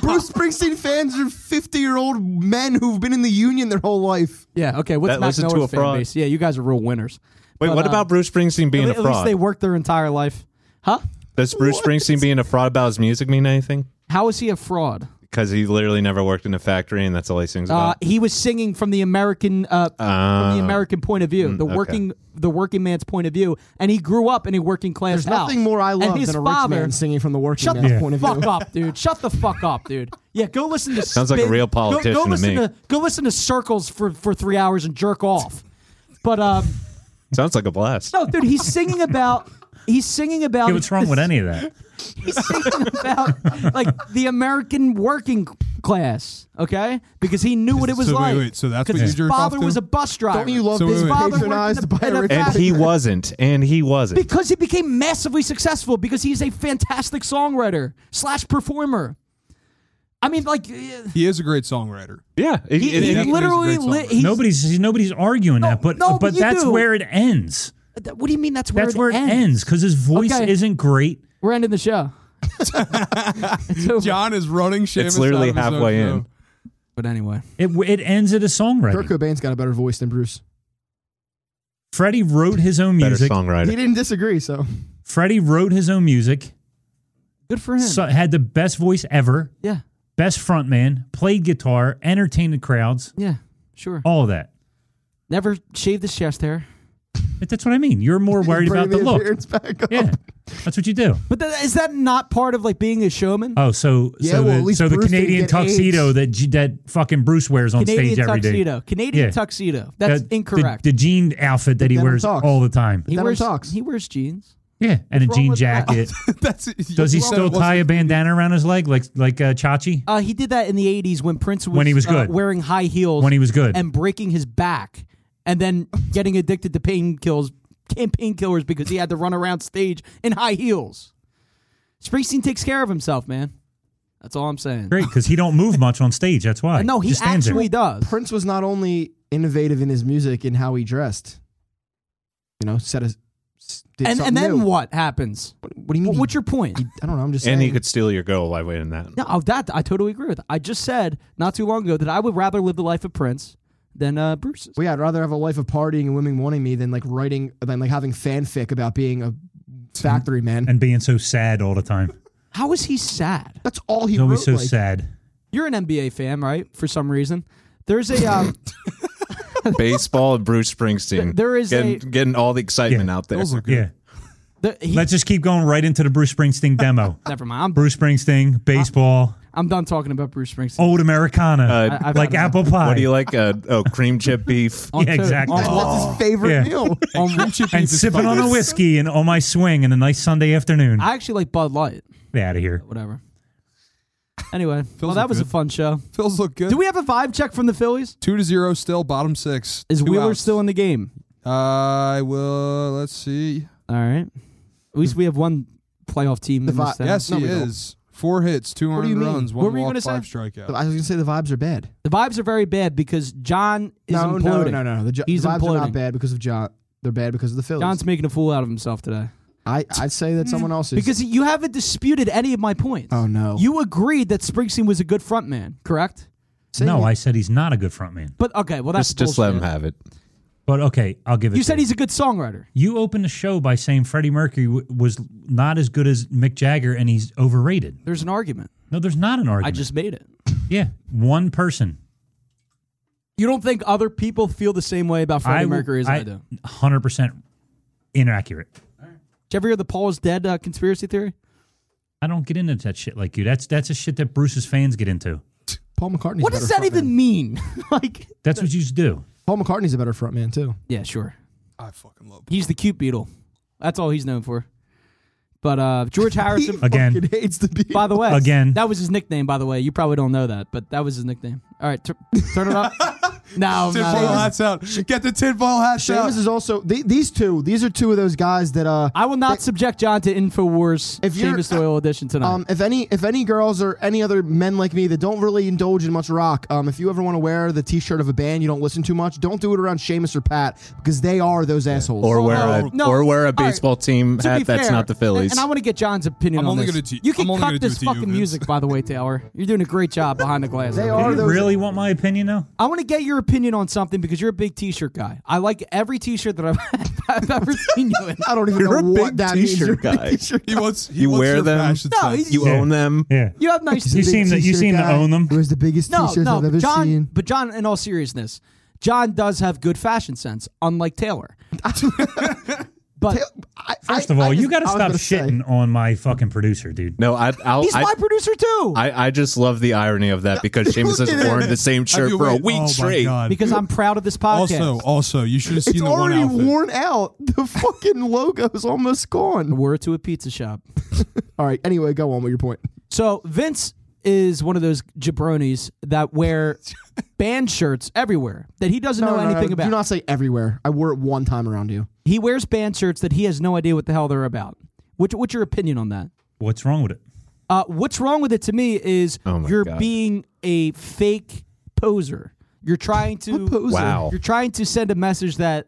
[SPEAKER 3] Bruce Springsteen fans are 50 year old men who've been in the union their whole life.
[SPEAKER 2] Yeah. Okay. What's
[SPEAKER 5] That
[SPEAKER 2] Mac
[SPEAKER 5] listen to
[SPEAKER 2] Miller's
[SPEAKER 5] a
[SPEAKER 2] fan
[SPEAKER 5] fraud.
[SPEAKER 2] base? Yeah, you guys are real winners.
[SPEAKER 5] Wait,
[SPEAKER 2] But,
[SPEAKER 5] what
[SPEAKER 2] uh,
[SPEAKER 5] about Bruce Springsteen being a
[SPEAKER 2] At least
[SPEAKER 5] fraud?
[SPEAKER 2] they worked their entire life, huh?
[SPEAKER 5] Does Bruce Springsteen being a fraud about his music mean anything?
[SPEAKER 2] How is he a fraud?
[SPEAKER 5] Because he literally never worked in a factory, and that's all he sings
[SPEAKER 2] Uh,
[SPEAKER 5] about.
[SPEAKER 2] he was singing from the American uh, from
[SPEAKER 5] Ah. Mm,
[SPEAKER 2] the American point of view, the
[SPEAKER 5] okay.
[SPEAKER 2] working the working man's point of view, and he grew up in a working class
[SPEAKER 3] There's
[SPEAKER 2] house.
[SPEAKER 3] nothing more I
[SPEAKER 2] And
[SPEAKER 3] love
[SPEAKER 2] his
[SPEAKER 3] than a
[SPEAKER 2] father,
[SPEAKER 3] rich man singing from the working
[SPEAKER 2] Shut
[SPEAKER 3] man's
[SPEAKER 2] the
[SPEAKER 3] point of view.
[SPEAKER 2] fuck up, dude! Shut the fuck up, dude! Yeah, go listen to
[SPEAKER 5] Sounds like a real politician
[SPEAKER 2] Go, go
[SPEAKER 5] to
[SPEAKER 2] listen
[SPEAKER 5] me.
[SPEAKER 2] go listen to Circles for for three hours and jerk off. But um,
[SPEAKER 5] Sounds like a blast.
[SPEAKER 2] no, dude, he's singing about he's singing about
[SPEAKER 4] Yeah, what's wrong with any of that?
[SPEAKER 2] he's singing about like the American working class, okay? Because he knew what it was
[SPEAKER 6] So wait,
[SPEAKER 2] like.
[SPEAKER 6] wait, so that's
[SPEAKER 2] 'Because
[SPEAKER 6] what you
[SPEAKER 2] his
[SPEAKER 6] jerk off
[SPEAKER 2] father
[SPEAKER 6] to?
[SPEAKER 2] was a bus driver.
[SPEAKER 3] Don't you love
[SPEAKER 6] So wait,
[SPEAKER 3] being
[SPEAKER 6] wait.
[SPEAKER 2] father worked in
[SPEAKER 3] patronized
[SPEAKER 2] the-
[SPEAKER 3] by
[SPEAKER 2] in
[SPEAKER 3] a
[SPEAKER 2] the
[SPEAKER 3] rich
[SPEAKER 5] And
[SPEAKER 2] factory.
[SPEAKER 5] he wasn't. And he wasn't.
[SPEAKER 2] because he became massively successful because he's a fantastic songwriter slash performer. I mean, like eh,
[SPEAKER 6] He is a great songwriter.
[SPEAKER 5] Yeah. He,
[SPEAKER 2] he,
[SPEAKER 5] it-
[SPEAKER 2] he
[SPEAKER 5] it-
[SPEAKER 6] definitely is a
[SPEAKER 2] literally li-
[SPEAKER 6] great
[SPEAKER 2] <laughs>
[SPEAKER 6] songwriter.
[SPEAKER 2] he's,
[SPEAKER 4] Nobody's nobody's arguing that, but
[SPEAKER 2] no,
[SPEAKER 4] but,
[SPEAKER 2] but you
[SPEAKER 4] that's
[SPEAKER 2] do.
[SPEAKER 4] where it ends.
[SPEAKER 2] What do you mean? That's where
[SPEAKER 4] That's
[SPEAKER 2] it
[SPEAKER 4] where it
[SPEAKER 2] ends.
[SPEAKER 4] ends because his voice
[SPEAKER 2] Okay.
[SPEAKER 4] isn't great.
[SPEAKER 2] We're ending the
[SPEAKER 6] <laughs>
[SPEAKER 2] show. It's over.
[SPEAKER 6] John is running Seamus
[SPEAKER 5] It's literally
[SPEAKER 6] out of his own
[SPEAKER 5] halfway in.
[SPEAKER 6] show.
[SPEAKER 2] But anyway,
[SPEAKER 4] It it ends at a
[SPEAKER 3] Kurt
[SPEAKER 4] songwriter.
[SPEAKER 3] Cobain's got a better voice than Bruce.
[SPEAKER 4] Freddie wrote his own
[SPEAKER 5] better
[SPEAKER 4] music.
[SPEAKER 3] He
[SPEAKER 5] songwriter.
[SPEAKER 3] didn't disagree, so
[SPEAKER 4] Freddie wrote his own music.
[SPEAKER 2] good for him.
[SPEAKER 4] So, had the best voice ever,
[SPEAKER 2] yeah,
[SPEAKER 4] best frontman, played guitar, entertained the crowds,
[SPEAKER 2] yeah, sure.
[SPEAKER 4] all of that.
[SPEAKER 2] Never shaved his chest hair.
[SPEAKER 4] But that's what I mean. You're
[SPEAKER 3] <laughs>
[SPEAKER 4] more worried
[SPEAKER 3] bringing
[SPEAKER 4] about the look.
[SPEAKER 3] appearance back up.
[SPEAKER 4] Yeah, that's what you do.
[SPEAKER 2] But that, is that not part of like being a showman?
[SPEAKER 4] Oh, so
[SPEAKER 3] Yeah,
[SPEAKER 4] so,
[SPEAKER 3] well, at
[SPEAKER 4] the,
[SPEAKER 3] least
[SPEAKER 4] so the
[SPEAKER 3] Bruce didn't
[SPEAKER 4] Canadian
[SPEAKER 3] get
[SPEAKER 4] tuxedo
[SPEAKER 3] AIDS.
[SPEAKER 4] that G- that fucking Bruce wears on
[SPEAKER 2] Canadian
[SPEAKER 4] stage every day.
[SPEAKER 2] tuxedo. Canadian
[SPEAKER 4] Yeah. Uh,
[SPEAKER 2] tuxedo. That's
[SPEAKER 4] That- the-
[SPEAKER 2] incorrect.
[SPEAKER 4] The, jean outfit that he
[SPEAKER 3] denim
[SPEAKER 4] wears
[SPEAKER 3] socks.
[SPEAKER 4] all the time.
[SPEAKER 2] he
[SPEAKER 3] Denim
[SPEAKER 2] wears
[SPEAKER 3] socks.
[SPEAKER 2] he wears jeans.
[SPEAKER 4] Yeah, and a
[SPEAKER 2] wrong
[SPEAKER 4] jean
[SPEAKER 2] with that?
[SPEAKER 4] jacket.
[SPEAKER 6] <laughs> That's
[SPEAKER 4] Does he
[SPEAKER 6] you said
[SPEAKER 4] still
[SPEAKER 6] it wasn't-
[SPEAKER 4] tie a bandana around his leg like like uh, Chachi
[SPEAKER 2] Uh, he did that in the '80s when Prince was
[SPEAKER 4] When he was
[SPEAKER 2] uh,
[SPEAKER 4] good.
[SPEAKER 2] wearing high heels
[SPEAKER 4] when he was good?
[SPEAKER 2] and breaking his back, and then getting addicted to painkillers, painkillers because he had to run around stage in high heels. Springsteen takes care of himself, man. That's all I'm saying.
[SPEAKER 4] Great, because he don't move much on stage. That's why.
[SPEAKER 2] No, he
[SPEAKER 4] Just stands there.
[SPEAKER 2] actually does.
[SPEAKER 3] Prince was not only innovative in his music and how he dressed. you know, set a s- did
[SPEAKER 2] And, and
[SPEAKER 3] something
[SPEAKER 2] then
[SPEAKER 3] new.
[SPEAKER 2] what happens?
[SPEAKER 3] What do you mean?
[SPEAKER 2] Wh-
[SPEAKER 3] he-
[SPEAKER 2] What's your point?
[SPEAKER 3] he- I don't know. I'm just
[SPEAKER 5] And
[SPEAKER 3] saying.
[SPEAKER 5] he could steal your goal by
[SPEAKER 2] <laughs>
[SPEAKER 5] winning that.
[SPEAKER 2] No, oh, that I totally agree with. I just said not too long ago that I would rather live the life of Prince than uh, Bruce's.
[SPEAKER 3] Well, yeah, I'd rather have a life of partying and women wanting me than like writing than like having fanfic about being a factory man.
[SPEAKER 4] and being so sad all the time.
[SPEAKER 2] How is he sad?
[SPEAKER 3] That's all he
[SPEAKER 4] He's always
[SPEAKER 3] wrote.
[SPEAKER 4] so
[SPEAKER 3] like,
[SPEAKER 4] sad.
[SPEAKER 2] You're an NBA fan, right? For some reason, there's a um,
[SPEAKER 5] Baseball and Bruce Springsteen.
[SPEAKER 2] There is
[SPEAKER 5] getting,
[SPEAKER 2] a-
[SPEAKER 5] getting all the excitement out there.
[SPEAKER 6] Those look good.
[SPEAKER 4] Yeah.
[SPEAKER 2] the, he,
[SPEAKER 4] Let's just keep going right into the Bruce Springsteen
[SPEAKER 2] <laughs>
[SPEAKER 4] demo.
[SPEAKER 2] never mind. I'm,
[SPEAKER 4] Bruce Springsteen, baseball,
[SPEAKER 2] I'm done talking about Bruce Springsteen.
[SPEAKER 4] old Americana,
[SPEAKER 5] Uh,
[SPEAKER 2] I- I've
[SPEAKER 4] Oh, like
[SPEAKER 2] had enough.
[SPEAKER 4] apple pie.
[SPEAKER 5] What do you like? Uh, oh, cream chip
[SPEAKER 6] <laughs>
[SPEAKER 5] beef.
[SPEAKER 6] Oh,
[SPEAKER 2] On
[SPEAKER 4] yeah,
[SPEAKER 2] to-
[SPEAKER 4] exactly.
[SPEAKER 2] on-
[SPEAKER 3] That's his favorite
[SPEAKER 4] Oh. Yeah.
[SPEAKER 3] meal.
[SPEAKER 6] Cream
[SPEAKER 4] and
[SPEAKER 6] chip beef is
[SPEAKER 4] sipping on
[SPEAKER 6] fire.
[SPEAKER 4] a whiskey and on my swing and a nice Sunday afternoon.
[SPEAKER 2] I actually like Bud Light.
[SPEAKER 4] Get out of here.
[SPEAKER 2] Whatever. Anyway, well,
[SPEAKER 6] like
[SPEAKER 2] that was a
[SPEAKER 6] good.
[SPEAKER 2] fun show.
[SPEAKER 6] Phil's look good.
[SPEAKER 2] Do we have a vibe check from the Phillies?
[SPEAKER 6] two to zero still, bottom six.
[SPEAKER 2] Is
[SPEAKER 6] Two
[SPEAKER 2] Wheeler
[SPEAKER 6] outs.
[SPEAKER 2] still in the game?
[SPEAKER 6] I will. Let's see.
[SPEAKER 2] All right. At least we have one playoff team.
[SPEAKER 3] The
[SPEAKER 2] in this
[SPEAKER 3] vi-
[SPEAKER 2] town.
[SPEAKER 6] yes,
[SPEAKER 3] no,
[SPEAKER 6] he
[SPEAKER 3] we don't.
[SPEAKER 6] is. Four hits, two
[SPEAKER 3] do you
[SPEAKER 6] earned
[SPEAKER 3] mean?
[SPEAKER 6] runs,
[SPEAKER 2] What
[SPEAKER 6] one
[SPEAKER 2] were you
[SPEAKER 6] walk,
[SPEAKER 2] gonna say?
[SPEAKER 6] five strikeouts.
[SPEAKER 3] I was gonna say the vibes are bad.
[SPEAKER 2] The vibes are very bad because John is
[SPEAKER 3] no,
[SPEAKER 2] imploding.
[SPEAKER 3] no, no, no, The, jo-
[SPEAKER 2] He's
[SPEAKER 3] the vibes are
[SPEAKER 2] imploding.
[SPEAKER 3] not bad because of John. They're bad because of the Phillies.
[SPEAKER 2] John's making a fool out of himself today
[SPEAKER 3] I I'd say that someone else is
[SPEAKER 2] because you haven't disputed any of my points.
[SPEAKER 3] Oh, no.
[SPEAKER 2] You agreed that Springsteen was a good frontman, correct?
[SPEAKER 3] saying
[SPEAKER 4] no,
[SPEAKER 3] it.
[SPEAKER 4] I said he's not a good frontman.
[SPEAKER 2] But okay, well that's
[SPEAKER 5] Just, just let him
[SPEAKER 2] bullshit.
[SPEAKER 5] have it.
[SPEAKER 4] But okay, I'll give it.
[SPEAKER 2] You
[SPEAKER 4] to
[SPEAKER 2] said he's a good songwriter.
[SPEAKER 4] You opened the show by saying Freddie Mercury w- was not as good as Mick Jagger and he's overrated.
[SPEAKER 2] There's an argument.
[SPEAKER 4] No, there's not an
[SPEAKER 2] I
[SPEAKER 4] argument.
[SPEAKER 2] just made it.
[SPEAKER 4] yeah, one person.
[SPEAKER 2] You don't think other people feel the same way about Freddie
[SPEAKER 4] I w-
[SPEAKER 2] Mercury as I, do?
[SPEAKER 4] Hundred percent inaccurate.
[SPEAKER 2] Did you ever hear the Paul is dead uh, conspiracy theory?
[SPEAKER 4] I don't get into that shit like you. That's that's a shit that Bruce's fans get into.
[SPEAKER 3] Paul McCartney's
[SPEAKER 2] what
[SPEAKER 3] a
[SPEAKER 2] does
[SPEAKER 3] better
[SPEAKER 2] that
[SPEAKER 3] frontman.
[SPEAKER 2] even mean? <laughs> like,
[SPEAKER 4] That's what you should do.
[SPEAKER 3] Paul McCartney's a better frontman too.
[SPEAKER 2] yeah, sure.
[SPEAKER 6] I fucking love.
[SPEAKER 2] He's the cute beetle. That's all he's known for. But uh, George Harrison.
[SPEAKER 4] Again.
[SPEAKER 3] Fucking hates the beat.
[SPEAKER 2] By the way,
[SPEAKER 4] Again.
[SPEAKER 2] that was his nickname. By the way, you probably don't know that, but that was his nickname. All right, tur- turn it
[SPEAKER 6] <laughs>
[SPEAKER 2] up. no, no,
[SPEAKER 6] Tinfoil
[SPEAKER 2] no.
[SPEAKER 6] hats Oh, out. Get the tinfoil hats out.
[SPEAKER 3] Seamus is also the- these two. These are two of those guys that uh.
[SPEAKER 2] I will not subject John to Infowars
[SPEAKER 3] If you're-
[SPEAKER 2] Seamus Doyle edition tonight.
[SPEAKER 3] Um, if any, if any girls or any other men like me that don't really indulge in much rock, um, if you ever want to wear the T-shirt of a band you don't listen to much, don't do it around Seamus or Pat because they are those assholes.
[SPEAKER 5] Or wear
[SPEAKER 2] no,
[SPEAKER 5] a
[SPEAKER 2] no.
[SPEAKER 5] or wear
[SPEAKER 2] All
[SPEAKER 5] a
[SPEAKER 2] right.
[SPEAKER 5] baseball team
[SPEAKER 2] To be
[SPEAKER 5] hat. That's
[SPEAKER 2] fair,
[SPEAKER 5] not the Phillies.
[SPEAKER 2] And I want to get John's opinion
[SPEAKER 6] I'm
[SPEAKER 2] on
[SPEAKER 6] only
[SPEAKER 2] this.
[SPEAKER 6] gonna do-
[SPEAKER 2] you can
[SPEAKER 6] I'm only
[SPEAKER 2] cut
[SPEAKER 6] gonna do
[SPEAKER 2] this
[SPEAKER 6] it to you,
[SPEAKER 2] fucking
[SPEAKER 6] Vince.
[SPEAKER 2] music, by the way, Taylor. You're doing a great job behind the glass.
[SPEAKER 3] they
[SPEAKER 2] over
[SPEAKER 3] are
[SPEAKER 4] You
[SPEAKER 3] those.
[SPEAKER 4] really want my opinion though?
[SPEAKER 2] I want to get your opinion on something because you're a big T-shirt guy. I like every T-shirt that I've, <laughs> I've ever seen you in.
[SPEAKER 3] I don't even
[SPEAKER 5] You're a
[SPEAKER 3] know what
[SPEAKER 5] big
[SPEAKER 3] that
[SPEAKER 5] t-shirt
[SPEAKER 3] means. <laughs> You're a
[SPEAKER 5] guy.
[SPEAKER 3] big T-shirt
[SPEAKER 6] he wants. He
[SPEAKER 5] You
[SPEAKER 6] wants
[SPEAKER 5] wear
[SPEAKER 6] your
[SPEAKER 5] them?
[SPEAKER 6] fashion
[SPEAKER 2] No,
[SPEAKER 6] sense.
[SPEAKER 2] he's-
[SPEAKER 5] you own them.
[SPEAKER 4] Yeah.
[SPEAKER 2] You have
[SPEAKER 3] <laughs>
[SPEAKER 2] nice.
[SPEAKER 4] You
[SPEAKER 2] T-shirts.
[SPEAKER 4] seem to you
[SPEAKER 3] T-shirt
[SPEAKER 4] seem to
[SPEAKER 3] guy
[SPEAKER 4] own them.
[SPEAKER 3] Wears the biggest
[SPEAKER 2] No,
[SPEAKER 3] T-shirts
[SPEAKER 2] no,
[SPEAKER 3] I've
[SPEAKER 2] but
[SPEAKER 3] ever
[SPEAKER 2] John.
[SPEAKER 3] <laughs> seen.
[SPEAKER 2] But John, in all seriousness, John does have good fashion sense, unlike Taylor. but
[SPEAKER 3] I-
[SPEAKER 4] First
[SPEAKER 3] I-
[SPEAKER 4] of all,
[SPEAKER 3] I
[SPEAKER 4] you
[SPEAKER 3] just-
[SPEAKER 4] got
[SPEAKER 3] I
[SPEAKER 4] to
[SPEAKER 3] was
[SPEAKER 4] stop
[SPEAKER 3] gonna say,
[SPEAKER 4] shitting on my fucking producer, dude.
[SPEAKER 5] No, I I'll,
[SPEAKER 2] he's
[SPEAKER 5] I,
[SPEAKER 2] my producer too,
[SPEAKER 5] I I just love the irony of that
[SPEAKER 6] <laughs>
[SPEAKER 5] because Seamus has
[SPEAKER 3] Look at
[SPEAKER 5] worn
[SPEAKER 3] it.
[SPEAKER 5] the same
[SPEAKER 6] Have
[SPEAKER 5] shirt
[SPEAKER 6] you
[SPEAKER 5] for a
[SPEAKER 6] wait-
[SPEAKER 5] week
[SPEAKER 6] oh my
[SPEAKER 5] straight.
[SPEAKER 6] God.
[SPEAKER 2] because I'm proud of this podcast.
[SPEAKER 6] also, also, you should have seen
[SPEAKER 3] It's
[SPEAKER 6] the one
[SPEAKER 3] already
[SPEAKER 6] outfit.
[SPEAKER 3] worn out. <laughs> The fucking logo's almost gone.
[SPEAKER 2] Were it to a pizza shop.
[SPEAKER 3] All right. Anyway, go on with your point.
[SPEAKER 2] So Vince is one of those jabronis that
[SPEAKER 5] <laughs>
[SPEAKER 2] wear band shirts everywhere that he doesn't know anything about.
[SPEAKER 3] Uh, Do not say everywhere. I wore it one time around you.
[SPEAKER 2] he wears band shirts that he has no idea what the hell they're about. What, what's your opinion on that?
[SPEAKER 4] What's wrong with it?
[SPEAKER 2] Uh, what's wrong with it to me is
[SPEAKER 5] Oh my
[SPEAKER 2] you're
[SPEAKER 5] God.
[SPEAKER 2] being a fake poser. You're trying to
[SPEAKER 3] poser?
[SPEAKER 5] Wow.
[SPEAKER 2] You're trying to send a message that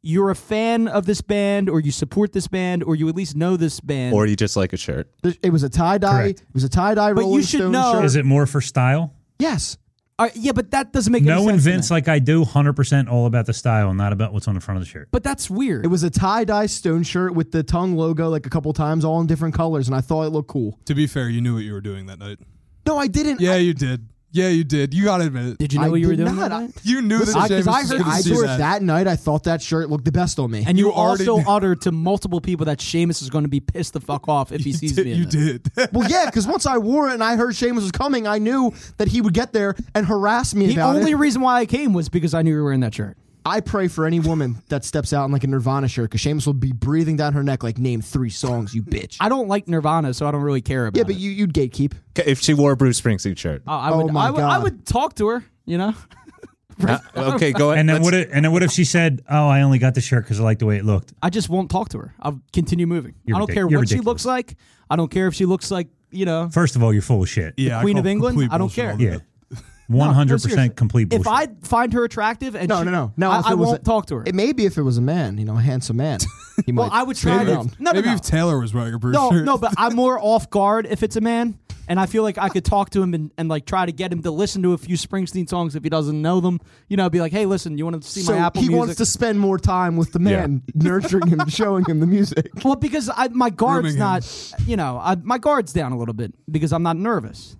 [SPEAKER 2] you're a fan of this band, or you support this band, or you at least know this band.
[SPEAKER 5] Or you just like a shirt.
[SPEAKER 3] There- It was a tie dye.
[SPEAKER 4] Correct.
[SPEAKER 3] It was a tie dye.
[SPEAKER 2] But you
[SPEAKER 3] Rolling
[SPEAKER 2] should
[SPEAKER 3] Stone
[SPEAKER 2] know-
[SPEAKER 3] shirt.
[SPEAKER 4] Is it more for style?
[SPEAKER 3] Yes.
[SPEAKER 2] Uh, yeah, but that doesn't make any sense.
[SPEAKER 4] Knowing
[SPEAKER 2] to me.
[SPEAKER 4] Vince like I do, hundred percent all about the style, not about what's on the front of the shirt.
[SPEAKER 2] but that's weird.
[SPEAKER 3] It was a tie dye stone shirt with the tongue logo like a couple times, all in different colors, and I thought it looked cool.
[SPEAKER 6] To be fair, you knew what you were doing that night.
[SPEAKER 3] No, I didn't.
[SPEAKER 6] Yeah, you did. Yeah, you did. You gotta admit it.
[SPEAKER 2] Did you know
[SPEAKER 3] I
[SPEAKER 2] what you were
[SPEAKER 3] did
[SPEAKER 2] doing?
[SPEAKER 3] not.
[SPEAKER 2] that
[SPEAKER 3] I-
[SPEAKER 2] night?
[SPEAKER 6] You knew that
[SPEAKER 3] Listen, I,
[SPEAKER 6] James
[SPEAKER 3] 'cause I
[SPEAKER 6] was
[SPEAKER 3] heard
[SPEAKER 6] gonna
[SPEAKER 3] I
[SPEAKER 6] see
[SPEAKER 3] wore it
[SPEAKER 6] that.
[SPEAKER 3] that. night. I thought that shirt looked the best on me.
[SPEAKER 2] And you,
[SPEAKER 6] You already
[SPEAKER 2] also
[SPEAKER 6] knew.
[SPEAKER 2] uttered to multiple people that Seamus is going to be pissed the fuck off
[SPEAKER 6] <laughs>
[SPEAKER 2] if he sees
[SPEAKER 6] Did-
[SPEAKER 2] me. in
[SPEAKER 6] <laughs> you
[SPEAKER 2] it.
[SPEAKER 6] did.
[SPEAKER 3] well, yeah, because once I wore it and I heard Seamus was coming, I knew that he would get there and harass me
[SPEAKER 2] The
[SPEAKER 3] about
[SPEAKER 2] only
[SPEAKER 3] it.
[SPEAKER 2] reason why I came was because I knew you were wearing that shirt.
[SPEAKER 3] I pray for any woman that steps out in like a Nirvana shirt because Seamus will be breathing down her neck like, name three songs, you bitch. Uh,
[SPEAKER 2] I don't like Nirvana, so I don't really care about
[SPEAKER 3] yeah,
[SPEAKER 2] it.
[SPEAKER 3] but you, you'd gatekeep.
[SPEAKER 5] If she wore a Bruce Springsteen shirt.
[SPEAKER 2] Oh, I
[SPEAKER 3] Oh
[SPEAKER 2] would,
[SPEAKER 3] my
[SPEAKER 2] I would, I
[SPEAKER 3] God.
[SPEAKER 2] would talk to her, you know?
[SPEAKER 5] Uh, okay, go ahead.
[SPEAKER 4] And then
[SPEAKER 5] Let's-
[SPEAKER 4] what? If, and then what if she said, "Oh, I only got the shirt because I like the way it looked."
[SPEAKER 2] I just won't talk to her. I'll continue moving.
[SPEAKER 4] You're
[SPEAKER 2] I don't
[SPEAKER 4] ridic-
[SPEAKER 2] care
[SPEAKER 4] you're
[SPEAKER 2] what she
[SPEAKER 4] ridiculous.
[SPEAKER 2] looks like. I don't care if she looks like, you know,
[SPEAKER 4] First of all, you're full of shit.
[SPEAKER 6] yeah, I
[SPEAKER 2] Queen
[SPEAKER 6] call
[SPEAKER 2] of England?
[SPEAKER 6] complete
[SPEAKER 2] I don't
[SPEAKER 6] bullshit
[SPEAKER 2] care.
[SPEAKER 6] on
[SPEAKER 4] Yeah.
[SPEAKER 6] that.
[SPEAKER 4] One hundred
[SPEAKER 2] seriously.
[SPEAKER 4] percent complete bullshit.
[SPEAKER 2] If I find her attractive and
[SPEAKER 3] No,
[SPEAKER 2] she-
[SPEAKER 3] no, no. Now,
[SPEAKER 2] I,
[SPEAKER 3] if
[SPEAKER 2] I
[SPEAKER 3] it was
[SPEAKER 2] won't
[SPEAKER 3] a-
[SPEAKER 2] talk to her.
[SPEAKER 3] It may be if it was a man, you know, a handsome <laughs> man. He
[SPEAKER 2] well,
[SPEAKER 3] might
[SPEAKER 2] I would try
[SPEAKER 3] turn
[SPEAKER 2] to. No,
[SPEAKER 3] it around.
[SPEAKER 2] no,
[SPEAKER 6] Maybe
[SPEAKER 2] no.
[SPEAKER 6] if Taylor was wearing a Bruce
[SPEAKER 2] No,
[SPEAKER 6] shirt. <laughs>
[SPEAKER 2] no, but I'm
[SPEAKER 3] <laughs>
[SPEAKER 2] more off guard if it's a man, and I feel like I could talk to him and, and like try to get him to listen to a few Springsteen songs if he doesn't know them. You know, be like, hey, listen, you want to see
[SPEAKER 3] So
[SPEAKER 2] my Apple
[SPEAKER 3] he
[SPEAKER 2] Music?
[SPEAKER 3] wants to spend more time with the man, <laughs> nurturing him, showing him the music.
[SPEAKER 2] well, because I, my guard's
[SPEAKER 6] Grooming him.
[SPEAKER 2] not, you know, I, my guard's down a little bit because I'm not nervous.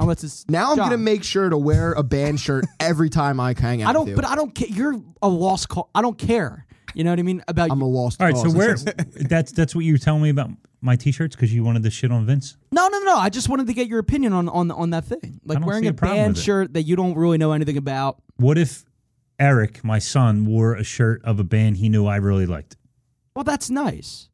[SPEAKER 2] Unless it's
[SPEAKER 3] Now I'm
[SPEAKER 2] John.
[SPEAKER 3] gonna make sure to wear a band shirt every time I hang out.
[SPEAKER 2] I
[SPEAKER 3] with
[SPEAKER 2] don't,
[SPEAKER 3] you.
[SPEAKER 2] but I don't care. You're a lost call. I don't care. You know what I Oh, mean about
[SPEAKER 3] I'm a lost.
[SPEAKER 4] All right, so
[SPEAKER 3] cause.
[SPEAKER 4] where <laughs> that's that's what you were telling me about my t-shirts because you wanted to shit on Vince.
[SPEAKER 2] No, no, no. I just wanted to get your opinion on on, on that thing. Like
[SPEAKER 4] don't
[SPEAKER 2] wearing
[SPEAKER 4] see
[SPEAKER 2] a
[SPEAKER 4] a problem
[SPEAKER 2] band
[SPEAKER 4] with it.
[SPEAKER 2] shirt that you don't really know anything about.
[SPEAKER 4] What if Eric, my son, wore a shirt of a band he knew I really liked?
[SPEAKER 2] Well, that's nice.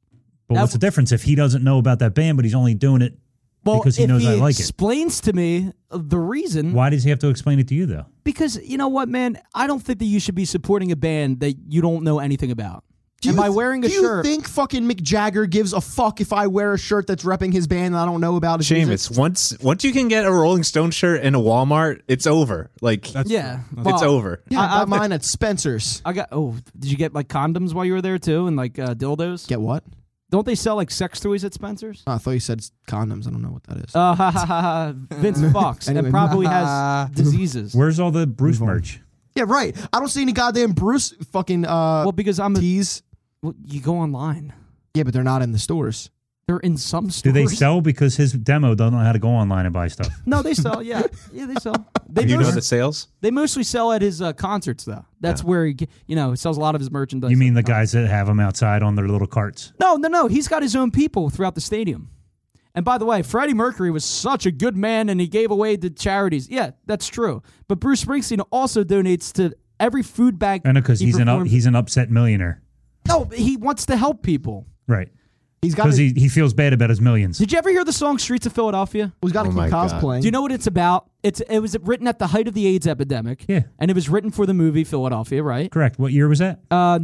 [SPEAKER 4] But
[SPEAKER 2] That
[SPEAKER 4] what's the difference if he doesn't know about that band, but he's only doing it
[SPEAKER 2] Well,
[SPEAKER 4] because he
[SPEAKER 2] if
[SPEAKER 4] knows I like it?
[SPEAKER 2] explains to me the reason,
[SPEAKER 4] Why does he have to explain it to you though?
[SPEAKER 2] because you know what, man, I don't think that you should be supporting a band that you don't know anything about.
[SPEAKER 3] Do
[SPEAKER 2] and
[SPEAKER 3] you
[SPEAKER 2] by
[SPEAKER 3] th-
[SPEAKER 2] wearing a
[SPEAKER 3] do you
[SPEAKER 2] shirt,
[SPEAKER 3] think fucking Mick Jagger gives a fuck if I wear a shirt that's repping his band and I don't know about? His music?
[SPEAKER 5] Seamus, once once you can get a Rolling Stone shirt in a Walmart, it's over. Like
[SPEAKER 6] That's
[SPEAKER 2] yeah,
[SPEAKER 5] it's
[SPEAKER 2] well,
[SPEAKER 5] over.
[SPEAKER 3] Yeah, I,
[SPEAKER 2] I-
[SPEAKER 3] got
[SPEAKER 2] I-
[SPEAKER 3] mine at Spencer's.
[SPEAKER 2] I got. Oh, did you get like condoms while you were there too, and like uh, dildos?
[SPEAKER 3] Get what?
[SPEAKER 2] Don't they sell like sex toys at Spencer's?
[SPEAKER 3] Oh, I thought you said condoms. I don't know what that is.
[SPEAKER 2] Uh, ha, ha, ha,
[SPEAKER 3] <laughs>
[SPEAKER 2] ha. Vince Fox,
[SPEAKER 3] Anyway.
[SPEAKER 2] and probably
[SPEAKER 3] <laughs>
[SPEAKER 2] has diseases.
[SPEAKER 4] Where's all the Bruce merch?
[SPEAKER 3] yeah, right. I don't see any goddamn Bruce fucking uh,
[SPEAKER 2] well, because I'm a,
[SPEAKER 3] tees.
[SPEAKER 2] well, you go online.
[SPEAKER 3] Yeah, but they're not in the stores.
[SPEAKER 2] They're in some
[SPEAKER 4] Do
[SPEAKER 2] stores.
[SPEAKER 4] they sell because his demo doesn't know how to go online and buy stuff?
[SPEAKER 2] <laughs> No, they sell. Yeah, yeah, they
[SPEAKER 4] <laughs>
[SPEAKER 2] sell. They,
[SPEAKER 5] You know
[SPEAKER 2] mostly,
[SPEAKER 5] the sales?
[SPEAKER 2] they mostly sell at his uh, concerts, though. That's where he, ge- you know, he sells a lot of his merchandise.
[SPEAKER 4] You mean the guys that have them outside on their little carts?
[SPEAKER 2] No, no, no. He's got his own people throughout the stadium. And by the way, Freddie Mercury was such a good man, and he gave away to charities. Yeah, that's true. But Bruce Springsteen also donates to every food bank.
[SPEAKER 4] I know because
[SPEAKER 2] he
[SPEAKER 4] uh, he's an up,
[SPEAKER 2] performs-
[SPEAKER 4] he's an upset millionaire,
[SPEAKER 2] no, he wants to help people.
[SPEAKER 4] right?
[SPEAKER 3] He's got.
[SPEAKER 4] Because
[SPEAKER 3] He,
[SPEAKER 4] he, he feels bad about his millions.
[SPEAKER 2] Did you ever hear the song "Streets of Philadelphia"?
[SPEAKER 3] he's got to
[SPEAKER 5] Oh
[SPEAKER 3] keep
[SPEAKER 5] my God.
[SPEAKER 3] cosplaying.
[SPEAKER 2] Do you know what it's about? It's it was written at the height of the AIDS epidemic.
[SPEAKER 4] Yeah.
[SPEAKER 2] and it was written for the movie Philadelphia, right?
[SPEAKER 4] Correct. What year was that?
[SPEAKER 2] Uh,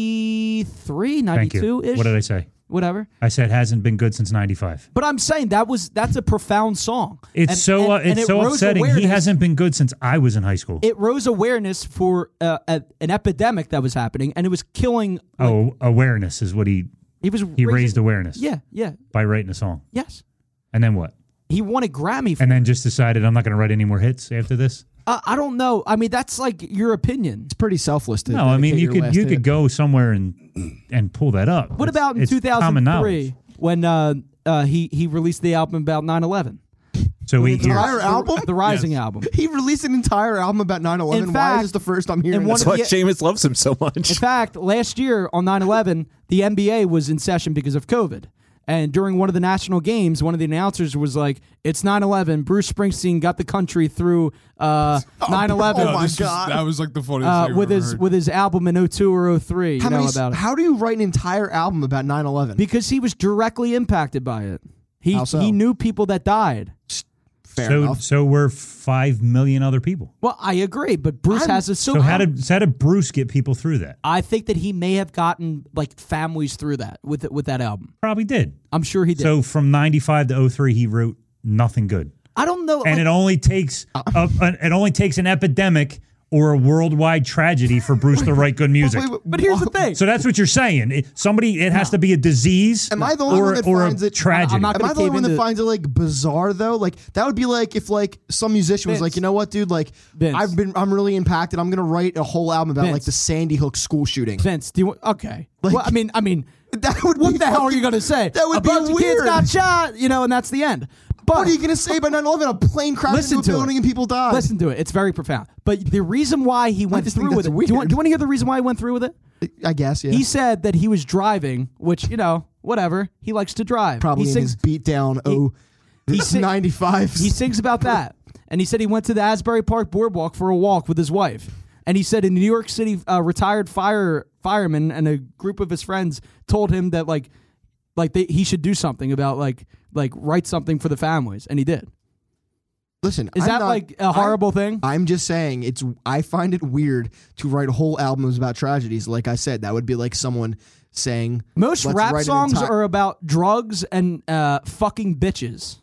[SPEAKER 2] 93,
[SPEAKER 4] Thank you.
[SPEAKER 2] 92 ish.
[SPEAKER 4] What did I say?
[SPEAKER 2] Whatever.
[SPEAKER 4] I said hasn't been good since '95.
[SPEAKER 2] But I'm saying that was that's a profound song.
[SPEAKER 4] It's
[SPEAKER 2] And-
[SPEAKER 4] so
[SPEAKER 2] and-
[SPEAKER 4] uh,
[SPEAKER 2] and
[SPEAKER 4] it's
[SPEAKER 2] it
[SPEAKER 4] so
[SPEAKER 2] rose
[SPEAKER 4] upsetting. He
[SPEAKER 2] awareness-
[SPEAKER 4] hasn't been good since I was in high school.
[SPEAKER 2] It rose awareness for uh, a, an epidemic that was happening, and it was killing.
[SPEAKER 4] oh, awareness is what he
[SPEAKER 2] He was
[SPEAKER 4] he raised awareness.
[SPEAKER 2] Yeah, yeah,
[SPEAKER 4] by writing a song,
[SPEAKER 2] yes.
[SPEAKER 4] and then what?
[SPEAKER 2] He won a Grammy. For,
[SPEAKER 4] And then just decided I'm not going to write any more hits after this.
[SPEAKER 2] uh, I don't know. I mean, that's like your opinion.
[SPEAKER 3] It's pretty selfless. To
[SPEAKER 4] No, I
[SPEAKER 3] dedicate
[SPEAKER 4] mean you
[SPEAKER 3] your
[SPEAKER 4] could
[SPEAKER 3] last
[SPEAKER 4] you
[SPEAKER 3] hit.
[SPEAKER 4] could go somewhere and and pull that up.
[SPEAKER 2] What
[SPEAKER 4] It's-
[SPEAKER 2] about in
[SPEAKER 4] it's common knowledge.
[SPEAKER 2] 2003 when uh, uh, he he released the album about 9/11,
[SPEAKER 4] So eight
[SPEAKER 3] The
[SPEAKER 4] years.
[SPEAKER 3] entire album.
[SPEAKER 2] the Rising album?
[SPEAKER 3] <laughs> He released an entire album about 9/11.
[SPEAKER 2] In
[SPEAKER 3] Why
[SPEAKER 2] fact-
[SPEAKER 3] is this the first I'm hearing?
[SPEAKER 2] in one
[SPEAKER 3] this?
[SPEAKER 5] That's why
[SPEAKER 2] Yeah.
[SPEAKER 5] Seamus loves him so
[SPEAKER 2] In
[SPEAKER 5] much.
[SPEAKER 2] fact, last year on 9 11, the NBA was in session because of COVID. And during one of the national games, one of the announcers was like, It's 9 11. Bruce Springsteen got the country through uh, 9
[SPEAKER 3] Oh
[SPEAKER 2] 11
[SPEAKER 3] my
[SPEAKER 6] this was-
[SPEAKER 3] God.
[SPEAKER 6] that was like the funniest
[SPEAKER 2] uh,
[SPEAKER 6] thing I've
[SPEAKER 2] with,
[SPEAKER 6] ever
[SPEAKER 2] his,
[SPEAKER 6] heard.
[SPEAKER 2] with his album in 02 or 03. You
[SPEAKER 3] How
[SPEAKER 2] know
[SPEAKER 3] many?
[SPEAKER 2] about it.
[SPEAKER 3] How do you write an entire album about 9/11?
[SPEAKER 2] because he was directly impacted by it. He,
[SPEAKER 3] How so?
[SPEAKER 2] he knew people that died.
[SPEAKER 3] Fair
[SPEAKER 4] So
[SPEAKER 3] enough.
[SPEAKER 4] so we're five million other people.
[SPEAKER 2] Well, I agree, but Bruce has a so.
[SPEAKER 4] So how did so how did Bruce get people through that?
[SPEAKER 2] I think that he may have gotten like families through that with with that album.
[SPEAKER 4] Probably did.
[SPEAKER 2] I'm sure he did.
[SPEAKER 4] So from '95 to 03, he wrote nothing good.
[SPEAKER 2] I don't know.
[SPEAKER 4] and
[SPEAKER 2] like-
[SPEAKER 4] it only takes a, an it only takes an epidemic or a worldwide tragedy for Bruce to write good music.
[SPEAKER 3] Wait, wait,
[SPEAKER 2] but here's the
[SPEAKER 3] wha-
[SPEAKER 2] thing.
[SPEAKER 4] So that's what you're saying. It, somebody, it has to be a disease.
[SPEAKER 3] Am I the only
[SPEAKER 4] or,
[SPEAKER 3] one that
[SPEAKER 4] or
[SPEAKER 3] finds
[SPEAKER 4] a
[SPEAKER 3] it-
[SPEAKER 4] tragedy?
[SPEAKER 2] I'm not-
[SPEAKER 3] Am
[SPEAKER 2] gonna
[SPEAKER 3] I the only
[SPEAKER 2] cave
[SPEAKER 3] one that
[SPEAKER 2] into-
[SPEAKER 3] finds it like bizarre though? Like that would be like if like some musician was
[SPEAKER 2] Vince.
[SPEAKER 3] like, you know what, dude? Like
[SPEAKER 2] Vince.
[SPEAKER 3] I've been, I'm really impacted. I'm gonna write a whole album about like
[SPEAKER 2] Vince.
[SPEAKER 3] the Sandy Hook school shooting.
[SPEAKER 2] Vince, do you want? Okay. well, I mean, I mean,
[SPEAKER 3] <laughs> That would
[SPEAKER 2] what
[SPEAKER 3] be
[SPEAKER 2] the hell are you
[SPEAKER 3] fucking-
[SPEAKER 2] gonna say?
[SPEAKER 3] <laughs> That would
[SPEAKER 2] a
[SPEAKER 3] be
[SPEAKER 2] bunch of
[SPEAKER 3] weird.
[SPEAKER 2] kids got shot, you know, and that's the end. But
[SPEAKER 3] What are you gonna say about 9/11? A plane crashed
[SPEAKER 2] Listen
[SPEAKER 3] into a
[SPEAKER 2] to
[SPEAKER 3] building
[SPEAKER 2] it.
[SPEAKER 3] and people died.
[SPEAKER 2] listen to it; it's very profound. But the reason why he went
[SPEAKER 3] just think
[SPEAKER 2] through with
[SPEAKER 3] that's
[SPEAKER 2] it, do you,
[SPEAKER 3] weird.
[SPEAKER 2] want, do you want to hear the reason why he went through with it?
[SPEAKER 3] I guess yeah.
[SPEAKER 2] He said that he was driving, which you know, whatever. He likes to drive.
[SPEAKER 3] probably
[SPEAKER 2] he
[SPEAKER 3] in
[SPEAKER 2] sings.
[SPEAKER 3] his beatdown. Oh,
[SPEAKER 2] he
[SPEAKER 3] he's <laughs>
[SPEAKER 2] sing-
[SPEAKER 3] 95.
[SPEAKER 2] he sings about that, and he said he went to the Asbury Park boardwalk for a walk with his wife. And he said a New York City uh, retired fire fireman and a group of his friends told him that like like they, he should do something about like like write something for the families, and he did.
[SPEAKER 3] Listen,
[SPEAKER 2] Is
[SPEAKER 3] I'm
[SPEAKER 2] that
[SPEAKER 3] not-
[SPEAKER 2] like a horrible thing?
[SPEAKER 3] I'm just saying it's I find it weird to write whole albums about tragedies. Like I said, that would be like someone saying
[SPEAKER 2] Most
[SPEAKER 3] "Let's
[SPEAKER 2] rap
[SPEAKER 3] write an
[SPEAKER 2] songs
[SPEAKER 3] entire-"
[SPEAKER 2] are about drugs and uh, fucking bitches.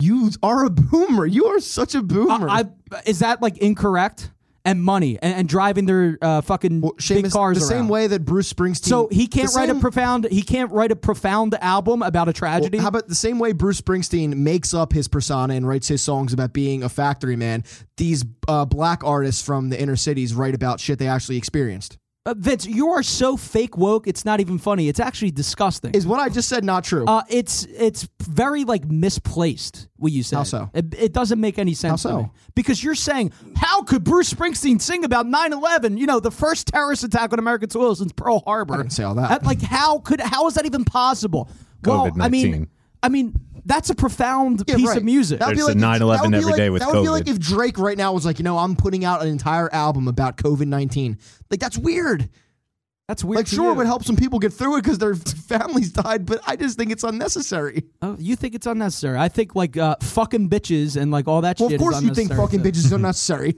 [SPEAKER 3] You are a boomer. You are such a boomer.
[SPEAKER 2] I, I- is that like incorrect? And money and, and driving their uh, fucking
[SPEAKER 3] Well,
[SPEAKER 2] big
[SPEAKER 3] Seamus,
[SPEAKER 2] cars
[SPEAKER 3] the same
[SPEAKER 2] around.
[SPEAKER 3] way that Bruce Springsteen.
[SPEAKER 2] So he can't
[SPEAKER 3] the
[SPEAKER 2] write
[SPEAKER 3] same-
[SPEAKER 2] a profound. He can't write a profound album about a
[SPEAKER 3] Well,
[SPEAKER 2] tragedy.
[SPEAKER 3] how about the same way Bruce Springsteen makes up his persona and writes his songs about being a factory man? These uh, black artists from the inner cities write about shit they actually experienced.
[SPEAKER 2] Uh, Vince, you are so fake woke. It's not even funny. It's actually disgusting.
[SPEAKER 3] Is what I just said not true?
[SPEAKER 2] uh, it's it's very like misplaced. What you said.
[SPEAKER 3] How so?
[SPEAKER 2] It, it doesn't make any sense.
[SPEAKER 3] How
[SPEAKER 2] to
[SPEAKER 3] so?
[SPEAKER 2] me. Because you're saying how could Bruce Springsteen sing about 9/11? You know, the first terrorist attack on American soil since Pearl Harbor. I
[SPEAKER 3] didn't say all that.
[SPEAKER 2] like how could how is that even possible? Well, I mean,
[SPEAKER 5] COVID-19.
[SPEAKER 2] I mean that's a profound
[SPEAKER 3] Yeah,
[SPEAKER 2] piece
[SPEAKER 3] right.
[SPEAKER 2] of music.
[SPEAKER 3] That would be
[SPEAKER 5] There's a
[SPEAKER 3] like-
[SPEAKER 5] 9/11
[SPEAKER 3] that would be
[SPEAKER 5] every
[SPEAKER 3] like-
[SPEAKER 5] day with
[SPEAKER 3] That would be like
[SPEAKER 5] COVID.
[SPEAKER 3] if Drake right now was like, you know, I'm putting out an entire album about COVID nineteen. Like that's weird.
[SPEAKER 2] that's weird.
[SPEAKER 3] Like
[SPEAKER 2] to
[SPEAKER 3] sure,
[SPEAKER 2] you.
[SPEAKER 3] it would help some people get through it because their <laughs> families died, but I just think it's unnecessary.
[SPEAKER 2] Oh, you think it's unnecessary? I think like uh, fucking bitches and like all that.
[SPEAKER 3] Well,
[SPEAKER 2] shit
[SPEAKER 3] of course
[SPEAKER 2] is
[SPEAKER 3] you think
[SPEAKER 2] unnecessary,
[SPEAKER 3] fucking
[SPEAKER 2] too.
[SPEAKER 3] bitches
[SPEAKER 2] <laughs>
[SPEAKER 3] is unnecessary.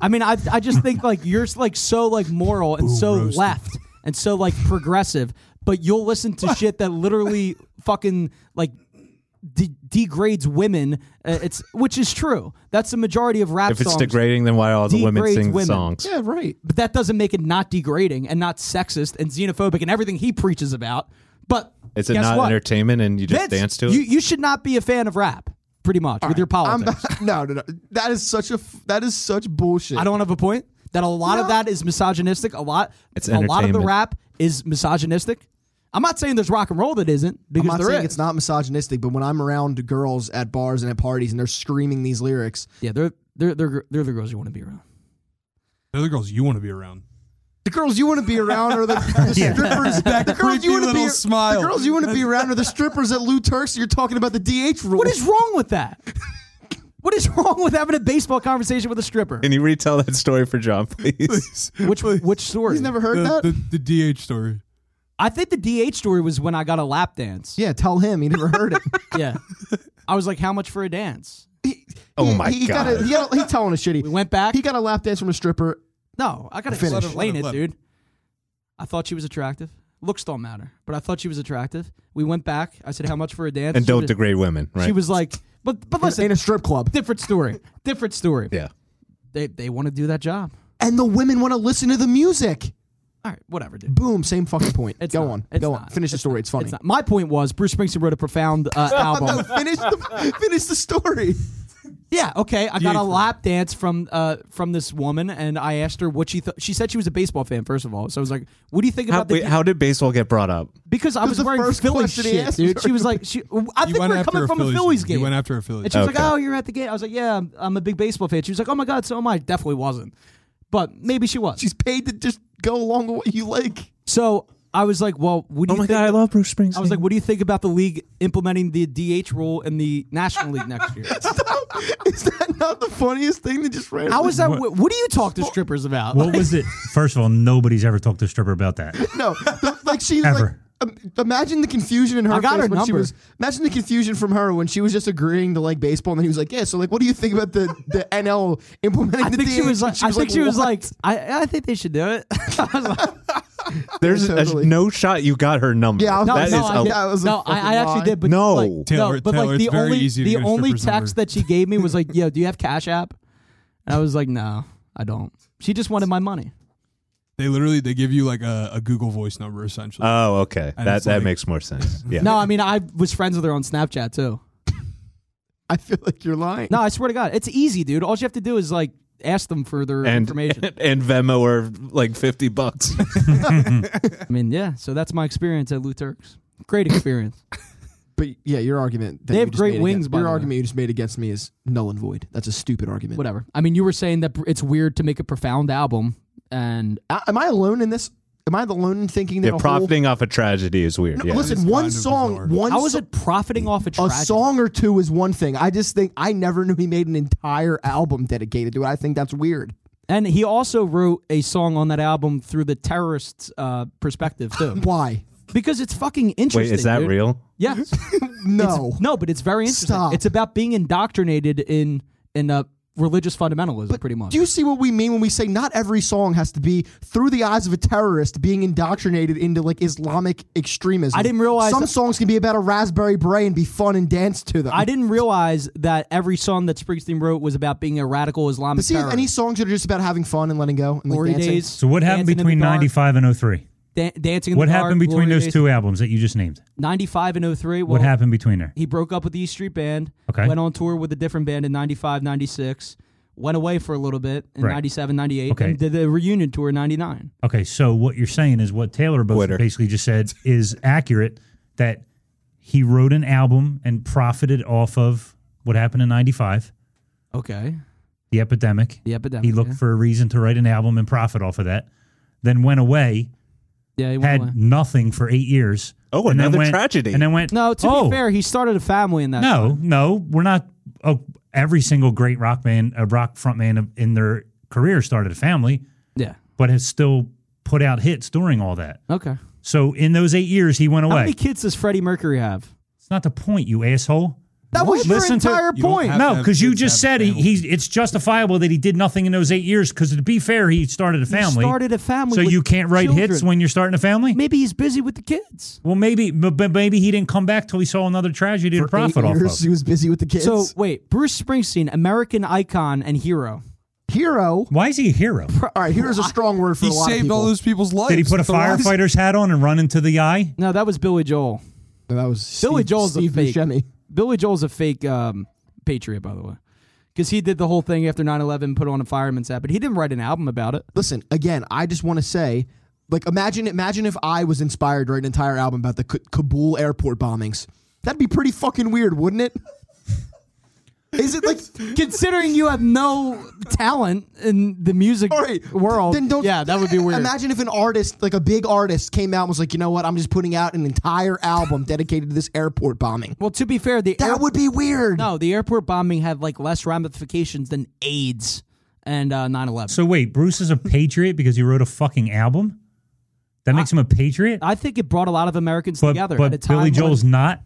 [SPEAKER 2] I mean, I I just think like you're like so like moral and so left and so like progressive, but you'll listen to shit that literally fucking like de- degrades women. Uh, it's which is true. That's the majority of rap
[SPEAKER 5] <laughs> If it's
[SPEAKER 2] songs.
[SPEAKER 5] degrading, then why all the women
[SPEAKER 2] Degrades
[SPEAKER 5] sing the
[SPEAKER 2] women.
[SPEAKER 5] songs?
[SPEAKER 3] yeah, right.
[SPEAKER 2] but that doesn't make it not degrading and not sexist and xenophobic and everything he preaches about. But
[SPEAKER 5] Is it
[SPEAKER 2] guess
[SPEAKER 5] not
[SPEAKER 2] what?
[SPEAKER 5] entertainment and you just
[SPEAKER 2] Vince,
[SPEAKER 5] dance to it?
[SPEAKER 2] You you should not be a fan of rap, pretty much, with your
[SPEAKER 3] I'm
[SPEAKER 2] politics.
[SPEAKER 3] not, <laughs> no, no, no. That is such a f- that is such bullshit.
[SPEAKER 2] I don't have a point. That a lot of
[SPEAKER 3] No.
[SPEAKER 2] that is misogynistic. A lot,
[SPEAKER 5] It's
[SPEAKER 2] a lot of the
[SPEAKER 5] entertainment.
[SPEAKER 2] rap is misogynistic. I'm not saying there's rock and roll that isn't
[SPEAKER 3] I'm
[SPEAKER 2] because
[SPEAKER 3] not
[SPEAKER 2] there
[SPEAKER 3] saying
[SPEAKER 2] is.
[SPEAKER 3] it's not misogynistic, but when I'm around girls at bars and at parties and they're screaming these lyrics,
[SPEAKER 2] Yeah, they're they're they're gr- they're the girls you want to be around.
[SPEAKER 6] They're the girls you want to be around.
[SPEAKER 3] the girls you want to be around
[SPEAKER 2] <laughs>
[SPEAKER 3] are the, the strippers.
[SPEAKER 6] That
[SPEAKER 3] The girls
[SPEAKER 6] creepy
[SPEAKER 3] you want to
[SPEAKER 6] little
[SPEAKER 3] be
[SPEAKER 6] smile.
[SPEAKER 3] The girls you
[SPEAKER 2] <laughs>
[SPEAKER 3] want to be around are the strippers at Lou Turk's. You're talking about the DH rule.
[SPEAKER 2] What is wrong with that? <laughs> what is wrong with having a baseball conversation with a stripper?
[SPEAKER 5] Can you retell that story
[SPEAKER 2] <laughs>
[SPEAKER 5] for John, please?
[SPEAKER 3] <laughs>
[SPEAKER 2] Which which story?
[SPEAKER 3] <laughs> He's never heard
[SPEAKER 6] the,
[SPEAKER 3] that.
[SPEAKER 6] the, the DH story.
[SPEAKER 2] I think the DH story was when I got a lap dance.
[SPEAKER 3] yeah, tell him. He never <laughs> heard it.
[SPEAKER 2] yeah. <laughs> I was like, how much for a dance?
[SPEAKER 5] oh my
[SPEAKER 3] he, he
[SPEAKER 5] god!
[SPEAKER 3] Got a, he, got a, he telling a shitty.
[SPEAKER 2] We went back.
[SPEAKER 3] He got a lap dance from a stripper.
[SPEAKER 2] No, I gotta
[SPEAKER 3] Finish.
[SPEAKER 2] explain
[SPEAKER 6] Let
[SPEAKER 2] it,
[SPEAKER 6] it- let it-
[SPEAKER 2] dude. I thought she was attractive. Looks don't matter, but I thought she was attractive. We went back. I said, "How much for a dance?"
[SPEAKER 5] and
[SPEAKER 2] She
[SPEAKER 5] don't
[SPEAKER 2] was-
[SPEAKER 5] degrade women, right?
[SPEAKER 2] She was like, "But but
[SPEAKER 3] in <laughs>
[SPEAKER 2] listen,
[SPEAKER 3] a strip club.
[SPEAKER 2] different story, different story.
[SPEAKER 5] yeah.
[SPEAKER 2] They they want to do that job.
[SPEAKER 3] And the women want to listen to the music.
[SPEAKER 2] All right, whatever, dude.
[SPEAKER 3] Boom, same fucking point.
[SPEAKER 2] It's
[SPEAKER 3] Go
[SPEAKER 2] not.
[SPEAKER 3] on.
[SPEAKER 2] It's
[SPEAKER 3] Go on.
[SPEAKER 2] not.
[SPEAKER 3] Finish the story. It's funny.
[SPEAKER 2] It's not, my point was Bruce Springsteen wrote a profound uh, album. <laughs>
[SPEAKER 3] finish the finish the story.
[SPEAKER 2] Yeah, okay. I got a lap dance from uh from this woman, and I asked her what she thought. She said she was a baseball fan, first of all. So I was like, "What do you think
[SPEAKER 5] How,
[SPEAKER 2] about the
[SPEAKER 5] wait, how did baseball get brought up?
[SPEAKER 2] Because I was
[SPEAKER 3] the
[SPEAKER 2] wearing
[SPEAKER 3] first
[SPEAKER 2] Philly
[SPEAKER 3] question he
[SPEAKER 2] shit,
[SPEAKER 3] asked
[SPEAKER 2] dude.
[SPEAKER 3] her.
[SPEAKER 2] She was like, she, I think we
[SPEAKER 6] went
[SPEAKER 2] are
[SPEAKER 6] after
[SPEAKER 2] coming from a
[SPEAKER 6] Phillies
[SPEAKER 2] Phillies
[SPEAKER 6] game.
[SPEAKER 2] game.
[SPEAKER 6] You went after a Phillies
[SPEAKER 2] And she was
[SPEAKER 5] Okay.
[SPEAKER 2] like, oh, you're at the game. I was like, yeah, I'm, I'm a big baseball fan. She was like, oh my God, so am I. Definitely wasn't. But maybe she was.
[SPEAKER 3] She's paid to just go along with what you like. <laughs>
[SPEAKER 2] so I was like, well, what do you think?
[SPEAKER 5] Oh I love Bruce Springsteen.
[SPEAKER 2] I was like, what do you think about the league implementing the DH rule in the National League next year?
[SPEAKER 3] Is that not the funniest thing that just ran?
[SPEAKER 2] How is that? What, what do you talk to strippers about?
[SPEAKER 4] <laughs> What was it? First of all, nobody's ever talked to a stripper about that.
[SPEAKER 3] no? the- like she's
[SPEAKER 4] Ever.
[SPEAKER 3] like. um, Imagine the confusion in her
[SPEAKER 2] I got
[SPEAKER 3] face
[SPEAKER 2] her
[SPEAKER 3] when she
[SPEAKER 2] number.
[SPEAKER 3] was. Imagine the confusion from her when she was just agreeing to like baseball, and then he was like, "Yeah, so like, what do you think about the the NL implementing?"
[SPEAKER 2] I
[SPEAKER 3] the
[SPEAKER 2] think she
[SPEAKER 3] DH?"
[SPEAKER 2] was
[SPEAKER 3] And
[SPEAKER 2] like, I think she was
[SPEAKER 3] "What?"
[SPEAKER 2] like, I, I think they should do it. <laughs> I was like,
[SPEAKER 5] There's a-
[SPEAKER 3] Totally.
[SPEAKER 5] no shot you got her number.
[SPEAKER 3] Yeah, I was-
[SPEAKER 2] No,
[SPEAKER 5] That
[SPEAKER 2] no,
[SPEAKER 5] is
[SPEAKER 2] I,
[SPEAKER 5] a-
[SPEAKER 2] did-
[SPEAKER 3] that was a
[SPEAKER 2] no, I- I
[SPEAKER 3] fucking
[SPEAKER 2] actually
[SPEAKER 3] lie.
[SPEAKER 2] did, but
[SPEAKER 5] No.
[SPEAKER 2] like,
[SPEAKER 6] Taylor-
[SPEAKER 2] no, but
[SPEAKER 6] Taylor,
[SPEAKER 2] like the
[SPEAKER 6] it's very
[SPEAKER 2] only
[SPEAKER 6] easy to
[SPEAKER 2] the
[SPEAKER 6] get a
[SPEAKER 2] only
[SPEAKER 6] stripper's
[SPEAKER 2] text
[SPEAKER 6] number.
[SPEAKER 2] that she gave me was like, "Yo, do you have Cash App?" And I was like, "No, I don't." She just wanted my money.
[SPEAKER 6] They literally they give you like a, a Google Voice number essentially.
[SPEAKER 5] Oh, okay.
[SPEAKER 6] And
[SPEAKER 5] that
[SPEAKER 6] it's
[SPEAKER 5] that
[SPEAKER 6] like-
[SPEAKER 5] makes
[SPEAKER 2] <laughs>
[SPEAKER 5] more sense. Yeah.
[SPEAKER 2] No, I mean, I was friends with her on Snapchat too.
[SPEAKER 3] "I feel like you're lying."
[SPEAKER 2] No, I swear to God, it's easy, dude. All you have to do is like ask them for their
[SPEAKER 5] and
[SPEAKER 2] information.
[SPEAKER 5] <laughs>
[SPEAKER 2] <laughs>
[SPEAKER 5] and Venmo or like fifty bucks.
[SPEAKER 2] I mean, yeah. So that's my experience at Lou Turks. Great experience. <laughs>
[SPEAKER 3] But yeah, your argument. That
[SPEAKER 2] They
[SPEAKER 3] you
[SPEAKER 2] have
[SPEAKER 3] just
[SPEAKER 2] great
[SPEAKER 3] made
[SPEAKER 2] wings,
[SPEAKER 3] Against,
[SPEAKER 2] by
[SPEAKER 3] your
[SPEAKER 2] the way.
[SPEAKER 3] argument you just made against me is null and void. That's a stupid argument.
[SPEAKER 2] Whatever. I mean, you were saying that it's weird to make a profound album, and
[SPEAKER 3] I, am I alone in this? Am I the alone thinking that
[SPEAKER 5] yeah,
[SPEAKER 3] a
[SPEAKER 5] profiting off a tragedy is weird.
[SPEAKER 3] whole?
[SPEAKER 5] yeah.
[SPEAKER 3] No, listen,
[SPEAKER 6] It's
[SPEAKER 3] one
[SPEAKER 6] kind of
[SPEAKER 3] song,
[SPEAKER 6] bizarre.
[SPEAKER 3] one
[SPEAKER 2] how is
[SPEAKER 3] so-
[SPEAKER 2] it profiting off a
[SPEAKER 3] a
[SPEAKER 2] tragedy?
[SPEAKER 3] song or two is one thing. I just think I never knew he made an entire album dedicated to it. I think that's weird.
[SPEAKER 2] And he also wrote a song on that album through the terrorists' uh, perspective
[SPEAKER 3] <laughs>
[SPEAKER 2] too,
[SPEAKER 3] Why?
[SPEAKER 2] because it's fucking
[SPEAKER 5] Wait,
[SPEAKER 2] interesting.
[SPEAKER 5] is that
[SPEAKER 2] dude.
[SPEAKER 5] real?
[SPEAKER 2] Yes.
[SPEAKER 3] <laughs> No.
[SPEAKER 2] no, but it's very interesting.
[SPEAKER 3] Stop.
[SPEAKER 2] It's about being indoctrinated in in a religious fundamentalism, pretty much.
[SPEAKER 3] Do you see what we mean when we say not every song has to be through the eyes of a terrorist being indoctrinated into like Islamic extremism?
[SPEAKER 2] I didn't realize-
[SPEAKER 3] some songs can be about a raspberry beret and be fun and dance to them.
[SPEAKER 2] I didn't realize that every song that Springsteen wrote was about being a radical Islamic
[SPEAKER 3] But see
[SPEAKER 2] terrorist.
[SPEAKER 3] any songs that are just about having fun and letting go and like
[SPEAKER 2] Glory
[SPEAKER 3] dancing.
[SPEAKER 2] days.
[SPEAKER 4] So what happened
[SPEAKER 2] Dancing in the
[SPEAKER 4] between
[SPEAKER 2] Dark,
[SPEAKER 4] 95 and 03?
[SPEAKER 2] dan- dancing in
[SPEAKER 4] What
[SPEAKER 2] the
[SPEAKER 4] happened
[SPEAKER 2] Dark,
[SPEAKER 4] between
[SPEAKER 2] Glory
[SPEAKER 4] those
[SPEAKER 2] Days.
[SPEAKER 4] two albums that you just named?
[SPEAKER 2] 95 and 03. Well,
[SPEAKER 4] What happened between there?
[SPEAKER 2] He broke up with the East Street Band.
[SPEAKER 4] Okay.
[SPEAKER 2] Went on tour with a different band in 95, 96. Went away for a little bit in
[SPEAKER 4] Right.
[SPEAKER 2] 97, 98.
[SPEAKER 4] Okay.
[SPEAKER 2] And did a reunion tour in 99.
[SPEAKER 4] Okay, so what you're saying is what Taylor both
[SPEAKER 5] Quitter.
[SPEAKER 4] basically just said is accurate that he wrote an album and profited off of what happened in 95,
[SPEAKER 2] Okay.
[SPEAKER 4] the epidemic.
[SPEAKER 2] The epidemic.
[SPEAKER 4] He looked
[SPEAKER 2] yeah.
[SPEAKER 4] for a reason to write an album and profit off of that. Then went away,
[SPEAKER 2] Yeah, he went
[SPEAKER 4] had
[SPEAKER 2] away.
[SPEAKER 4] nothing for eight years.
[SPEAKER 5] Oh,
[SPEAKER 4] and then
[SPEAKER 5] another
[SPEAKER 4] went-
[SPEAKER 5] tragedy.
[SPEAKER 4] And then went.
[SPEAKER 2] No, to
[SPEAKER 4] oh,
[SPEAKER 2] be fair, he started a family in that.
[SPEAKER 4] No, no, we're not. Oh, every single great rock band, a rock frontman of- in their career started a family,
[SPEAKER 2] Yeah.
[SPEAKER 4] but has still put out hits during all that.
[SPEAKER 2] Okay.
[SPEAKER 4] So in those eight years, he went
[SPEAKER 2] How
[SPEAKER 4] away.
[SPEAKER 2] many kids does Freddie Mercury have?
[SPEAKER 4] It's not the point, you asshole.
[SPEAKER 3] That was your
[SPEAKER 4] Listen to-
[SPEAKER 3] entire
[SPEAKER 6] You don't
[SPEAKER 3] point.
[SPEAKER 6] have-
[SPEAKER 4] No,
[SPEAKER 6] to
[SPEAKER 4] because you
[SPEAKER 6] kids
[SPEAKER 4] just
[SPEAKER 6] have
[SPEAKER 4] said he,
[SPEAKER 6] family.
[SPEAKER 4] he's. It's justifiable that he did nothing in those eight years. Because to be fair, he started a family.
[SPEAKER 2] started a family
[SPEAKER 4] So
[SPEAKER 2] with
[SPEAKER 4] you can't write hits
[SPEAKER 2] children.
[SPEAKER 4] when you're starting a family.
[SPEAKER 2] Maybe he's busy with the kids.
[SPEAKER 4] Well, maybe, but, but maybe he didn't come back till he saw another tragedy to
[SPEAKER 3] For eight
[SPEAKER 4] profit off
[SPEAKER 3] years, He
[SPEAKER 4] of.
[SPEAKER 3] was busy with the kids.
[SPEAKER 2] So wait, Bruce Springsteen, American icon and hero.
[SPEAKER 3] hero.
[SPEAKER 4] Why is he a hero?
[SPEAKER 3] All right, here's a strong word for
[SPEAKER 6] He
[SPEAKER 3] a lot of
[SPEAKER 6] saved
[SPEAKER 3] people.
[SPEAKER 6] all those people's lives.
[SPEAKER 4] Did he put a
[SPEAKER 6] The lives-
[SPEAKER 4] firefighter's hat on and run into the eye?
[SPEAKER 2] No, that was Billy Joel.
[SPEAKER 3] that was
[SPEAKER 2] Billy
[SPEAKER 3] Steve,
[SPEAKER 2] Joel's a
[SPEAKER 3] Steve
[SPEAKER 2] fake.
[SPEAKER 3] Buscemi.
[SPEAKER 2] Billy Joel's a fake um, patriot, by the way, because he did the whole thing after 9-11, put on a fireman's hat, but he didn't write an album about it.
[SPEAKER 3] Listen, again, I just want to say, like, imagine, imagine if I was inspired to write an entire album about the K- Kabul airport bombings. That'd be pretty fucking weird, wouldn't it? Is it like
[SPEAKER 2] Considering you have no talent in the music
[SPEAKER 3] all right?
[SPEAKER 2] world,
[SPEAKER 3] Then don't.
[SPEAKER 2] yeah, that would be weird.
[SPEAKER 3] Imagine if an artist, like a big artist, came out and was like, you know what? I'm just putting out an entire album dedicated to this airport bombing.
[SPEAKER 2] well, to be fair, the air-
[SPEAKER 3] That would be weird.
[SPEAKER 2] no, the airport bombing had like less ramifications than AIDS and uh, 9-11.
[SPEAKER 4] So wait, Bruce is a patriot because he wrote a fucking album. That makes him a patriot.
[SPEAKER 2] I think it brought a lot of Americans
[SPEAKER 4] but
[SPEAKER 2] together. at a
[SPEAKER 4] but
[SPEAKER 2] time
[SPEAKER 4] Billy
[SPEAKER 2] when-
[SPEAKER 4] Joel's not.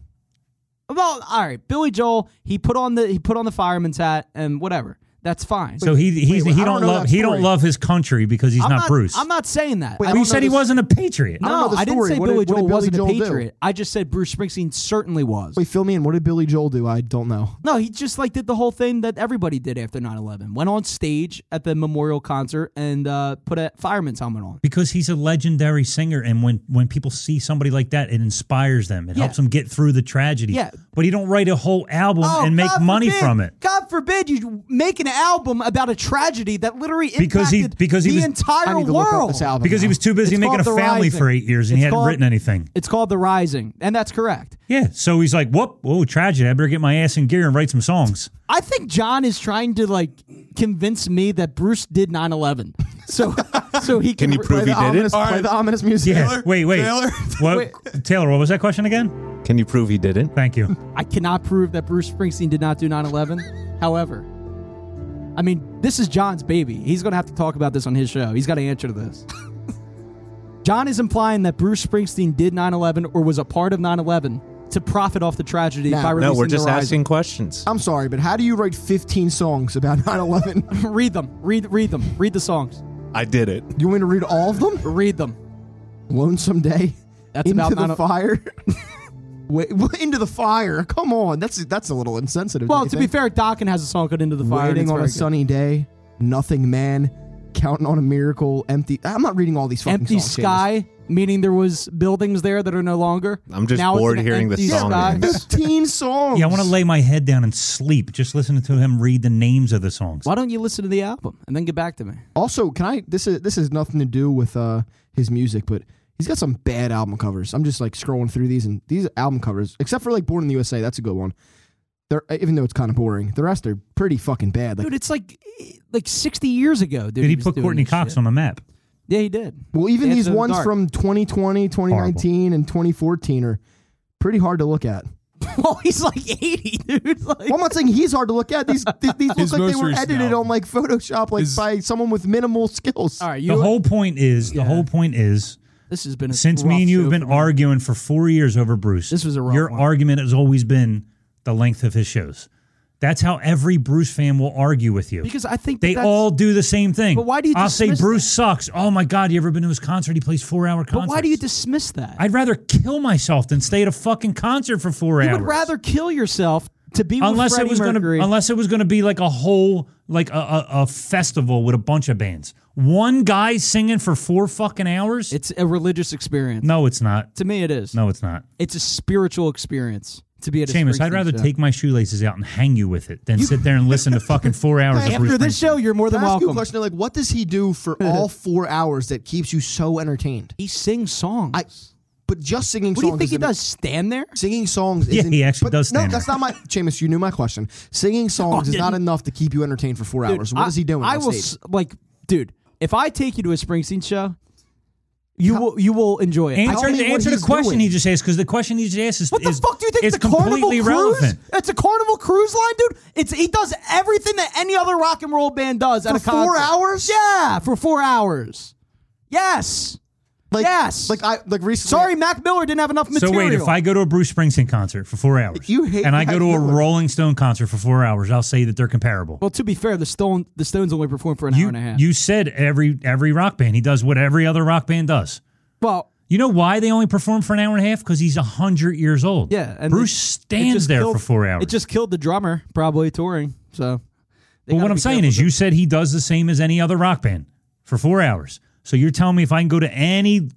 [SPEAKER 2] well, all right, Billy Joel. He put on the he put on the fireman's hat and whatever. That's fine.
[SPEAKER 4] So he he's,
[SPEAKER 3] wait,
[SPEAKER 4] he
[SPEAKER 3] I don't
[SPEAKER 4] don't,
[SPEAKER 3] know
[SPEAKER 4] love
[SPEAKER 3] that
[SPEAKER 4] he
[SPEAKER 3] story.
[SPEAKER 4] don't love his country because he's
[SPEAKER 2] I'm
[SPEAKER 4] not, Bruce.
[SPEAKER 2] I'm not saying that.
[SPEAKER 3] Wait,
[SPEAKER 2] I
[SPEAKER 3] I
[SPEAKER 4] Well, you
[SPEAKER 3] don't know
[SPEAKER 4] said he
[SPEAKER 3] this-
[SPEAKER 4] wasn't a patriot.
[SPEAKER 3] I don't
[SPEAKER 2] no,
[SPEAKER 3] know the
[SPEAKER 2] I didn't
[SPEAKER 3] story.
[SPEAKER 2] say
[SPEAKER 3] What did-
[SPEAKER 2] Billy
[SPEAKER 3] what did
[SPEAKER 2] Joel
[SPEAKER 3] Billy
[SPEAKER 2] wasn't
[SPEAKER 3] Joel
[SPEAKER 2] a
[SPEAKER 3] do?
[SPEAKER 2] patriot. I just said Bruce Springsteen certainly was.
[SPEAKER 3] Wait, fill me in. What did Billy Joel do? I don't know.
[SPEAKER 2] No, he just like did the whole thing that everybody did after 9/11. Went on stage at the memorial concert and uh, put a fireman's helmet on.
[SPEAKER 4] Because he's a legendary singer, and when, when people see somebody like that, it inspires them. It
[SPEAKER 2] Yeah.
[SPEAKER 4] helps them get through the tragedy.
[SPEAKER 2] Yeah. Oh,
[SPEAKER 4] But he don't write a whole album and make
[SPEAKER 2] God
[SPEAKER 4] money
[SPEAKER 2] forbid-
[SPEAKER 4] from it.
[SPEAKER 2] God forbid you make an album about a tragedy that literally impacted
[SPEAKER 4] Because he- because he
[SPEAKER 2] the
[SPEAKER 4] was-
[SPEAKER 2] entire
[SPEAKER 3] I need to
[SPEAKER 2] world.
[SPEAKER 3] look up this album
[SPEAKER 4] Because he
[SPEAKER 3] now.
[SPEAKER 4] was too busy
[SPEAKER 2] It's
[SPEAKER 4] making a
[SPEAKER 2] called The
[SPEAKER 4] family
[SPEAKER 2] Rising.
[SPEAKER 4] for eight years and
[SPEAKER 2] It's
[SPEAKER 4] he hadn't
[SPEAKER 2] called-
[SPEAKER 4] written anything.
[SPEAKER 2] It's called The Rising, and that's correct.
[SPEAKER 4] Yeah. So he's like, whoop, whoa, tragedy. I better get my ass in gear and write some songs.
[SPEAKER 2] I think John is trying to like convince me that Bruce did 9/11. So so he can,
[SPEAKER 5] Can you
[SPEAKER 3] Play
[SPEAKER 5] prove he
[SPEAKER 3] the
[SPEAKER 5] did
[SPEAKER 3] ominous,
[SPEAKER 5] it?
[SPEAKER 6] All
[SPEAKER 3] play
[SPEAKER 6] right.
[SPEAKER 3] the ominous music.
[SPEAKER 4] Yeah.
[SPEAKER 6] Taylor?
[SPEAKER 4] wait, wait.
[SPEAKER 6] Taylor?
[SPEAKER 4] <laughs> What, Taylor, what was that question again?
[SPEAKER 5] Can you prove he didn't?
[SPEAKER 4] Thank
[SPEAKER 2] <laughs>
[SPEAKER 4] you.
[SPEAKER 2] I cannot prove that Bruce Springsteen did not do 9/11. However, I mean, this is John's baby. He's going to have to talk about this on his show. He's got to answer to this. <laughs> John is implying that Bruce Springsteen did 9/11 or was a part of 9/11 to profit off the tragedy
[SPEAKER 3] No.
[SPEAKER 2] by
[SPEAKER 3] No,
[SPEAKER 2] releasing
[SPEAKER 5] No, we're just
[SPEAKER 2] The Rising.
[SPEAKER 5] asking questions.
[SPEAKER 3] I'm sorry, but how do you write 15 songs about <laughs>
[SPEAKER 2] <laughs>
[SPEAKER 3] 9/11?
[SPEAKER 2] read them. Read read them. Read the songs.
[SPEAKER 5] I did it.
[SPEAKER 3] you want me to read all of them?
[SPEAKER 2] Read them.
[SPEAKER 3] Lonesome Day.
[SPEAKER 2] That's
[SPEAKER 3] into
[SPEAKER 2] about
[SPEAKER 3] the
[SPEAKER 2] 9/11.
[SPEAKER 3] fire. <laughs> Wait, into the fire. Come on, that's that's a little insensitive.
[SPEAKER 2] Well,
[SPEAKER 3] don't
[SPEAKER 2] to be
[SPEAKER 3] you think?
[SPEAKER 2] fair, Dokken has a song called Into the Fire. and
[SPEAKER 3] waiting
[SPEAKER 2] it's
[SPEAKER 3] on
[SPEAKER 2] very
[SPEAKER 3] a
[SPEAKER 2] good.
[SPEAKER 3] sunny day, nothing man, counting on a miracle, empty. I'm not reading all these fucking
[SPEAKER 2] empty
[SPEAKER 3] songs, Seamus.
[SPEAKER 2] sky, meaning there was buildings there that are no longer.
[SPEAKER 5] I'm just
[SPEAKER 2] Now it's
[SPEAKER 5] bored
[SPEAKER 2] an
[SPEAKER 5] hearing the
[SPEAKER 2] empty
[SPEAKER 5] song
[SPEAKER 2] sky. <laughs>
[SPEAKER 5] names.
[SPEAKER 3] 15 songs.
[SPEAKER 4] Yeah, I want to lay my head down and sleep just listening to him read the names of the songs.
[SPEAKER 2] Why don't you listen to the album and then get back to me?
[SPEAKER 3] Also, can I? This is this has nothing to do with uh his music, but he's got some bad album covers. I'm just like scrolling through these, and these album covers, except for like Born in the USA, that's a good one. They're uh, even though it's kind of boring. The rest are pretty fucking bad. Like,
[SPEAKER 2] Dude, it's like like 60 years ago, dude.
[SPEAKER 4] Did he
[SPEAKER 2] was
[SPEAKER 4] put
[SPEAKER 2] doing
[SPEAKER 4] Courtney
[SPEAKER 2] this
[SPEAKER 4] Cox
[SPEAKER 2] shit.
[SPEAKER 4] on the map?
[SPEAKER 2] Yeah, he did.
[SPEAKER 3] well, even
[SPEAKER 2] Dance
[SPEAKER 3] these
[SPEAKER 2] in the
[SPEAKER 3] ones
[SPEAKER 2] Dark. <laughs>
[SPEAKER 3] from 2020, 2019, and 2014 are pretty hard to look at.
[SPEAKER 2] well, Oh, he's like 80, dude. Like,
[SPEAKER 3] Well, I'm not saying he's hard to look at. These these,
[SPEAKER 2] <laughs>
[SPEAKER 3] these look
[SPEAKER 6] His
[SPEAKER 3] like they
[SPEAKER 6] most
[SPEAKER 3] were
[SPEAKER 6] recent
[SPEAKER 3] edited
[SPEAKER 6] album.
[SPEAKER 3] on like Photoshop, like
[SPEAKER 6] His-
[SPEAKER 3] by someone with minimal skills.
[SPEAKER 2] all right, you.
[SPEAKER 4] The whole point is the
[SPEAKER 2] Yeah.
[SPEAKER 4] whole point is
[SPEAKER 2] this has been a
[SPEAKER 4] since
[SPEAKER 2] rough
[SPEAKER 4] me and you
[SPEAKER 2] show
[SPEAKER 4] have been
[SPEAKER 2] for me.
[SPEAKER 4] arguing for four years over Bruce.
[SPEAKER 2] This was a rough
[SPEAKER 4] Your
[SPEAKER 2] one.
[SPEAKER 4] argument has always been the length of his shows. That's how every Bruce fan will argue with you.
[SPEAKER 2] because I think
[SPEAKER 4] They
[SPEAKER 2] that's-
[SPEAKER 4] all do the same thing.
[SPEAKER 2] But why do you
[SPEAKER 4] I'll say
[SPEAKER 2] dismiss that?
[SPEAKER 4] Bruce sucks. Oh my God, you ever been to his concert? He plays four hour
[SPEAKER 2] But
[SPEAKER 4] concerts.
[SPEAKER 2] why do you dismiss that?
[SPEAKER 4] I'd rather kill myself than stay at a fucking concert for four
[SPEAKER 2] you
[SPEAKER 4] hours.
[SPEAKER 2] would rather kill yourself to be
[SPEAKER 4] unless
[SPEAKER 2] with Freddie
[SPEAKER 4] it was going to
[SPEAKER 2] Mercury.
[SPEAKER 4] unless it was going to be like a whole like a, a, a festival with a bunch of bands. One guy singing for four fucking hours.
[SPEAKER 2] it's a religious experience.
[SPEAKER 4] no, it's not.
[SPEAKER 2] To me, it is.
[SPEAKER 4] No, it's not.
[SPEAKER 2] It's a spiritual experience to be at a
[SPEAKER 4] Seamus, I'd
[SPEAKER 2] Springsteen
[SPEAKER 4] rather
[SPEAKER 2] show.
[SPEAKER 4] take my shoelaces out and hang you with it than sit there and listen to
[SPEAKER 2] <laughs>
[SPEAKER 4] fucking four hours of Bruce
[SPEAKER 2] After this
[SPEAKER 4] Springsteen.
[SPEAKER 2] show, you're more
[SPEAKER 3] Can
[SPEAKER 2] than
[SPEAKER 3] I ask you a
[SPEAKER 2] welcome.
[SPEAKER 3] question? Like, what does he
[SPEAKER 2] <laughs>
[SPEAKER 3] do for all four hours that keeps you so entertained?
[SPEAKER 2] He sings songs.
[SPEAKER 3] I, but just singing
[SPEAKER 2] what do
[SPEAKER 3] songs.
[SPEAKER 2] you think he
[SPEAKER 3] isn't-
[SPEAKER 2] does? Stand there?
[SPEAKER 3] Singing songs.
[SPEAKER 4] Yeah,
[SPEAKER 3] isn't,
[SPEAKER 4] he actually
[SPEAKER 3] but
[SPEAKER 4] does
[SPEAKER 3] No,
[SPEAKER 4] stand
[SPEAKER 3] that's not my. Seamus, you knew my question.
[SPEAKER 4] <laughs>
[SPEAKER 3] Singing songs is not enough to keep you entertained for four hours. What
[SPEAKER 2] I-
[SPEAKER 3] is he doing?
[SPEAKER 2] I
[SPEAKER 3] on
[SPEAKER 2] will s-
[SPEAKER 3] stage?
[SPEAKER 2] like, dude. If I take you to a Springsteen show, you will you will enjoy it.
[SPEAKER 4] Answer,
[SPEAKER 3] me what
[SPEAKER 4] answer the
[SPEAKER 3] he's
[SPEAKER 4] question
[SPEAKER 3] doing.
[SPEAKER 4] he just asked because the question he just asked is
[SPEAKER 2] what the
[SPEAKER 4] is-
[SPEAKER 2] fuck do you think?
[SPEAKER 4] is
[SPEAKER 2] the Carnival
[SPEAKER 4] completely
[SPEAKER 2] Cruise?
[SPEAKER 4] relevant.
[SPEAKER 2] It's a Carnival Cruise line, dude. It's he does everything that any other rock and roll band does at
[SPEAKER 3] For
[SPEAKER 2] a
[SPEAKER 3] four
[SPEAKER 2] concert.
[SPEAKER 3] hours?
[SPEAKER 2] Yeah, for four hours. Yes.
[SPEAKER 3] Like,
[SPEAKER 2] yes.
[SPEAKER 3] Like I like recently.
[SPEAKER 2] Sorry, Mac Miller didn't have enough
[SPEAKER 4] So
[SPEAKER 2] material.
[SPEAKER 4] wait, if I go to a Bruce Springsteen concert for four hours,
[SPEAKER 3] You hate
[SPEAKER 4] and I
[SPEAKER 3] Mac
[SPEAKER 4] go to a
[SPEAKER 3] Miller.
[SPEAKER 4] Rolling Stone concert for four hours, I'll say that they're comparable.
[SPEAKER 2] well, to be fair, the Stone the Stones only performed for an hour
[SPEAKER 4] you,
[SPEAKER 2] and a half.
[SPEAKER 4] you said every every rock band he does what every other rock band does.
[SPEAKER 2] well,
[SPEAKER 4] You know why they only perform for an hour and a half? Because he's hundred years old.
[SPEAKER 2] Yeah, and
[SPEAKER 4] Bruce
[SPEAKER 2] it- it
[SPEAKER 4] stands
[SPEAKER 2] just
[SPEAKER 4] there
[SPEAKER 2] killed-
[SPEAKER 4] for four hours.
[SPEAKER 2] It just killed the drummer, probably touring. So,
[SPEAKER 4] but what I'm saying is, you said he does the same as any other rock band for four hours. So you're telling me if I can go to any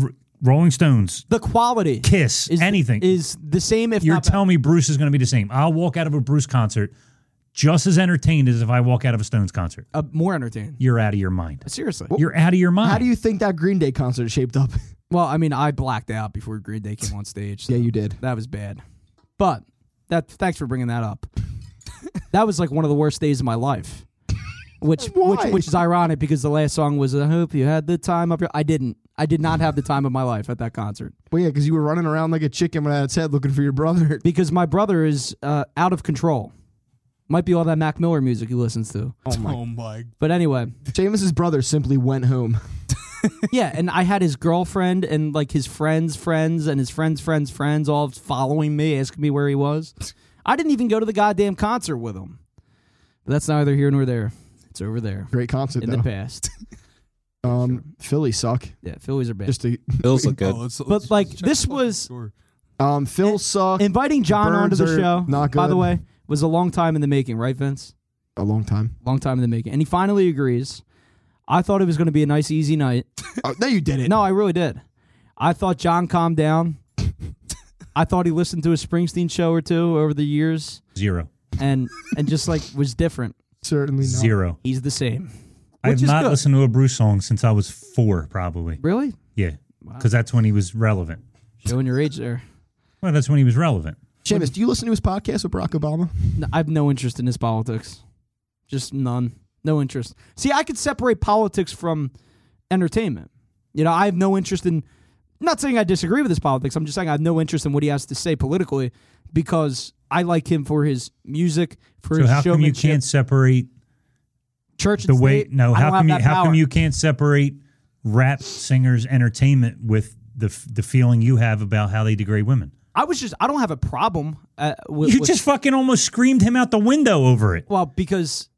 [SPEAKER 4] R- Rolling Stones,
[SPEAKER 2] the quality,
[SPEAKER 4] Kiss,
[SPEAKER 2] is
[SPEAKER 4] anything,
[SPEAKER 2] is the same. If
[SPEAKER 4] you're
[SPEAKER 2] not better.
[SPEAKER 4] telling me Bruce is going to be the same. I'll walk out of a Bruce concert just as entertained as if I walk out of a Stones concert.
[SPEAKER 2] uh, more entertaining.
[SPEAKER 4] You're out of your mind.
[SPEAKER 2] Seriously.
[SPEAKER 4] You're out of your mind.
[SPEAKER 3] How do you think that Green Day concert is shaped up? <laughs>
[SPEAKER 2] Well, I mean, I blacked out before Green Day came on stage. so
[SPEAKER 3] yeah, you did.
[SPEAKER 2] That was bad. But that thanks for bringing that up. <laughs> that was like one of the worst days of my life. Which, which
[SPEAKER 3] <laughs> Why?
[SPEAKER 2] which is ironic because the last song was "I hope you had the time of your." I didn't. I did not have the time of my life at that concert
[SPEAKER 3] Well, yeah, because you were running around like a chicken without its head looking for your brother. <laughs>
[SPEAKER 2] because my brother is uh, out of control. Might be all that Mac Miller music he listens to.
[SPEAKER 3] Oh my!
[SPEAKER 6] Oh my!
[SPEAKER 2] But
[SPEAKER 3] <laughs>
[SPEAKER 2] anyway,
[SPEAKER 3] Seamus's brother simply went home. <laughs>
[SPEAKER 2] yeah, and I had his girlfriend and like his friends' friends and his friends' friends' friends all following me, asking me where he was. I didn't even go to the goddamn concert with him. But that's neither here nor there. It's over there
[SPEAKER 3] Great concert
[SPEAKER 2] in
[SPEAKER 3] though.
[SPEAKER 2] the
[SPEAKER 3] <laughs>
[SPEAKER 2] past.
[SPEAKER 3] Um, Philly suck.
[SPEAKER 2] Yeah, Phillies are bad.
[SPEAKER 3] Just to,
[SPEAKER 5] Bills look
[SPEAKER 6] <laughs>
[SPEAKER 5] good.
[SPEAKER 6] Oh, let's-
[SPEAKER 2] but
[SPEAKER 6] let's
[SPEAKER 2] like
[SPEAKER 6] check
[SPEAKER 2] this
[SPEAKER 6] the fucking
[SPEAKER 2] was
[SPEAKER 6] score.
[SPEAKER 3] um, Phil
[SPEAKER 2] <laughs>
[SPEAKER 3] suck.
[SPEAKER 2] inviting John
[SPEAKER 3] Birds
[SPEAKER 2] onto the
[SPEAKER 3] are
[SPEAKER 2] show.
[SPEAKER 3] not
[SPEAKER 2] By the
[SPEAKER 3] good.
[SPEAKER 2] way, was a long time in the making, right, Vince?
[SPEAKER 3] a
[SPEAKER 2] <laughs>
[SPEAKER 3] long time.
[SPEAKER 2] Long time in the making, and he finally agrees. I thought it was going to be a nice, easy night.
[SPEAKER 3] Oh, no, you didn't.
[SPEAKER 2] No, I really did. I thought John calmed
[SPEAKER 4] <laughs>
[SPEAKER 2] down. I thought he listened to a Springsteen show or two over the years
[SPEAKER 4] Zero.
[SPEAKER 2] and and just like was different.
[SPEAKER 3] certainly not.
[SPEAKER 4] Zero.
[SPEAKER 2] He's the same.
[SPEAKER 4] I
[SPEAKER 2] Which
[SPEAKER 4] have
[SPEAKER 2] is
[SPEAKER 4] not
[SPEAKER 2] good.
[SPEAKER 4] listened to a Bruce song since I was four, probably.
[SPEAKER 2] Really?
[SPEAKER 4] Yeah, because that's when he was relevant.
[SPEAKER 2] Showing your age there.
[SPEAKER 4] Well, that's when he was relevant.
[SPEAKER 3] Seamus, do you listen to his podcast with Barack Obama?
[SPEAKER 2] No, I have no interest in his politics. Just none. No interest. See, I could separate politics from entertainment. You know, I have no interest in not saying I disagree with his politics. I'm just saying I have no interest in what he has to say politically because I like him for his music, for
[SPEAKER 4] So
[SPEAKER 2] his
[SPEAKER 4] how come you
[SPEAKER 2] showmanship.
[SPEAKER 4] can't separate
[SPEAKER 2] church
[SPEAKER 4] the
[SPEAKER 2] and
[SPEAKER 4] way?
[SPEAKER 2] state,
[SPEAKER 4] No,
[SPEAKER 2] I
[SPEAKER 4] how
[SPEAKER 2] don't have
[SPEAKER 4] come you,
[SPEAKER 2] that
[SPEAKER 4] how
[SPEAKER 2] power.
[SPEAKER 4] come you can't separate rap singers' entertainment with the f- the feeling you have about how they degrade women?
[SPEAKER 2] I was just I don't have a problem uh, with,
[SPEAKER 4] You
[SPEAKER 2] with-
[SPEAKER 4] just fucking almost screamed him out the window over it.
[SPEAKER 2] <laughs> well because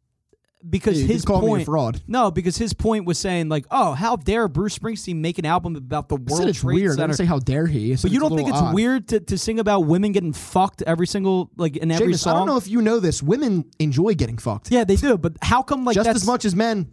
[SPEAKER 2] because
[SPEAKER 3] Yeah, you
[SPEAKER 2] his
[SPEAKER 3] just called me a
[SPEAKER 2] point
[SPEAKER 3] fraud.
[SPEAKER 2] No, because his point was saying like, oh, how dare Bruce Springsteen make an album about the
[SPEAKER 3] I
[SPEAKER 2] World
[SPEAKER 3] said it's
[SPEAKER 2] Trade
[SPEAKER 3] weird. I
[SPEAKER 2] Center?
[SPEAKER 3] didn't say how dare he. I said
[SPEAKER 2] but you
[SPEAKER 3] a
[SPEAKER 2] don't think it's
[SPEAKER 3] little odd.
[SPEAKER 2] weird to, to sing about women getting fucked every single like in every
[SPEAKER 3] Seamus,
[SPEAKER 2] song?
[SPEAKER 3] I don't know if you know this. Women enjoy getting fucked
[SPEAKER 2] yeah, they do, but how come like
[SPEAKER 3] just
[SPEAKER 2] that's
[SPEAKER 3] as much as men.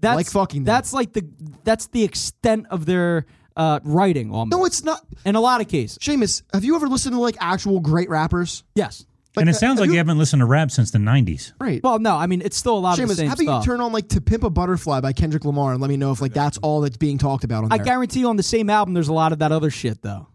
[SPEAKER 2] that's,
[SPEAKER 3] like fucking them.
[SPEAKER 2] That's like the that's the extent of their uh, writing almost.
[SPEAKER 3] No, it's not.
[SPEAKER 2] in a lot of cases.
[SPEAKER 3] Seamus, have you ever listened to like actual great rappers?
[SPEAKER 2] Yes.
[SPEAKER 4] and it
[SPEAKER 3] uh,
[SPEAKER 4] sounds
[SPEAKER 3] have
[SPEAKER 4] like you,
[SPEAKER 3] you-
[SPEAKER 4] haven't listened to rap since the '90s.
[SPEAKER 3] Right.
[SPEAKER 2] Well, no, I mean it's still a lot of the
[SPEAKER 3] Seamus,
[SPEAKER 2] same
[SPEAKER 3] how about
[SPEAKER 2] stuff.
[SPEAKER 3] you turn on like "To Pimp a Butterfly" by Kendrick Lamar and let me know if like that's all that's being talked about on
[SPEAKER 2] I
[SPEAKER 3] there.
[SPEAKER 2] guarantee you on the same album there's a lot of that other shit though.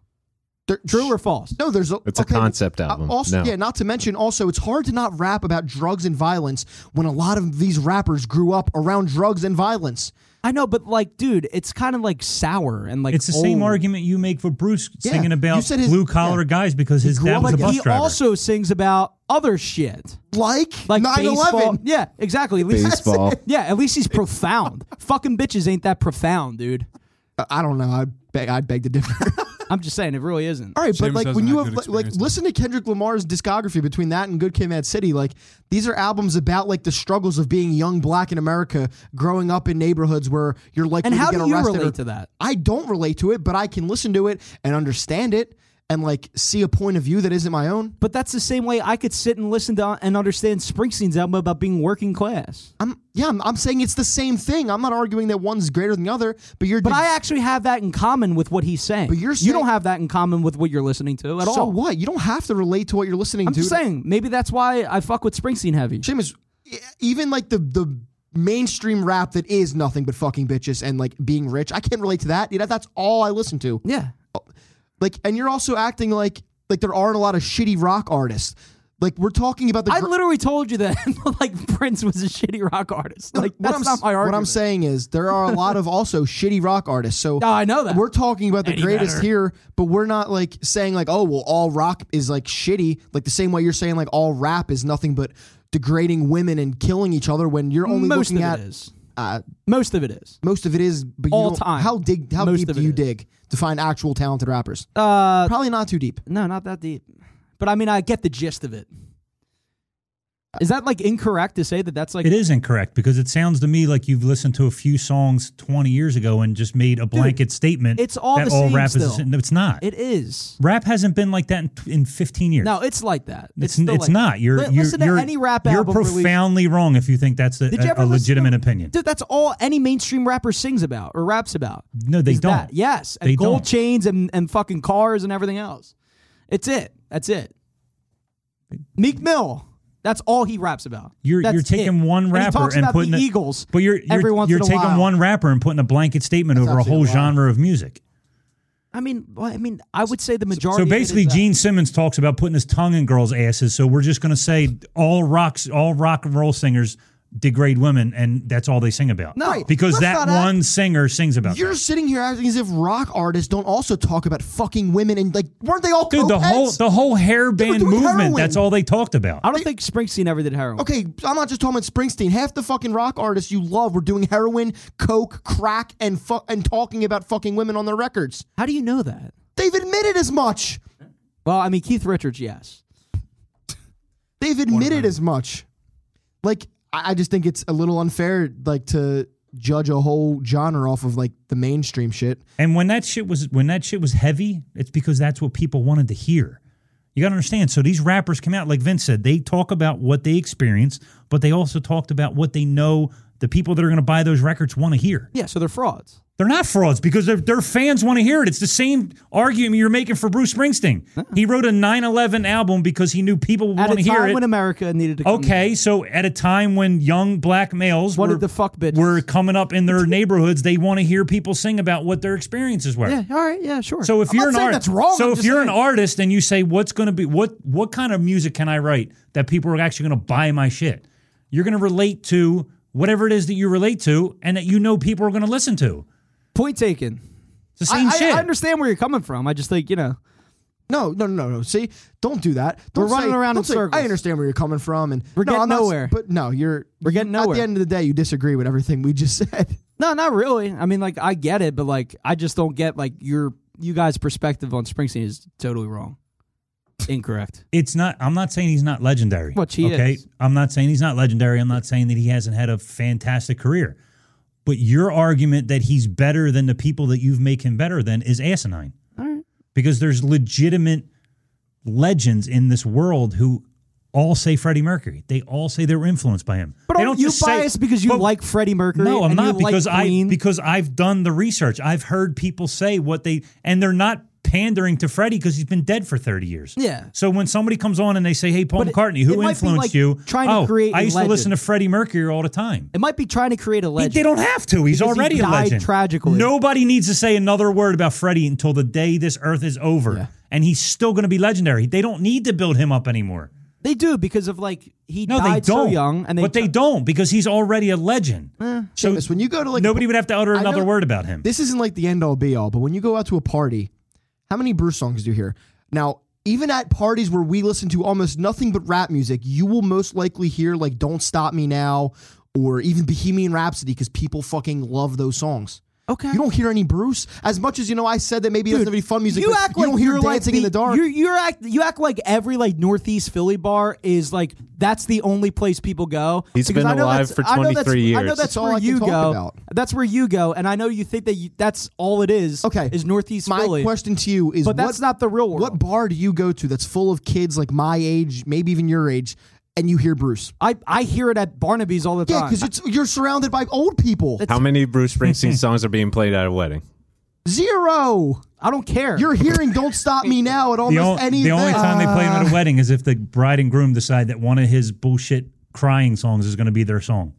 [SPEAKER 3] There-
[SPEAKER 2] True or false?
[SPEAKER 3] No, there's a,
[SPEAKER 5] It's a
[SPEAKER 3] okay, well,
[SPEAKER 5] concept
[SPEAKER 3] uh,
[SPEAKER 5] album.
[SPEAKER 3] Also,
[SPEAKER 5] No.
[SPEAKER 3] yeah, not to mention also it's hard to not rap about drugs and violence when a lot of these rappers grew up around drugs and violence.
[SPEAKER 2] I know, but like, dude, it's kind of like sour and like
[SPEAKER 4] It's the same
[SPEAKER 2] old.
[SPEAKER 4] argument you make for Bruce
[SPEAKER 3] Yeah,
[SPEAKER 4] singing
[SPEAKER 3] you
[SPEAKER 4] about
[SPEAKER 3] said his-
[SPEAKER 4] blue collar
[SPEAKER 3] yeah.
[SPEAKER 4] guys because his
[SPEAKER 3] grew
[SPEAKER 4] dad
[SPEAKER 3] up
[SPEAKER 4] was a
[SPEAKER 3] like that.
[SPEAKER 4] bus
[SPEAKER 2] He
[SPEAKER 4] driver.
[SPEAKER 2] also sings about other shit,
[SPEAKER 3] Like,
[SPEAKER 2] like
[SPEAKER 3] 9/11.
[SPEAKER 2] baseball. Yeah, exactly. At least,
[SPEAKER 5] Baseball.
[SPEAKER 2] yeah, at least he's profound. Fucking bitches ain't that profound, dude.
[SPEAKER 3] I- I don't know. I beg, I beg to differ.
[SPEAKER 2] I'm just saying it really isn't.
[SPEAKER 3] All right, but
[SPEAKER 6] Seamus
[SPEAKER 3] like
[SPEAKER 6] hasn't
[SPEAKER 3] when you
[SPEAKER 6] had
[SPEAKER 3] have like,
[SPEAKER 6] good
[SPEAKER 3] like
[SPEAKER 6] experience,
[SPEAKER 3] listen
[SPEAKER 6] though.
[SPEAKER 3] to Kendrick Lamar's discography between that and Good Kid, Mad City, like these are albums about like the struggles of being young black in America, growing up in neighborhoods where you're likely
[SPEAKER 2] And how
[SPEAKER 3] to get
[SPEAKER 2] do you
[SPEAKER 3] arrested.
[SPEAKER 2] relate
[SPEAKER 3] or-
[SPEAKER 2] to that?
[SPEAKER 3] I don't relate to it, but I can listen to it and understand it and like see a point of view that isn't my own.
[SPEAKER 2] But that's the same way I could sit and listen to and understand Springsteen's album about being working class.
[SPEAKER 3] I'm yeah, I'm, I'm saying it's the same thing. I'm not arguing that one's greater than the other, but you're
[SPEAKER 2] But I actually have that in common with what he's saying.
[SPEAKER 3] But you're
[SPEAKER 2] you
[SPEAKER 3] saying-
[SPEAKER 2] don't have that in common with what you're listening to at
[SPEAKER 3] so
[SPEAKER 2] all.
[SPEAKER 3] what? You don't have to relate to what you're listening
[SPEAKER 2] I'm
[SPEAKER 3] to.
[SPEAKER 2] just saying, maybe that's why I fuck with Springsteen heavy.
[SPEAKER 3] Seamus, e- even like the the mainstream rap that is nothing but fucking bitches and like being rich, I can't relate to that. You know, that's all I listen to.
[SPEAKER 2] Yeah.
[SPEAKER 3] Like, and you're also acting like like there aren't a lot of shitty rock artists. Like we're talking about the.
[SPEAKER 2] I
[SPEAKER 3] gr-
[SPEAKER 2] literally told you that <laughs> like Prince was a shitty rock artist. Like
[SPEAKER 3] what
[SPEAKER 2] that's
[SPEAKER 3] I'm,
[SPEAKER 2] not
[SPEAKER 3] s-
[SPEAKER 2] my argument.
[SPEAKER 3] What I'm saying is there are a lot
[SPEAKER 2] <laughs>
[SPEAKER 3] of also shitty rock artists. So
[SPEAKER 2] No, I know that.
[SPEAKER 3] we're talking about the
[SPEAKER 2] Any
[SPEAKER 3] greatest
[SPEAKER 2] better.
[SPEAKER 3] here, but we're not like saying like, oh well, all rock is like shitty. Like the same way you're saying like all rap is nothing but degrading women and killing each other when you're only
[SPEAKER 2] most of
[SPEAKER 3] looking at
[SPEAKER 2] it is.
[SPEAKER 3] uh,
[SPEAKER 2] Most of it is.
[SPEAKER 3] Most of it is, but you
[SPEAKER 2] All
[SPEAKER 3] don't-
[SPEAKER 2] time.
[SPEAKER 3] How dig? How
[SPEAKER 2] Most
[SPEAKER 3] deep
[SPEAKER 2] of
[SPEAKER 3] do
[SPEAKER 2] it
[SPEAKER 3] you
[SPEAKER 2] is.
[SPEAKER 3] dig to find actual talented rappers?
[SPEAKER 2] Uh,
[SPEAKER 3] Probably not too deep.
[SPEAKER 2] no, not that deep. But I mean, I get the gist of it. Is that like incorrect to say that that's like
[SPEAKER 4] It is incorrect because it sounds to me like you've listened to a few songs 20 years ago and just made a blanket statement.
[SPEAKER 2] it's all
[SPEAKER 4] that
[SPEAKER 2] the
[SPEAKER 4] all
[SPEAKER 2] same
[SPEAKER 4] rap
[SPEAKER 2] still.
[SPEAKER 4] is. No, it's not.
[SPEAKER 2] It is.
[SPEAKER 4] rap hasn't been like that in, in 15 years.
[SPEAKER 2] No, it's like that. It's,
[SPEAKER 4] it's
[SPEAKER 2] still
[SPEAKER 4] it's
[SPEAKER 2] like-
[SPEAKER 4] not. You're,
[SPEAKER 2] Li-
[SPEAKER 4] you're
[SPEAKER 2] listen to
[SPEAKER 4] you're-
[SPEAKER 2] any rap
[SPEAKER 4] You're
[SPEAKER 2] album. released-
[SPEAKER 4] profoundly wrong if you think that's a,
[SPEAKER 2] Did you
[SPEAKER 4] a-
[SPEAKER 2] ever
[SPEAKER 4] a
[SPEAKER 2] listen to-
[SPEAKER 4] legitimate opinion.
[SPEAKER 2] Dude, that's all any mainstream rapper sings about or raps about.
[SPEAKER 4] No, they
[SPEAKER 2] is that.
[SPEAKER 4] don't.
[SPEAKER 2] Yes, and
[SPEAKER 4] They
[SPEAKER 2] gold
[SPEAKER 4] don't.
[SPEAKER 2] chains and and fucking cars and everything else. It's it. That's it. Meek Mill. That's all he raps about.
[SPEAKER 4] You're
[SPEAKER 2] That's
[SPEAKER 4] you're taking
[SPEAKER 2] it.
[SPEAKER 4] one
[SPEAKER 2] and he
[SPEAKER 4] rapper
[SPEAKER 2] talks
[SPEAKER 4] and
[SPEAKER 2] about
[SPEAKER 4] putting
[SPEAKER 2] the
[SPEAKER 4] a-
[SPEAKER 2] Eagles.
[SPEAKER 4] But you're you're,
[SPEAKER 2] every once
[SPEAKER 4] you're
[SPEAKER 2] in a
[SPEAKER 4] taking
[SPEAKER 2] while.
[SPEAKER 4] one rapper and putting a blanket statement over a
[SPEAKER 3] absolutely
[SPEAKER 4] whole
[SPEAKER 3] wild.
[SPEAKER 4] genre of music.
[SPEAKER 2] I mean, well, I mean, I would say the majority.
[SPEAKER 4] So
[SPEAKER 2] of it is
[SPEAKER 4] basically,
[SPEAKER 2] that.
[SPEAKER 4] Gene Simmons talks about putting his tongue in girls' asses. So we're just going to say all rocks, all rock and roll singers degrade women, and that's all they sing about.
[SPEAKER 2] No, Right.
[SPEAKER 4] because
[SPEAKER 3] let's
[SPEAKER 4] that
[SPEAKER 3] not act-
[SPEAKER 4] one singer sings about.
[SPEAKER 3] You're
[SPEAKER 4] that.
[SPEAKER 3] sitting here acting as if rock artists don't also talk about fucking women and like weren't they all
[SPEAKER 4] Dude, the
[SPEAKER 3] cokeheads?
[SPEAKER 4] whole the whole hair band
[SPEAKER 3] doing
[SPEAKER 4] movement.
[SPEAKER 3] heroin.
[SPEAKER 4] That's all they talked about.
[SPEAKER 2] I don't think Springsteen ever did heroin.
[SPEAKER 3] Okay, I'm not just talking about Springsteen. Half the fucking rock artists you love were doing heroin, coke, crack, and fu- and talking about fucking women on their records.
[SPEAKER 2] How do you know that?
[SPEAKER 3] They've admitted as much.
[SPEAKER 2] Well, I mean, Keith Richards, yes.
[SPEAKER 3] They've admitted as much. Like, I I just think it's a little unfair, like to judge a whole genre off of like the mainstream shit.
[SPEAKER 4] And when that shit was when that shit was heavy, it's because that's what people wanted to hear. You got to understand. So these rappers come out, like Vince said, they talk about what they experience, but they also talked about what they know the people that are going to buy those records want to hear.
[SPEAKER 2] Yeah, so they're frauds.
[SPEAKER 4] They're not frauds because their, their fans want to hear it. It's the same argument you're making for Bruce Springsteen. He wrote a 9/11 album because he knew people would
[SPEAKER 2] At
[SPEAKER 4] want
[SPEAKER 2] a
[SPEAKER 4] to hear
[SPEAKER 2] time
[SPEAKER 4] it.
[SPEAKER 2] when America needed to. come
[SPEAKER 4] Okay, so at a time when young black males
[SPEAKER 2] Wanted
[SPEAKER 4] were,
[SPEAKER 2] the fuck bitches.
[SPEAKER 4] were coming up in their neighborhoods, they want to hear people sing about what their experiences were.
[SPEAKER 2] Yeah. All right. Yeah. Sure.
[SPEAKER 4] So if
[SPEAKER 3] I'm not
[SPEAKER 4] you're an
[SPEAKER 3] saying
[SPEAKER 4] artist,
[SPEAKER 3] that's wrong,
[SPEAKER 4] so
[SPEAKER 3] I'm
[SPEAKER 4] if
[SPEAKER 3] just
[SPEAKER 4] you're an
[SPEAKER 3] saying-
[SPEAKER 4] artist and you say what's going to be what what kind of music can I write that people are actually going to buy my shit, you're going to relate to whatever it is that you relate to and that you know people are going to listen to.
[SPEAKER 2] point taken.
[SPEAKER 4] It's the same
[SPEAKER 2] I, I-
[SPEAKER 4] shit.
[SPEAKER 2] I understand where you're coming from. I just think you know.
[SPEAKER 3] No, no, no, no. See, don't do that. Don't
[SPEAKER 2] We're running
[SPEAKER 3] say-
[SPEAKER 2] around
[SPEAKER 3] don't
[SPEAKER 2] in
[SPEAKER 3] say,
[SPEAKER 2] circles.
[SPEAKER 3] I understand where you're coming from, and
[SPEAKER 2] We're
[SPEAKER 3] No,
[SPEAKER 2] getting
[SPEAKER 3] I'm not s-
[SPEAKER 2] nowhere.
[SPEAKER 3] but no, you're
[SPEAKER 2] We're getting
[SPEAKER 3] At
[SPEAKER 2] nowhere.
[SPEAKER 3] the end of the day, you disagree with everything we just <laughs> said.
[SPEAKER 2] No, not really. I mean, like I get it, but like I just don't get like your you guys' perspective on Springsteen is totally wrong,
[SPEAKER 4] <laughs>
[SPEAKER 2] incorrect.
[SPEAKER 4] it's not I'm not saying he's not legendary.
[SPEAKER 2] Which he
[SPEAKER 4] okay?
[SPEAKER 2] is.
[SPEAKER 4] I'm not saying he's not legendary. I'm not saying that he hasn't had a fantastic career. But your argument that he's better than the people that you've made him better than is asinine. Because there's legitimate legends in this world who all say Freddie Mercury. They all say they were influenced by him.
[SPEAKER 2] But
[SPEAKER 4] they
[SPEAKER 2] aren't you
[SPEAKER 4] just say-
[SPEAKER 2] biased because you
[SPEAKER 4] But-
[SPEAKER 2] like Freddie Mercury?
[SPEAKER 4] no, I'm
[SPEAKER 2] and you
[SPEAKER 4] not
[SPEAKER 2] like
[SPEAKER 4] because I
[SPEAKER 2] Queen?
[SPEAKER 4] because I've done the research. I've heard people say what they and they're not pandering to Freddie because he's been dead for 30 years.
[SPEAKER 2] Yeah.
[SPEAKER 4] So when somebody comes on and they say, "Hey, Paul
[SPEAKER 2] But it-
[SPEAKER 4] McCartney,
[SPEAKER 2] it
[SPEAKER 4] who
[SPEAKER 2] might be
[SPEAKER 4] influenced
[SPEAKER 2] like
[SPEAKER 4] you?"
[SPEAKER 2] trying to
[SPEAKER 4] oh,
[SPEAKER 2] create
[SPEAKER 4] I
[SPEAKER 2] a
[SPEAKER 4] used to listen
[SPEAKER 2] legend."
[SPEAKER 4] to Freddie Mercury all the time.
[SPEAKER 2] it might be trying to create a
[SPEAKER 4] He-
[SPEAKER 2] legend.
[SPEAKER 4] They don't have to. He's
[SPEAKER 2] Because he
[SPEAKER 4] already a
[SPEAKER 2] died
[SPEAKER 4] legend.
[SPEAKER 2] tragically.
[SPEAKER 4] Nobody needs to say another word about Freddie until the day this earth is over, and he's still going to be legendary. They don't need to build him up anymore.
[SPEAKER 2] They do because of like he
[SPEAKER 4] No, they
[SPEAKER 2] died
[SPEAKER 4] don't.
[SPEAKER 2] so young, and they Eh,
[SPEAKER 4] but they don't because he's already a legend. so
[SPEAKER 3] Seamus, when you go to like
[SPEAKER 4] nobody would have to utter
[SPEAKER 3] I
[SPEAKER 4] another
[SPEAKER 3] know-
[SPEAKER 4] word about him.
[SPEAKER 3] this isn't like the end all be all, but when you go out to a party, how many Bruce songs do you hear? Now, even at parties where we listen to almost nothing but rap music, you will most likely hear like Don't Stop Me Now or even Bohemian Rhapsody because people fucking love those songs.
[SPEAKER 2] Okay.
[SPEAKER 3] You don't hear any Bruce as much as you know. I said that maybe he doesn't have any fun music.
[SPEAKER 2] You
[SPEAKER 3] but
[SPEAKER 2] act
[SPEAKER 3] you
[SPEAKER 2] like
[SPEAKER 3] don't hear
[SPEAKER 2] you're like
[SPEAKER 3] dancing in the dark.
[SPEAKER 2] You're, you're act, you act like every like Northeast Philly bar is like that's the only place people go.
[SPEAKER 5] He's
[SPEAKER 2] Because
[SPEAKER 5] been
[SPEAKER 2] I know
[SPEAKER 5] alive
[SPEAKER 2] that's-
[SPEAKER 5] for
[SPEAKER 2] I know that's-
[SPEAKER 5] 23
[SPEAKER 2] I know
[SPEAKER 5] years.
[SPEAKER 2] that's
[SPEAKER 3] That's all
[SPEAKER 2] where
[SPEAKER 3] I can
[SPEAKER 2] you
[SPEAKER 3] talk
[SPEAKER 2] go.
[SPEAKER 3] about.
[SPEAKER 2] That's where you go, and I know you think that you, that's all it is.
[SPEAKER 3] Okay.
[SPEAKER 2] is Northeast
[SPEAKER 3] My
[SPEAKER 2] Philly.
[SPEAKER 3] question to you is,
[SPEAKER 2] But that's
[SPEAKER 3] what-
[SPEAKER 2] not the real world.
[SPEAKER 3] What bar do you go to that's full of kids like my age, maybe even your age, and you hear Bruce?
[SPEAKER 2] I I hear it at Barnaby's all the
[SPEAKER 3] Yeah,
[SPEAKER 2] time.
[SPEAKER 3] because it's you're surrounded by old people.
[SPEAKER 5] How many Bruce <laughs> Springsteen songs are being played at a wedding?
[SPEAKER 3] Zero.
[SPEAKER 2] I don't care.
[SPEAKER 3] You're hearing "Don't Stop Me Now" at
[SPEAKER 4] The,
[SPEAKER 3] almost
[SPEAKER 4] on-
[SPEAKER 3] any.
[SPEAKER 4] the only
[SPEAKER 3] event.
[SPEAKER 4] time they play him at a wedding is if the bride and groom decide that one of his bullshit crying songs is going to be their song.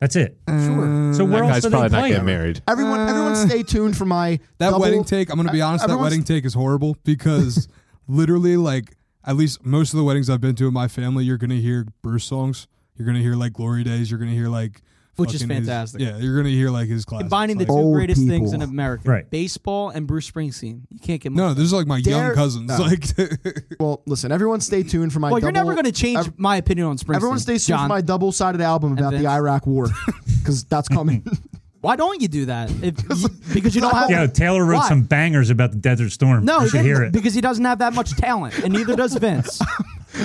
[SPEAKER 4] That's it.
[SPEAKER 3] Uh,
[SPEAKER 2] sure.
[SPEAKER 4] So where
[SPEAKER 5] That
[SPEAKER 4] else
[SPEAKER 5] guy's
[SPEAKER 4] do they
[SPEAKER 5] probably not
[SPEAKER 4] play?
[SPEAKER 5] getting
[SPEAKER 4] him?
[SPEAKER 5] married.
[SPEAKER 3] Everyone, everyone, stay tuned for my
[SPEAKER 6] That
[SPEAKER 3] double-
[SPEAKER 6] wedding take, I'm going to be
[SPEAKER 3] Uh,
[SPEAKER 6] honest, that
[SPEAKER 3] everyone's-
[SPEAKER 6] wedding take is horrible <laughs> because literally, like, at least most of the weddings I've been to in my family, you're going to hear Bruce songs. You're going to hear, like, Glory Days. You're going to hear, like,
[SPEAKER 2] Which is
[SPEAKER 6] fucking his-
[SPEAKER 2] fantastic.
[SPEAKER 6] yeah, you're going to hear, like, his class.
[SPEAKER 2] Combining the
[SPEAKER 6] like,
[SPEAKER 2] two
[SPEAKER 3] Old
[SPEAKER 2] greatest
[SPEAKER 3] people.
[SPEAKER 2] things in America,
[SPEAKER 4] Right.
[SPEAKER 2] baseball and Bruce Springsteen. You can't get
[SPEAKER 6] No, this is like my
[SPEAKER 3] Dare-
[SPEAKER 6] young cousins.
[SPEAKER 3] no.
[SPEAKER 6] <laughs> Like,
[SPEAKER 3] Well, listen, everyone, stay tuned for my.
[SPEAKER 2] Well, you're
[SPEAKER 3] double-
[SPEAKER 2] never going to change
[SPEAKER 3] ev-
[SPEAKER 2] my opinion on Springsteen.
[SPEAKER 3] Everyone stay tuned
[SPEAKER 2] John.
[SPEAKER 3] for my double-sided album about
[SPEAKER 2] Vince.
[SPEAKER 3] the Iraq War, because
[SPEAKER 4] <laughs>
[SPEAKER 3] that's coming. <laughs>
[SPEAKER 2] Why don't you do that? If you, because you don't have
[SPEAKER 4] Yeah, Taylor wrote
[SPEAKER 2] Why?
[SPEAKER 4] some bangers about the Desert Storm.
[SPEAKER 2] No,
[SPEAKER 4] you should
[SPEAKER 2] he
[SPEAKER 4] hear
[SPEAKER 2] didn't,
[SPEAKER 4] it.
[SPEAKER 2] because he doesn't have that much talent, and neither does
[SPEAKER 4] <laughs>
[SPEAKER 2] Vince.
[SPEAKER 4] Um,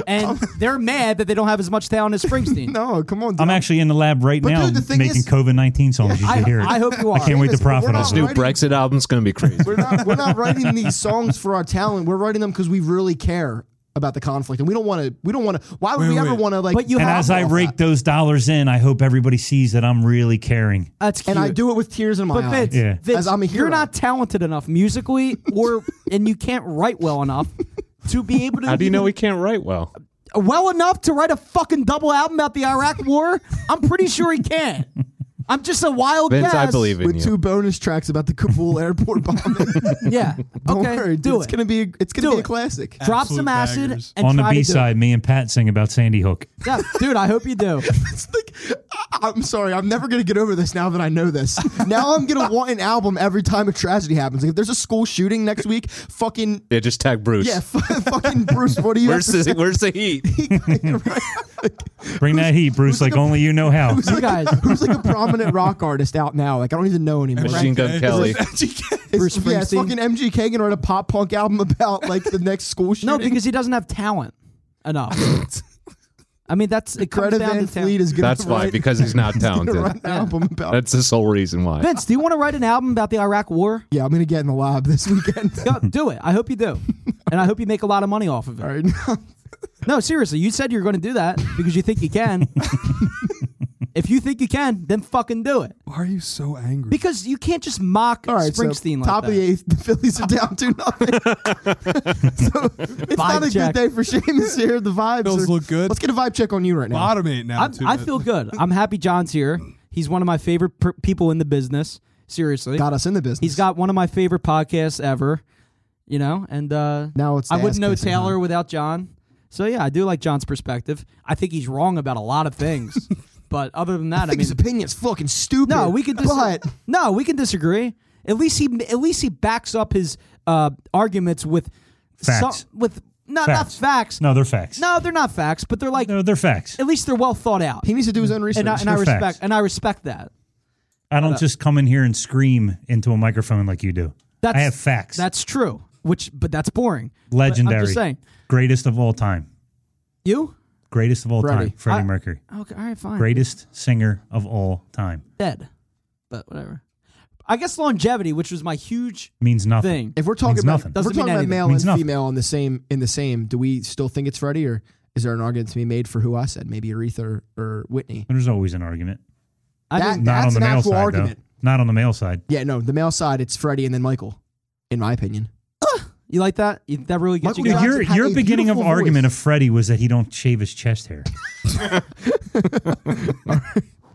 [SPEAKER 2] And they're mad that they don't have as much talent as Springsteen.
[SPEAKER 3] no, come on, dude.
[SPEAKER 4] I'm actually in the lab right
[SPEAKER 3] But
[SPEAKER 4] now
[SPEAKER 3] dude, the thing
[SPEAKER 4] making
[SPEAKER 3] is-
[SPEAKER 4] COVID 19 songs. you
[SPEAKER 2] I,
[SPEAKER 4] should hear it.
[SPEAKER 2] I hope you are.
[SPEAKER 4] I can't wait to
[SPEAKER 3] Yes, but we're
[SPEAKER 4] profit
[SPEAKER 3] not
[SPEAKER 4] off
[SPEAKER 5] This new
[SPEAKER 4] it.
[SPEAKER 3] writing-
[SPEAKER 5] Brexit album's going to be crazy.
[SPEAKER 3] We're not we're not writing these songs for our talent. We're writing them because we really care about the conflict, and we don't want to. We don't want to. Why would
[SPEAKER 6] Wait,
[SPEAKER 3] we ever
[SPEAKER 6] wait.
[SPEAKER 3] want to like?
[SPEAKER 2] But you
[SPEAKER 4] And
[SPEAKER 2] have-
[SPEAKER 4] as I rake those dollars in, I hope everybody sees that I'm really caring.
[SPEAKER 2] That's cute.
[SPEAKER 3] and I do it with tears in my
[SPEAKER 2] But
[SPEAKER 3] eyes.
[SPEAKER 2] Vince,
[SPEAKER 4] Yeah.
[SPEAKER 2] Vince
[SPEAKER 3] As I'm a
[SPEAKER 2] you're
[SPEAKER 3] hero.
[SPEAKER 2] not talented enough musically,
[SPEAKER 4] <laughs>
[SPEAKER 2] or and you can't write well enough to be able to.
[SPEAKER 5] How do you know
[SPEAKER 2] even-
[SPEAKER 5] he can't write well?
[SPEAKER 2] well enough to write a fucking double album about the Iraq War? I'm pretty sure he can. I'm just a wild
[SPEAKER 5] Vince, I
[SPEAKER 2] guess.
[SPEAKER 5] believe in
[SPEAKER 3] With
[SPEAKER 5] you.
[SPEAKER 3] two bonus tracks about the Kabul <laughs> airport
[SPEAKER 2] <laughs>
[SPEAKER 3] bombing.
[SPEAKER 5] <laughs>
[SPEAKER 2] Yeah.
[SPEAKER 3] Don't
[SPEAKER 2] okay.
[SPEAKER 3] worry, dude,
[SPEAKER 2] do
[SPEAKER 3] it's
[SPEAKER 2] it.
[SPEAKER 3] gonna be a, it's gonna
[SPEAKER 2] Do
[SPEAKER 3] be a
[SPEAKER 2] it.
[SPEAKER 3] classic. <laughs>
[SPEAKER 2] Drop
[SPEAKER 6] Absolute
[SPEAKER 2] some acid
[SPEAKER 6] bangers.
[SPEAKER 2] and
[SPEAKER 4] On the
[SPEAKER 2] try
[SPEAKER 4] B
[SPEAKER 2] to do it.
[SPEAKER 4] side, me and Pat sing about Sandy Hook.
[SPEAKER 2] Yeah, dude, I hope you do.
[SPEAKER 3] It's like I- I'm sorry, I'm never gonna get over this now that I know
[SPEAKER 2] <laughs>
[SPEAKER 3] this. Now I'm gonna want an album every time a tragedy happens. Like if there's a school shooting next week, fucking
[SPEAKER 5] Yeah, just tag Bruce.
[SPEAKER 3] yeah, <laughs> fucking Bruce, what do you?
[SPEAKER 5] Where's the, where's the heat?
[SPEAKER 4] Bring that heat, Bruce, like only you know how.
[SPEAKER 2] You guys,
[SPEAKER 4] <laughs>
[SPEAKER 3] Who's like a
[SPEAKER 2] <laughs>
[SPEAKER 3] prominent rock artist out now? Like I don't even know anymore.
[SPEAKER 5] Machine
[SPEAKER 3] <laughs>
[SPEAKER 5] Gun Kelly.
[SPEAKER 3] It's,
[SPEAKER 2] Bruce
[SPEAKER 3] yeah, it's
[SPEAKER 2] Springsteen?
[SPEAKER 3] fucking MGK gonna write a pop punk album about like the next school shooting.
[SPEAKER 2] no, because he doesn't have talent
[SPEAKER 3] <laughs>
[SPEAKER 2] enough. I mean, that's it comes
[SPEAKER 3] Greta
[SPEAKER 2] down
[SPEAKER 3] Van
[SPEAKER 2] to talent.
[SPEAKER 3] Fleet is gonna.
[SPEAKER 5] That's why,
[SPEAKER 3] write,
[SPEAKER 5] because he's not
[SPEAKER 3] gonna
[SPEAKER 5] talented.
[SPEAKER 3] write an album about.
[SPEAKER 5] That's the sole reason why.
[SPEAKER 2] Vince, do you want to write an album about the Iraq War?
[SPEAKER 3] yeah, I'm gonna get in the lab this weekend. <laughs>
[SPEAKER 2] Go, do it. I hope you do, and I hope you make a lot of money off of it.
[SPEAKER 3] All right. <laughs>
[SPEAKER 2] No, seriously, you said you're going to do that because you think you
[SPEAKER 3] <laughs>
[SPEAKER 2] can. if you think you can, then fucking do it.
[SPEAKER 6] why are you so angry?
[SPEAKER 2] Because you can't just mock
[SPEAKER 3] All right,
[SPEAKER 2] Springsteen
[SPEAKER 3] so
[SPEAKER 2] like
[SPEAKER 3] top
[SPEAKER 2] that.
[SPEAKER 3] of the eighth, the Phillies are down two
[SPEAKER 5] <laughs>
[SPEAKER 3] nothing. <laughs> so it's not a
[SPEAKER 2] check.
[SPEAKER 3] good day for Seamus here. The vibes
[SPEAKER 6] Bills
[SPEAKER 3] are-
[SPEAKER 6] look good.
[SPEAKER 3] Let's get a vibe check on you right now.
[SPEAKER 6] Bottom eight now,
[SPEAKER 2] I'm,
[SPEAKER 6] too.
[SPEAKER 2] I
[SPEAKER 6] man.
[SPEAKER 2] feel good. I'm happy John's here. He's one of my favorite per- people in the business. Seriously,
[SPEAKER 3] Got us in the business.
[SPEAKER 2] he's got one of my favorite podcasts ever. You know, and uh,
[SPEAKER 3] Now it's
[SPEAKER 2] I
[SPEAKER 3] the
[SPEAKER 2] wouldn't know
[SPEAKER 3] ass-kissing
[SPEAKER 2] Taylor
[SPEAKER 3] time.
[SPEAKER 2] without John. So yeah, I do like John's perspective. I think he's wrong about a lot of
[SPEAKER 3] <laughs>
[SPEAKER 2] things, but other than that, I,
[SPEAKER 3] I think
[SPEAKER 2] mean,
[SPEAKER 3] his opinion's fucking stupid.
[SPEAKER 2] No, we can. Dis-
[SPEAKER 3] But
[SPEAKER 2] no, we can disagree. At least he at least he backs up his uh, arguments with
[SPEAKER 4] Facts.
[SPEAKER 2] with no,
[SPEAKER 4] Facts.
[SPEAKER 2] not facts.
[SPEAKER 4] No, they're facts.
[SPEAKER 2] No, they're not facts, but they're like
[SPEAKER 4] No, they're facts.
[SPEAKER 2] at least they're well thought out.
[SPEAKER 3] he needs to do his own research.
[SPEAKER 2] And I, and I
[SPEAKER 4] They're
[SPEAKER 2] respect
[SPEAKER 4] facts.
[SPEAKER 2] and I respect that.
[SPEAKER 4] I
[SPEAKER 2] uh,
[SPEAKER 4] don't just come in here and scream into a microphone like you do.
[SPEAKER 2] That's
[SPEAKER 4] I have facts.
[SPEAKER 2] That's true. Which, but that's boring. But
[SPEAKER 4] legendary.
[SPEAKER 2] I'm just saying.
[SPEAKER 4] Greatest of all time.
[SPEAKER 2] You
[SPEAKER 4] Greatest of all
[SPEAKER 3] Freddie.
[SPEAKER 4] time, Freddie
[SPEAKER 2] I-
[SPEAKER 4] Mercury.
[SPEAKER 2] okay? All right, fine.
[SPEAKER 4] Greatest singer of all time.
[SPEAKER 2] Dead, but whatever. I guess longevity, which was my huge
[SPEAKER 4] Means nothing.
[SPEAKER 2] thing.
[SPEAKER 3] if we're talking
[SPEAKER 4] Means
[SPEAKER 3] about
[SPEAKER 4] nothing.
[SPEAKER 3] if we're
[SPEAKER 2] Doesn't mean
[SPEAKER 3] talking about
[SPEAKER 2] anything.
[SPEAKER 3] male
[SPEAKER 4] Means
[SPEAKER 3] and
[SPEAKER 4] nothing.
[SPEAKER 3] female in the same in the same, do we still think it's Freddie or is there an argument to be made for who I said? Maybe Aretha or, or Whitney.
[SPEAKER 4] There's always an argument.
[SPEAKER 2] I
[SPEAKER 3] That-
[SPEAKER 2] didn't-
[SPEAKER 4] Not
[SPEAKER 3] That's
[SPEAKER 4] on the
[SPEAKER 3] an
[SPEAKER 4] male
[SPEAKER 3] actual
[SPEAKER 4] side,
[SPEAKER 3] argument.
[SPEAKER 4] though. Not on the male side.
[SPEAKER 3] Yeah, no, the male side it's Freddie and then Michael, in my opinion.
[SPEAKER 2] you like that? You- that really gets you.
[SPEAKER 3] Michael
[SPEAKER 4] Dude,
[SPEAKER 2] Going?
[SPEAKER 3] Jackson
[SPEAKER 4] your
[SPEAKER 3] had
[SPEAKER 4] your
[SPEAKER 3] a
[SPEAKER 4] beginning of
[SPEAKER 3] beautiful
[SPEAKER 4] argument
[SPEAKER 3] voice.
[SPEAKER 4] of Freddie was that he don't shave his
[SPEAKER 2] <laughs>
[SPEAKER 4] chest hair.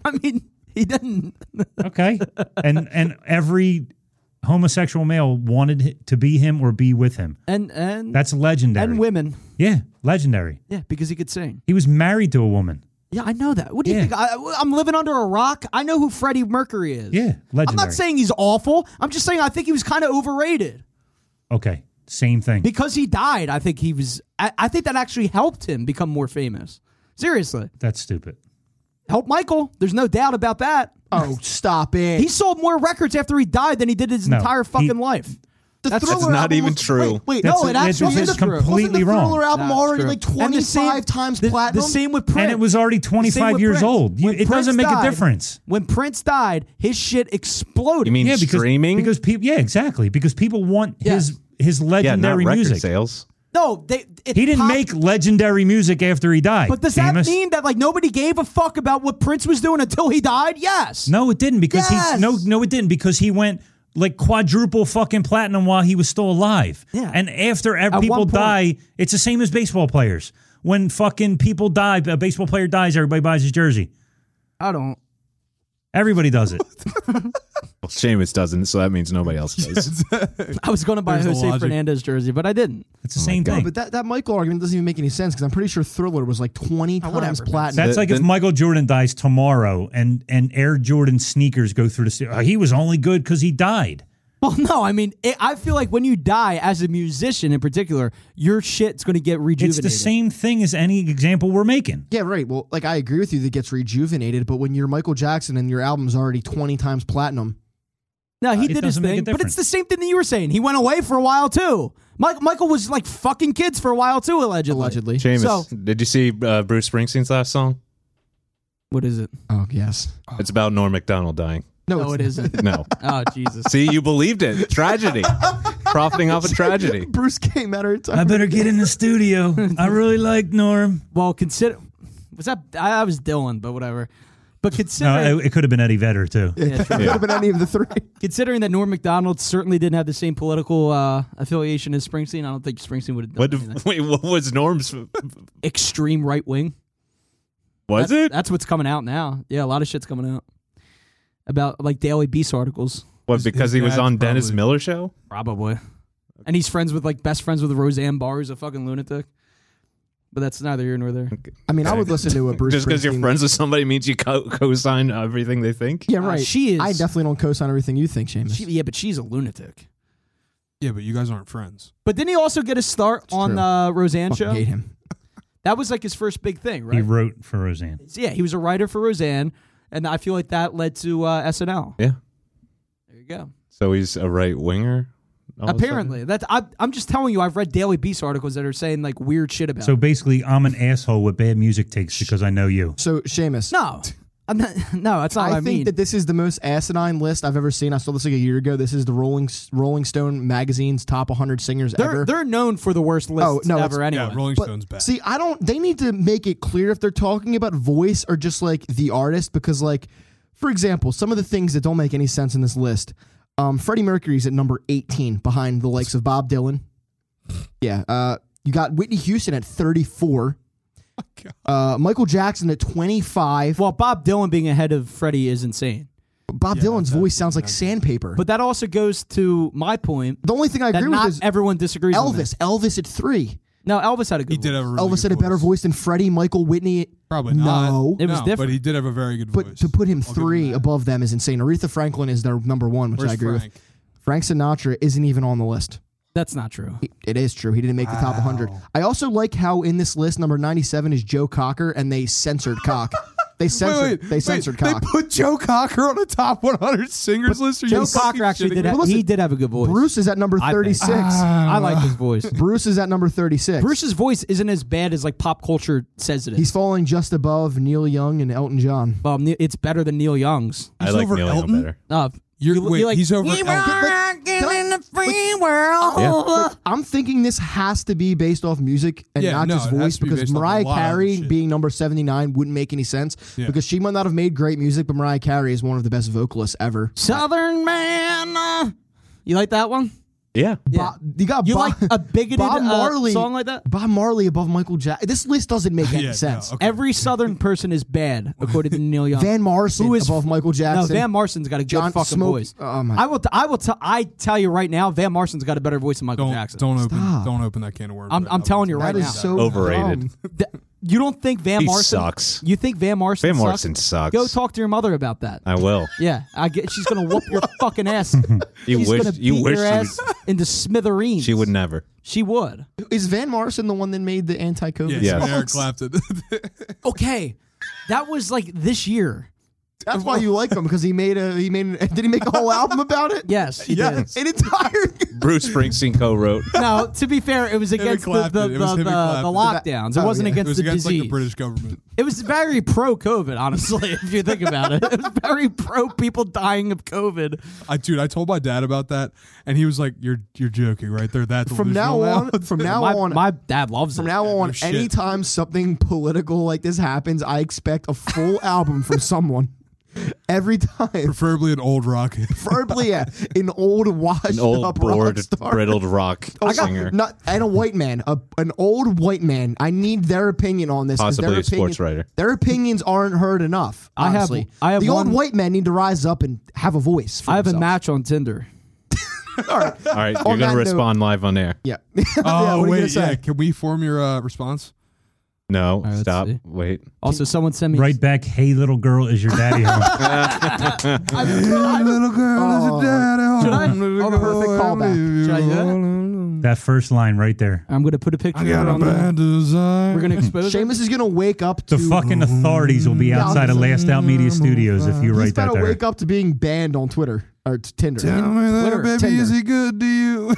[SPEAKER 2] I mean, he didn't.
[SPEAKER 4] Okay, and and every homosexual male wanted hi- to be him or be with him.
[SPEAKER 2] And and
[SPEAKER 4] That's legendary.
[SPEAKER 2] and women.
[SPEAKER 4] yeah, legendary.
[SPEAKER 2] Yeah, because he could sing.
[SPEAKER 4] He was married to a woman.
[SPEAKER 2] Yeah, I know that. What do you
[SPEAKER 4] Yeah.
[SPEAKER 2] think? I, I'm living under a rock. I know who Freddie Mercury is.
[SPEAKER 4] Yeah, legendary.
[SPEAKER 2] I'm not saying he's awful. I'm just saying I think he was kind of overrated
[SPEAKER 4] okay, same thing.
[SPEAKER 2] because he died. I think he was. I, I think that actually helped him become more famous. Seriously,
[SPEAKER 4] That's stupid.
[SPEAKER 2] helped Michael. There's no doubt about that.
[SPEAKER 3] Oh, <laughs> stop it.
[SPEAKER 2] He sold more records after he died than he did his
[SPEAKER 4] No,
[SPEAKER 2] entire
[SPEAKER 4] he-
[SPEAKER 2] fucking life.
[SPEAKER 3] the
[SPEAKER 2] that's-
[SPEAKER 5] That's
[SPEAKER 3] Thriller
[SPEAKER 5] not
[SPEAKER 3] album
[SPEAKER 5] even
[SPEAKER 3] was-
[SPEAKER 5] true.
[SPEAKER 3] Wait, wait
[SPEAKER 4] That's
[SPEAKER 3] no,
[SPEAKER 4] a-
[SPEAKER 3] it actually
[SPEAKER 4] that
[SPEAKER 3] is
[SPEAKER 4] is completely
[SPEAKER 3] wasn't the
[SPEAKER 4] wrong.
[SPEAKER 3] Thriller album
[SPEAKER 2] Nah, it's
[SPEAKER 3] already
[SPEAKER 2] true.
[SPEAKER 3] like
[SPEAKER 2] And
[SPEAKER 3] twenty
[SPEAKER 2] the same-
[SPEAKER 3] five times
[SPEAKER 2] the-
[SPEAKER 3] platinum.
[SPEAKER 2] The same with Prince.
[SPEAKER 4] and it was already
[SPEAKER 2] Same
[SPEAKER 4] 25
[SPEAKER 2] with
[SPEAKER 4] years
[SPEAKER 2] Prince.
[SPEAKER 4] old. You,
[SPEAKER 2] When
[SPEAKER 4] it doesn't
[SPEAKER 2] Prince
[SPEAKER 4] make
[SPEAKER 2] died-
[SPEAKER 4] a difference.
[SPEAKER 2] When Prince died, his shit exploded.
[SPEAKER 5] You mean
[SPEAKER 4] Yeah, because
[SPEAKER 5] streaming?
[SPEAKER 4] because people yeah exactly because people want
[SPEAKER 2] Yes.
[SPEAKER 4] his his
[SPEAKER 5] yeah, not
[SPEAKER 4] legendary
[SPEAKER 5] record
[SPEAKER 4] music.
[SPEAKER 5] sales.
[SPEAKER 2] no, they it
[SPEAKER 4] He didn't
[SPEAKER 2] popped-
[SPEAKER 4] make legendary music after he died.
[SPEAKER 2] But does
[SPEAKER 4] Seamus.
[SPEAKER 2] that mean that like nobody gave a fuck about what Prince was doing until he died? Yes.
[SPEAKER 4] No, it didn't because
[SPEAKER 2] Yes!
[SPEAKER 4] he no no it didn't because he went like quadruple fucking platinum while he was still alive.
[SPEAKER 2] Yeah.
[SPEAKER 4] And after ev-
[SPEAKER 2] At
[SPEAKER 4] people
[SPEAKER 2] one point-
[SPEAKER 4] die, it's the same as baseball players. When fucking people die, a baseball player dies, everybody buys his jersey.
[SPEAKER 2] I don't.
[SPEAKER 4] Everybody
[SPEAKER 3] <laughs>
[SPEAKER 4] does it.
[SPEAKER 5] Well, Seamus doesn't, so that means nobody else does.
[SPEAKER 2] I was going to buy
[SPEAKER 6] There's
[SPEAKER 2] a
[SPEAKER 6] the
[SPEAKER 2] Jose
[SPEAKER 6] logic.
[SPEAKER 2] Fernandez jersey, but I didn't.
[SPEAKER 4] It's the same
[SPEAKER 3] No,
[SPEAKER 4] thing.
[SPEAKER 3] Oh but that, that Michael argument doesn't even make any sense because I'm pretty sure Thriller was like 20
[SPEAKER 2] Oh,
[SPEAKER 3] times
[SPEAKER 2] whatever.
[SPEAKER 3] platinum.
[SPEAKER 4] That's
[SPEAKER 5] The-
[SPEAKER 4] like if
[SPEAKER 5] the-
[SPEAKER 4] Michael Jordan dies tomorrow and and Air Jordan sneakers go through the. st- Uh, he was only good because he died.
[SPEAKER 2] Well, no, I mean, it, I feel like when you die as a musician in particular, your shit's going to get
[SPEAKER 4] It's
[SPEAKER 2] rejuvenated.
[SPEAKER 4] the same thing as any example we're making.
[SPEAKER 3] yeah, right. Well, like I agree with you that gets rejuvenated, but when you're Michael Jackson and your album's already 20 times platinum,
[SPEAKER 2] No, he did
[SPEAKER 4] It
[SPEAKER 2] his
[SPEAKER 4] doesn't make
[SPEAKER 2] thing,
[SPEAKER 4] a
[SPEAKER 2] but it's
[SPEAKER 4] difference.
[SPEAKER 2] the same thing that you were saying. He went away for a while too. Mike, Michael was like fucking kids for a while too, allegedly.
[SPEAKER 3] allegedly.
[SPEAKER 5] Seamus,
[SPEAKER 2] So-
[SPEAKER 5] did you see uh, Bruce Springsteen's last song?
[SPEAKER 2] What is it?
[SPEAKER 3] Oh, yes.
[SPEAKER 5] It's about Norm Macdonald dying.
[SPEAKER 3] No,
[SPEAKER 2] Oh, it isn't.
[SPEAKER 5] No.
[SPEAKER 2] oh, Jesus.
[SPEAKER 5] See, you believed it. Tragedy. Profiting off a tragedy.
[SPEAKER 3] <laughs> Bruce came at her.
[SPEAKER 4] <laughs> I better get in the studio. I really like Norm.
[SPEAKER 2] Well, consider. Was that I, I was Dylan, but whatever. But considering
[SPEAKER 4] No, it, it could have been Eddie Vedder too.
[SPEAKER 2] Yeah, true.
[SPEAKER 3] Could have been any of the three.
[SPEAKER 2] considering that Norm Macdonald certainly didn't have the same political uh, affiliation as Springsteen, I don't think Springsteen would have done
[SPEAKER 5] What?
[SPEAKER 2] anything.
[SPEAKER 5] Wait, what was Norm's?
[SPEAKER 2] extreme right wing.
[SPEAKER 5] Was
[SPEAKER 2] That-
[SPEAKER 5] it?
[SPEAKER 2] That's what's coming out now. Yeah, a lot of shit's coming out about like Daily Beast articles,
[SPEAKER 5] What? Because
[SPEAKER 6] his
[SPEAKER 5] he was
[SPEAKER 6] dad's
[SPEAKER 5] on Dennis
[SPEAKER 6] probably-
[SPEAKER 5] Miller show.
[SPEAKER 2] probably. And he's friends with like best friends with Roseanne Barr, who's a fucking lunatic. But that's neither here nor there.
[SPEAKER 3] I mean, I would listen to a Bruce
[SPEAKER 5] Just because you're
[SPEAKER 3] Springsteen-
[SPEAKER 5] friends with somebody means you co- co-sign everything they think.
[SPEAKER 3] Yeah,
[SPEAKER 2] Uh,
[SPEAKER 3] right.
[SPEAKER 2] she is-
[SPEAKER 3] I definitely don't co sign everything you think, Seamus.
[SPEAKER 2] She, yeah, but she's a lunatic.
[SPEAKER 6] Yeah, but you guys aren't friends.
[SPEAKER 2] But didn't he also get a start on
[SPEAKER 3] true.
[SPEAKER 2] the Roseanne
[SPEAKER 3] Fucking
[SPEAKER 2] show?
[SPEAKER 3] hate him.
[SPEAKER 2] That was like his first big thing,
[SPEAKER 4] He
[SPEAKER 2] right?
[SPEAKER 4] wrote for Roseanne.
[SPEAKER 2] So, yeah, he was a writer for Roseanne, and I feel like that led to uh, SNL.
[SPEAKER 5] Yeah.
[SPEAKER 2] There you go.
[SPEAKER 5] So he's a right winger. all of a sudden?
[SPEAKER 2] Apparently, that's I, I'm just telling you. I've read Daily Beast articles that are saying like weird shit about.
[SPEAKER 4] So
[SPEAKER 2] it.
[SPEAKER 4] basically, I'm an asshole with bad music takes because I know you.
[SPEAKER 3] So, Seamus.
[SPEAKER 2] no, I'm not, <laughs> no, that's not
[SPEAKER 3] I
[SPEAKER 2] what I
[SPEAKER 3] think
[SPEAKER 2] mean.
[SPEAKER 3] that this is the most asinine list I've ever seen. I saw this like a year ago. This is the Rolling Rolling Stone magazine's top 100 singers
[SPEAKER 2] they're
[SPEAKER 3] ever. Oh,
[SPEAKER 2] they're known for the worst lists
[SPEAKER 3] no, it's-
[SPEAKER 2] ever. Anyway,
[SPEAKER 6] Yeah, Rolling
[SPEAKER 3] But-
[SPEAKER 6] Stone's bad.
[SPEAKER 3] See, I don't. They need to make it clear if they're talking about voice or just like the artist, because like, for example, some of the things that don't make any sense in this list. Um, Freddie Mercury's at number eighteen, behind the likes of Bob Dylan. Yeah, uh, you got Whitney Houston at
[SPEAKER 6] <laughs>
[SPEAKER 3] thirty-four. Uh, Michael Jackson at twenty-five.
[SPEAKER 2] well, Bob Dylan being ahead of Freddie is insane.
[SPEAKER 3] Bob Dylan's voice sounds like sandpaper. But
[SPEAKER 2] But that also goes to my point
[SPEAKER 3] the only thing I
[SPEAKER 2] that
[SPEAKER 3] agree with
[SPEAKER 2] not
[SPEAKER 3] is
[SPEAKER 2] everyone disagrees. on that.
[SPEAKER 3] Elvis. Elvis at three.
[SPEAKER 2] No, Elvis had a good.
[SPEAKER 6] he did
[SPEAKER 2] voice.
[SPEAKER 6] have a really
[SPEAKER 3] Elvis
[SPEAKER 6] good
[SPEAKER 3] had a better voice than Freddie. Michael Whitney.
[SPEAKER 6] Probably not.
[SPEAKER 3] No.
[SPEAKER 2] It was
[SPEAKER 6] no,
[SPEAKER 2] different.
[SPEAKER 6] But he did have a very good
[SPEAKER 3] But
[SPEAKER 6] voice.
[SPEAKER 3] to put him
[SPEAKER 6] I'll give
[SPEAKER 3] three
[SPEAKER 6] that.
[SPEAKER 3] above them is insane. Aretha Franklin is their number one, which
[SPEAKER 6] Where's
[SPEAKER 3] I agree
[SPEAKER 6] Frank?
[SPEAKER 3] with. Frank Sinatra isn't even on the list.
[SPEAKER 2] That's not true.
[SPEAKER 3] He- It is true. He didn't make the top 100. I also like how in this list, number 97 is Joe Cocker, and they censored
[SPEAKER 6] <laughs>
[SPEAKER 3] Cock. They censored.
[SPEAKER 6] Wait, wait,
[SPEAKER 3] they
[SPEAKER 6] wait,
[SPEAKER 3] censored Cock.
[SPEAKER 6] They put Joe Cocker on the top 100 singers list. Are you
[SPEAKER 2] Joe
[SPEAKER 6] fucking
[SPEAKER 2] Cocker actually
[SPEAKER 6] shitting
[SPEAKER 2] did.
[SPEAKER 6] me?
[SPEAKER 2] Have,
[SPEAKER 3] Well, listen,
[SPEAKER 2] he did have a good voice.
[SPEAKER 3] Bruce is at number
[SPEAKER 2] I think.
[SPEAKER 3] 36.
[SPEAKER 6] Ah.
[SPEAKER 2] I like his voice.
[SPEAKER 3] Bruce is at number
[SPEAKER 2] <laughs>
[SPEAKER 3] 36.
[SPEAKER 2] Bruce's voice isn't as bad as like pop culture says it is.
[SPEAKER 3] He's falling just above Neil Young and Elton John.
[SPEAKER 2] Well, Ne- it's better than Neil Young's.
[SPEAKER 5] I
[SPEAKER 6] He's
[SPEAKER 5] like
[SPEAKER 6] over
[SPEAKER 5] Neil Young
[SPEAKER 6] Elton?
[SPEAKER 5] better.
[SPEAKER 2] Uh,
[SPEAKER 6] You're,
[SPEAKER 2] you-
[SPEAKER 6] wait,
[SPEAKER 2] you're like,
[SPEAKER 6] he's over.
[SPEAKER 1] We
[SPEAKER 6] Elton.
[SPEAKER 1] rockin' in the free world.
[SPEAKER 3] Like, I'm thinking this has to be based off music and
[SPEAKER 6] Yeah,
[SPEAKER 3] not
[SPEAKER 6] no,
[SPEAKER 3] just
[SPEAKER 6] it has
[SPEAKER 3] voice
[SPEAKER 6] to be
[SPEAKER 3] because
[SPEAKER 6] based off a
[SPEAKER 3] Mariah
[SPEAKER 6] lot of
[SPEAKER 3] Carey
[SPEAKER 6] shit.
[SPEAKER 3] being number 79 wouldn't make any sense
[SPEAKER 6] Yeah.
[SPEAKER 3] because she might not have made great music, but Mariah Carey is one of the best vocalists ever.
[SPEAKER 2] Southern man. uh, you like that one?
[SPEAKER 5] Yeah.
[SPEAKER 3] Bob, you got
[SPEAKER 2] You
[SPEAKER 3] <laughs> Bob,
[SPEAKER 2] like a bigoted
[SPEAKER 3] Bob
[SPEAKER 2] uh,
[SPEAKER 3] Marley
[SPEAKER 2] song like that?
[SPEAKER 3] Bob Marley above Michael Jackson. This list doesn't make any
[SPEAKER 6] <laughs> Yeah, no,
[SPEAKER 3] sense.
[SPEAKER 6] okay.
[SPEAKER 2] Every Southern person is bad, according to Neil Young.
[SPEAKER 3] Van Morrison
[SPEAKER 2] Who is-
[SPEAKER 3] above Michael
[SPEAKER 2] no,
[SPEAKER 3] Jackson.
[SPEAKER 2] Van Marson's got a
[SPEAKER 3] John
[SPEAKER 2] good fucking
[SPEAKER 3] Smoke-
[SPEAKER 2] voice.
[SPEAKER 3] Oh, my-
[SPEAKER 2] I will. T- I will. T- I tell you right now, Van Marson's got a better voice than Michael
[SPEAKER 6] Don't
[SPEAKER 2] Jackson.
[SPEAKER 6] don't open don't open that can of worms.
[SPEAKER 2] I'm-
[SPEAKER 6] right
[SPEAKER 2] I'm
[SPEAKER 6] now.
[SPEAKER 2] telling you right
[SPEAKER 3] that is
[SPEAKER 2] now.
[SPEAKER 3] so
[SPEAKER 5] Overrated.
[SPEAKER 3] dumb.
[SPEAKER 2] Th- you don't think Van
[SPEAKER 5] He
[SPEAKER 2] Morrison
[SPEAKER 5] sucks.
[SPEAKER 2] You think Van Morrison?
[SPEAKER 5] Van
[SPEAKER 2] sucks?
[SPEAKER 5] Morrison sucks.
[SPEAKER 2] Go talk to your mother about that.
[SPEAKER 5] I will.
[SPEAKER 2] yeah, I get. She's gonna whoop
[SPEAKER 3] <laughs>
[SPEAKER 2] your fucking ass.
[SPEAKER 5] You
[SPEAKER 2] she's
[SPEAKER 5] wish.
[SPEAKER 2] gonna beat
[SPEAKER 5] You wish
[SPEAKER 2] your
[SPEAKER 5] she
[SPEAKER 2] ass
[SPEAKER 5] would-
[SPEAKER 2] into smithereens.
[SPEAKER 5] she would never.
[SPEAKER 2] She would.
[SPEAKER 3] Is Van Morrison the one that made the anti-COVID?
[SPEAKER 5] Yeah.
[SPEAKER 6] Yeah, so Eric Clapton.
[SPEAKER 2] okay, That was like this year.
[SPEAKER 3] That's why you like him because he made a he made an, <laughs> did he make a whole album about it?
[SPEAKER 2] Yes, he did.
[SPEAKER 3] an entire. <laughs>
[SPEAKER 5] Bruce Springsteen co-wrote.
[SPEAKER 2] <laughs> No, to be fair, it was against the,
[SPEAKER 6] Clapton.
[SPEAKER 2] the, the,
[SPEAKER 6] It was
[SPEAKER 2] the,
[SPEAKER 6] Henry
[SPEAKER 2] the
[SPEAKER 3] Clapton.
[SPEAKER 2] lockdowns. It
[SPEAKER 3] Oh,
[SPEAKER 2] wasn't
[SPEAKER 3] yeah.
[SPEAKER 6] <laughs> It
[SPEAKER 2] against
[SPEAKER 6] was
[SPEAKER 2] the
[SPEAKER 6] against
[SPEAKER 2] disease.
[SPEAKER 6] like the British government.
[SPEAKER 2] It was very pro COVID, honestly, <laughs> if you think about it. It was very pro people dying of COVID.
[SPEAKER 6] I dude, I told my dad about that, and he was like, "You're you're joking, right? They're that
[SPEAKER 3] From now
[SPEAKER 6] delusional <laughs>
[SPEAKER 3] on, from now
[SPEAKER 2] my,
[SPEAKER 3] on,
[SPEAKER 2] my dad loves
[SPEAKER 3] from
[SPEAKER 2] it.
[SPEAKER 3] now on,
[SPEAKER 6] shit.
[SPEAKER 3] anytime something political like this happens, I expect a
[SPEAKER 5] <laughs>
[SPEAKER 3] full album from someone. Every time,
[SPEAKER 6] preferably an old rock."
[SPEAKER 3] preferably <laughs> yeah, an old washed
[SPEAKER 5] An old
[SPEAKER 3] up
[SPEAKER 5] bored,
[SPEAKER 3] rock star.
[SPEAKER 5] brittled rock
[SPEAKER 3] I got-
[SPEAKER 5] singer.
[SPEAKER 3] Not, and a white man, a, an old white man. I need their opinion on this. 'cause
[SPEAKER 5] Possibly
[SPEAKER 3] their
[SPEAKER 5] a sports
[SPEAKER 3] opinion-
[SPEAKER 5] writer.
[SPEAKER 3] Their opinions aren't heard enough.
[SPEAKER 2] I have-
[SPEAKER 3] Honestly.
[SPEAKER 2] I have
[SPEAKER 3] the
[SPEAKER 2] one-
[SPEAKER 3] old white men need to rise up and have a voice. For
[SPEAKER 2] I have a
[SPEAKER 3] themselves.
[SPEAKER 2] match on Tinder.
[SPEAKER 5] All right, you're
[SPEAKER 3] <laughs> On
[SPEAKER 5] gonna
[SPEAKER 3] that
[SPEAKER 5] respond live on air.
[SPEAKER 2] <laughs>
[SPEAKER 3] Yeah. Yeah, what are
[SPEAKER 6] Oh
[SPEAKER 3] you gonna
[SPEAKER 6] wait,
[SPEAKER 3] say?
[SPEAKER 6] yeah. Can we form your uh, response?
[SPEAKER 5] No,
[SPEAKER 2] let's
[SPEAKER 5] stop.
[SPEAKER 2] see.
[SPEAKER 5] Wait.
[SPEAKER 2] Also, someone sent me.
[SPEAKER 4] Right back, hey little girl, is your
[SPEAKER 3] <laughs>
[SPEAKER 4] daddy home?
[SPEAKER 6] little girl,
[SPEAKER 3] is a daddy
[SPEAKER 2] Should I?
[SPEAKER 3] Oh, perfect callback.
[SPEAKER 2] Should I do that?
[SPEAKER 4] that first line right there.
[SPEAKER 2] I'm going to put a picture on the,
[SPEAKER 6] bad design.
[SPEAKER 2] We're going to expose it.
[SPEAKER 3] Seamus is gonna wake up to
[SPEAKER 4] The
[SPEAKER 3] <laughs>
[SPEAKER 4] fucking authorities will be outside of Last Out Media Studios if you
[SPEAKER 3] He's
[SPEAKER 4] write that
[SPEAKER 3] gotta
[SPEAKER 4] there.
[SPEAKER 3] wake up to being banned on Twitter or t- Tinder.
[SPEAKER 6] me that
[SPEAKER 3] Twitter, Tinder.
[SPEAKER 6] good to you?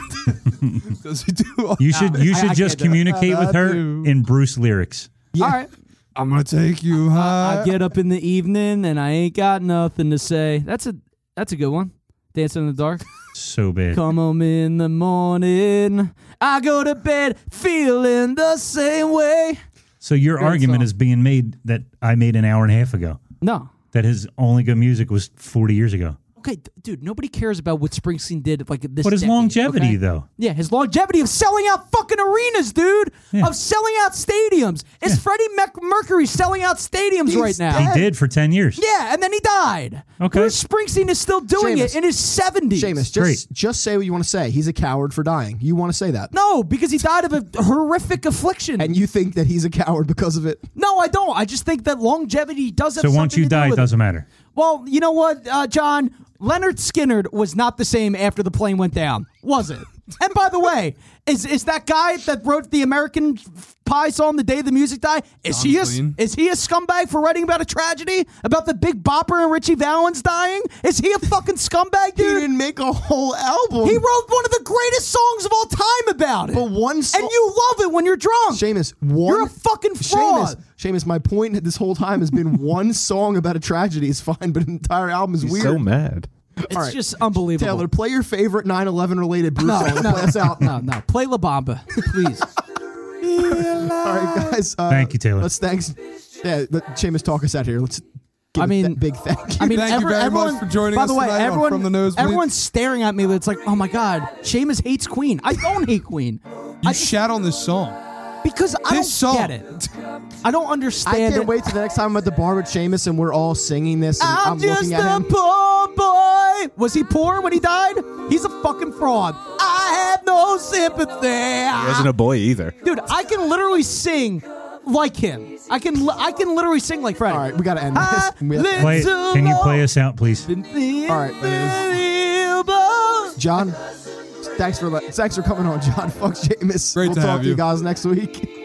[SPEAKER 6] <laughs> Does he do? All
[SPEAKER 4] You should you
[SPEAKER 2] I- I
[SPEAKER 4] should just
[SPEAKER 2] can't do it.
[SPEAKER 4] communicate with her in Bruce lyrics.
[SPEAKER 2] All right.
[SPEAKER 6] I'm gonna take you high.
[SPEAKER 3] uh,
[SPEAKER 2] I get up in the evening and I ain't got nothing to say. That's a that's a good one. Dancing in the dark. <laughs>
[SPEAKER 4] So bad.
[SPEAKER 2] Come home in the morning. I go to bed feeling the same way.
[SPEAKER 4] So your
[SPEAKER 2] Great
[SPEAKER 4] argument
[SPEAKER 2] song.
[SPEAKER 4] is being made that I made an hour and a half ago.
[SPEAKER 2] No.
[SPEAKER 4] That his only good music was forty years ago.
[SPEAKER 2] Okay, d- dude, nobody cares about what Springsteen did like this.
[SPEAKER 4] But his
[SPEAKER 2] decade,
[SPEAKER 4] longevity
[SPEAKER 2] okay?
[SPEAKER 4] though.
[SPEAKER 2] Yeah, his longevity of selling out fucking arenas, dude.
[SPEAKER 4] Yeah.
[SPEAKER 2] Of selling out stadiums. Is Freddie Mac- Mercury selling out stadiums right now?
[SPEAKER 4] He did for ten years.
[SPEAKER 2] Yeah, and then he died.
[SPEAKER 4] Okay.
[SPEAKER 2] Bruce Springsteen is still doing
[SPEAKER 3] Seamus.
[SPEAKER 2] it in his 70s.
[SPEAKER 3] Seamus, just
[SPEAKER 4] Great.
[SPEAKER 3] just say what you want to say. He's a coward for dying. You want to say that,
[SPEAKER 2] No, because he died of a horrific affliction.
[SPEAKER 3] and you think that he's a coward because of it.
[SPEAKER 2] no, I don't. I just think that longevity does have
[SPEAKER 4] So
[SPEAKER 2] something
[SPEAKER 4] once you
[SPEAKER 2] to do
[SPEAKER 4] die, it
[SPEAKER 2] with
[SPEAKER 4] doesn't matter.
[SPEAKER 2] Well, you know what, uh, John? Leonard Skinner was not the same after the plane went down, was it? and by the way, is is that guy that wrote the American Pie song, "The Day the Music Died"? Is
[SPEAKER 6] Don
[SPEAKER 2] he a,
[SPEAKER 6] McLean.
[SPEAKER 2] is he a scumbag for writing about a tragedy about the Big Bopper and Richie Valens dying? Is he a fucking scumbag,
[SPEAKER 3] He
[SPEAKER 2] dude?
[SPEAKER 3] didn't make a whole album.
[SPEAKER 2] He wrote one of the greatest songs of all time about it.
[SPEAKER 3] But one song-
[SPEAKER 2] And you love it when you're drunk.
[SPEAKER 3] Seamus, one.
[SPEAKER 2] You're a fucking fraud.
[SPEAKER 3] Seamus, Seamus, my point this whole time has been <laughs> one song about a tragedy is fine, but an entire album is
[SPEAKER 5] He's
[SPEAKER 3] weird.
[SPEAKER 5] so mad.
[SPEAKER 2] It's
[SPEAKER 3] right.
[SPEAKER 2] just unbelievable.
[SPEAKER 3] Taylor, play your favorite 9/11
[SPEAKER 2] <laughs>
[SPEAKER 3] related Bruce
[SPEAKER 2] no,
[SPEAKER 3] song. and
[SPEAKER 2] no,
[SPEAKER 3] play us out.
[SPEAKER 2] no, no. Play La Bamba, please.
[SPEAKER 3] All right, guys. Uh,
[SPEAKER 4] Thank you, Taylor.
[SPEAKER 3] Let's thanks. Yeah, let Seamus talk us out here. Let's. Give
[SPEAKER 2] I
[SPEAKER 3] a
[SPEAKER 2] mean-
[SPEAKER 3] th- big thank you.
[SPEAKER 2] I mean,
[SPEAKER 6] Thank you
[SPEAKER 2] every-
[SPEAKER 6] very much
[SPEAKER 2] everyone,
[SPEAKER 6] for joining
[SPEAKER 2] by
[SPEAKER 6] us
[SPEAKER 2] the way,
[SPEAKER 6] tonight on
[SPEAKER 2] everyone,
[SPEAKER 6] From the Nosebleeds.
[SPEAKER 2] Everyone's staring at me. It's like, oh my god, Seamus hates Queen. I don't hate Queen. I
[SPEAKER 6] you
[SPEAKER 2] just-
[SPEAKER 6] shout on this song.
[SPEAKER 2] because I don't
[SPEAKER 6] This song.
[SPEAKER 2] get it. I don't
[SPEAKER 3] I
[SPEAKER 2] understand.
[SPEAKER 3] can't
[SPEAKER 2] it.
[SPEAKER 3] wait till the next time I'm at the bar with Seamus and we're all singing this. And
[SPEAKER 2] I'm,
[SPEAKER 3] I'm,
[SPEAKER 2] just
[SPEAKER 3] looking at
[SPEAKER 2] a
[SPEAKER 3] him.
[SPEAKER 2] poor boy. Was he poor when he died? He's a fucking fraud. I have no sympathy.
[SPEAKER 5] He wasn't a boy either.
[SPEAKER 2] Dude, I can literally sing like him. I can li- I can literally sing like Freddie.
[SPEAKER 3] All right, we gotta end
[SPEAKER 2] I
[SPEAKER 3] this. <laughs> We have-
[SPEAKER 2] live
[SPEAKER 4] Play it.
[SPEAKER 2] too
[SPEAKER 4] Can you play
[SPEAKER 2] long.
[SPEAKER 4] us out, please?
[SPEAKER 2] All
[SPEAKER 3] right, John, <laughs> thanks for le- thanks for coming on, John. Fuck Seamus.
[SPEAKER 6] Great
[SPEAKER 3] we'll
[SPEAKER 6] to
[SPEAKER 3] talk
[SPEAKER 6] have
[SPEAKER 3] to you
[SPEAKER 6] you.
[SPEAKER 3] guys next week.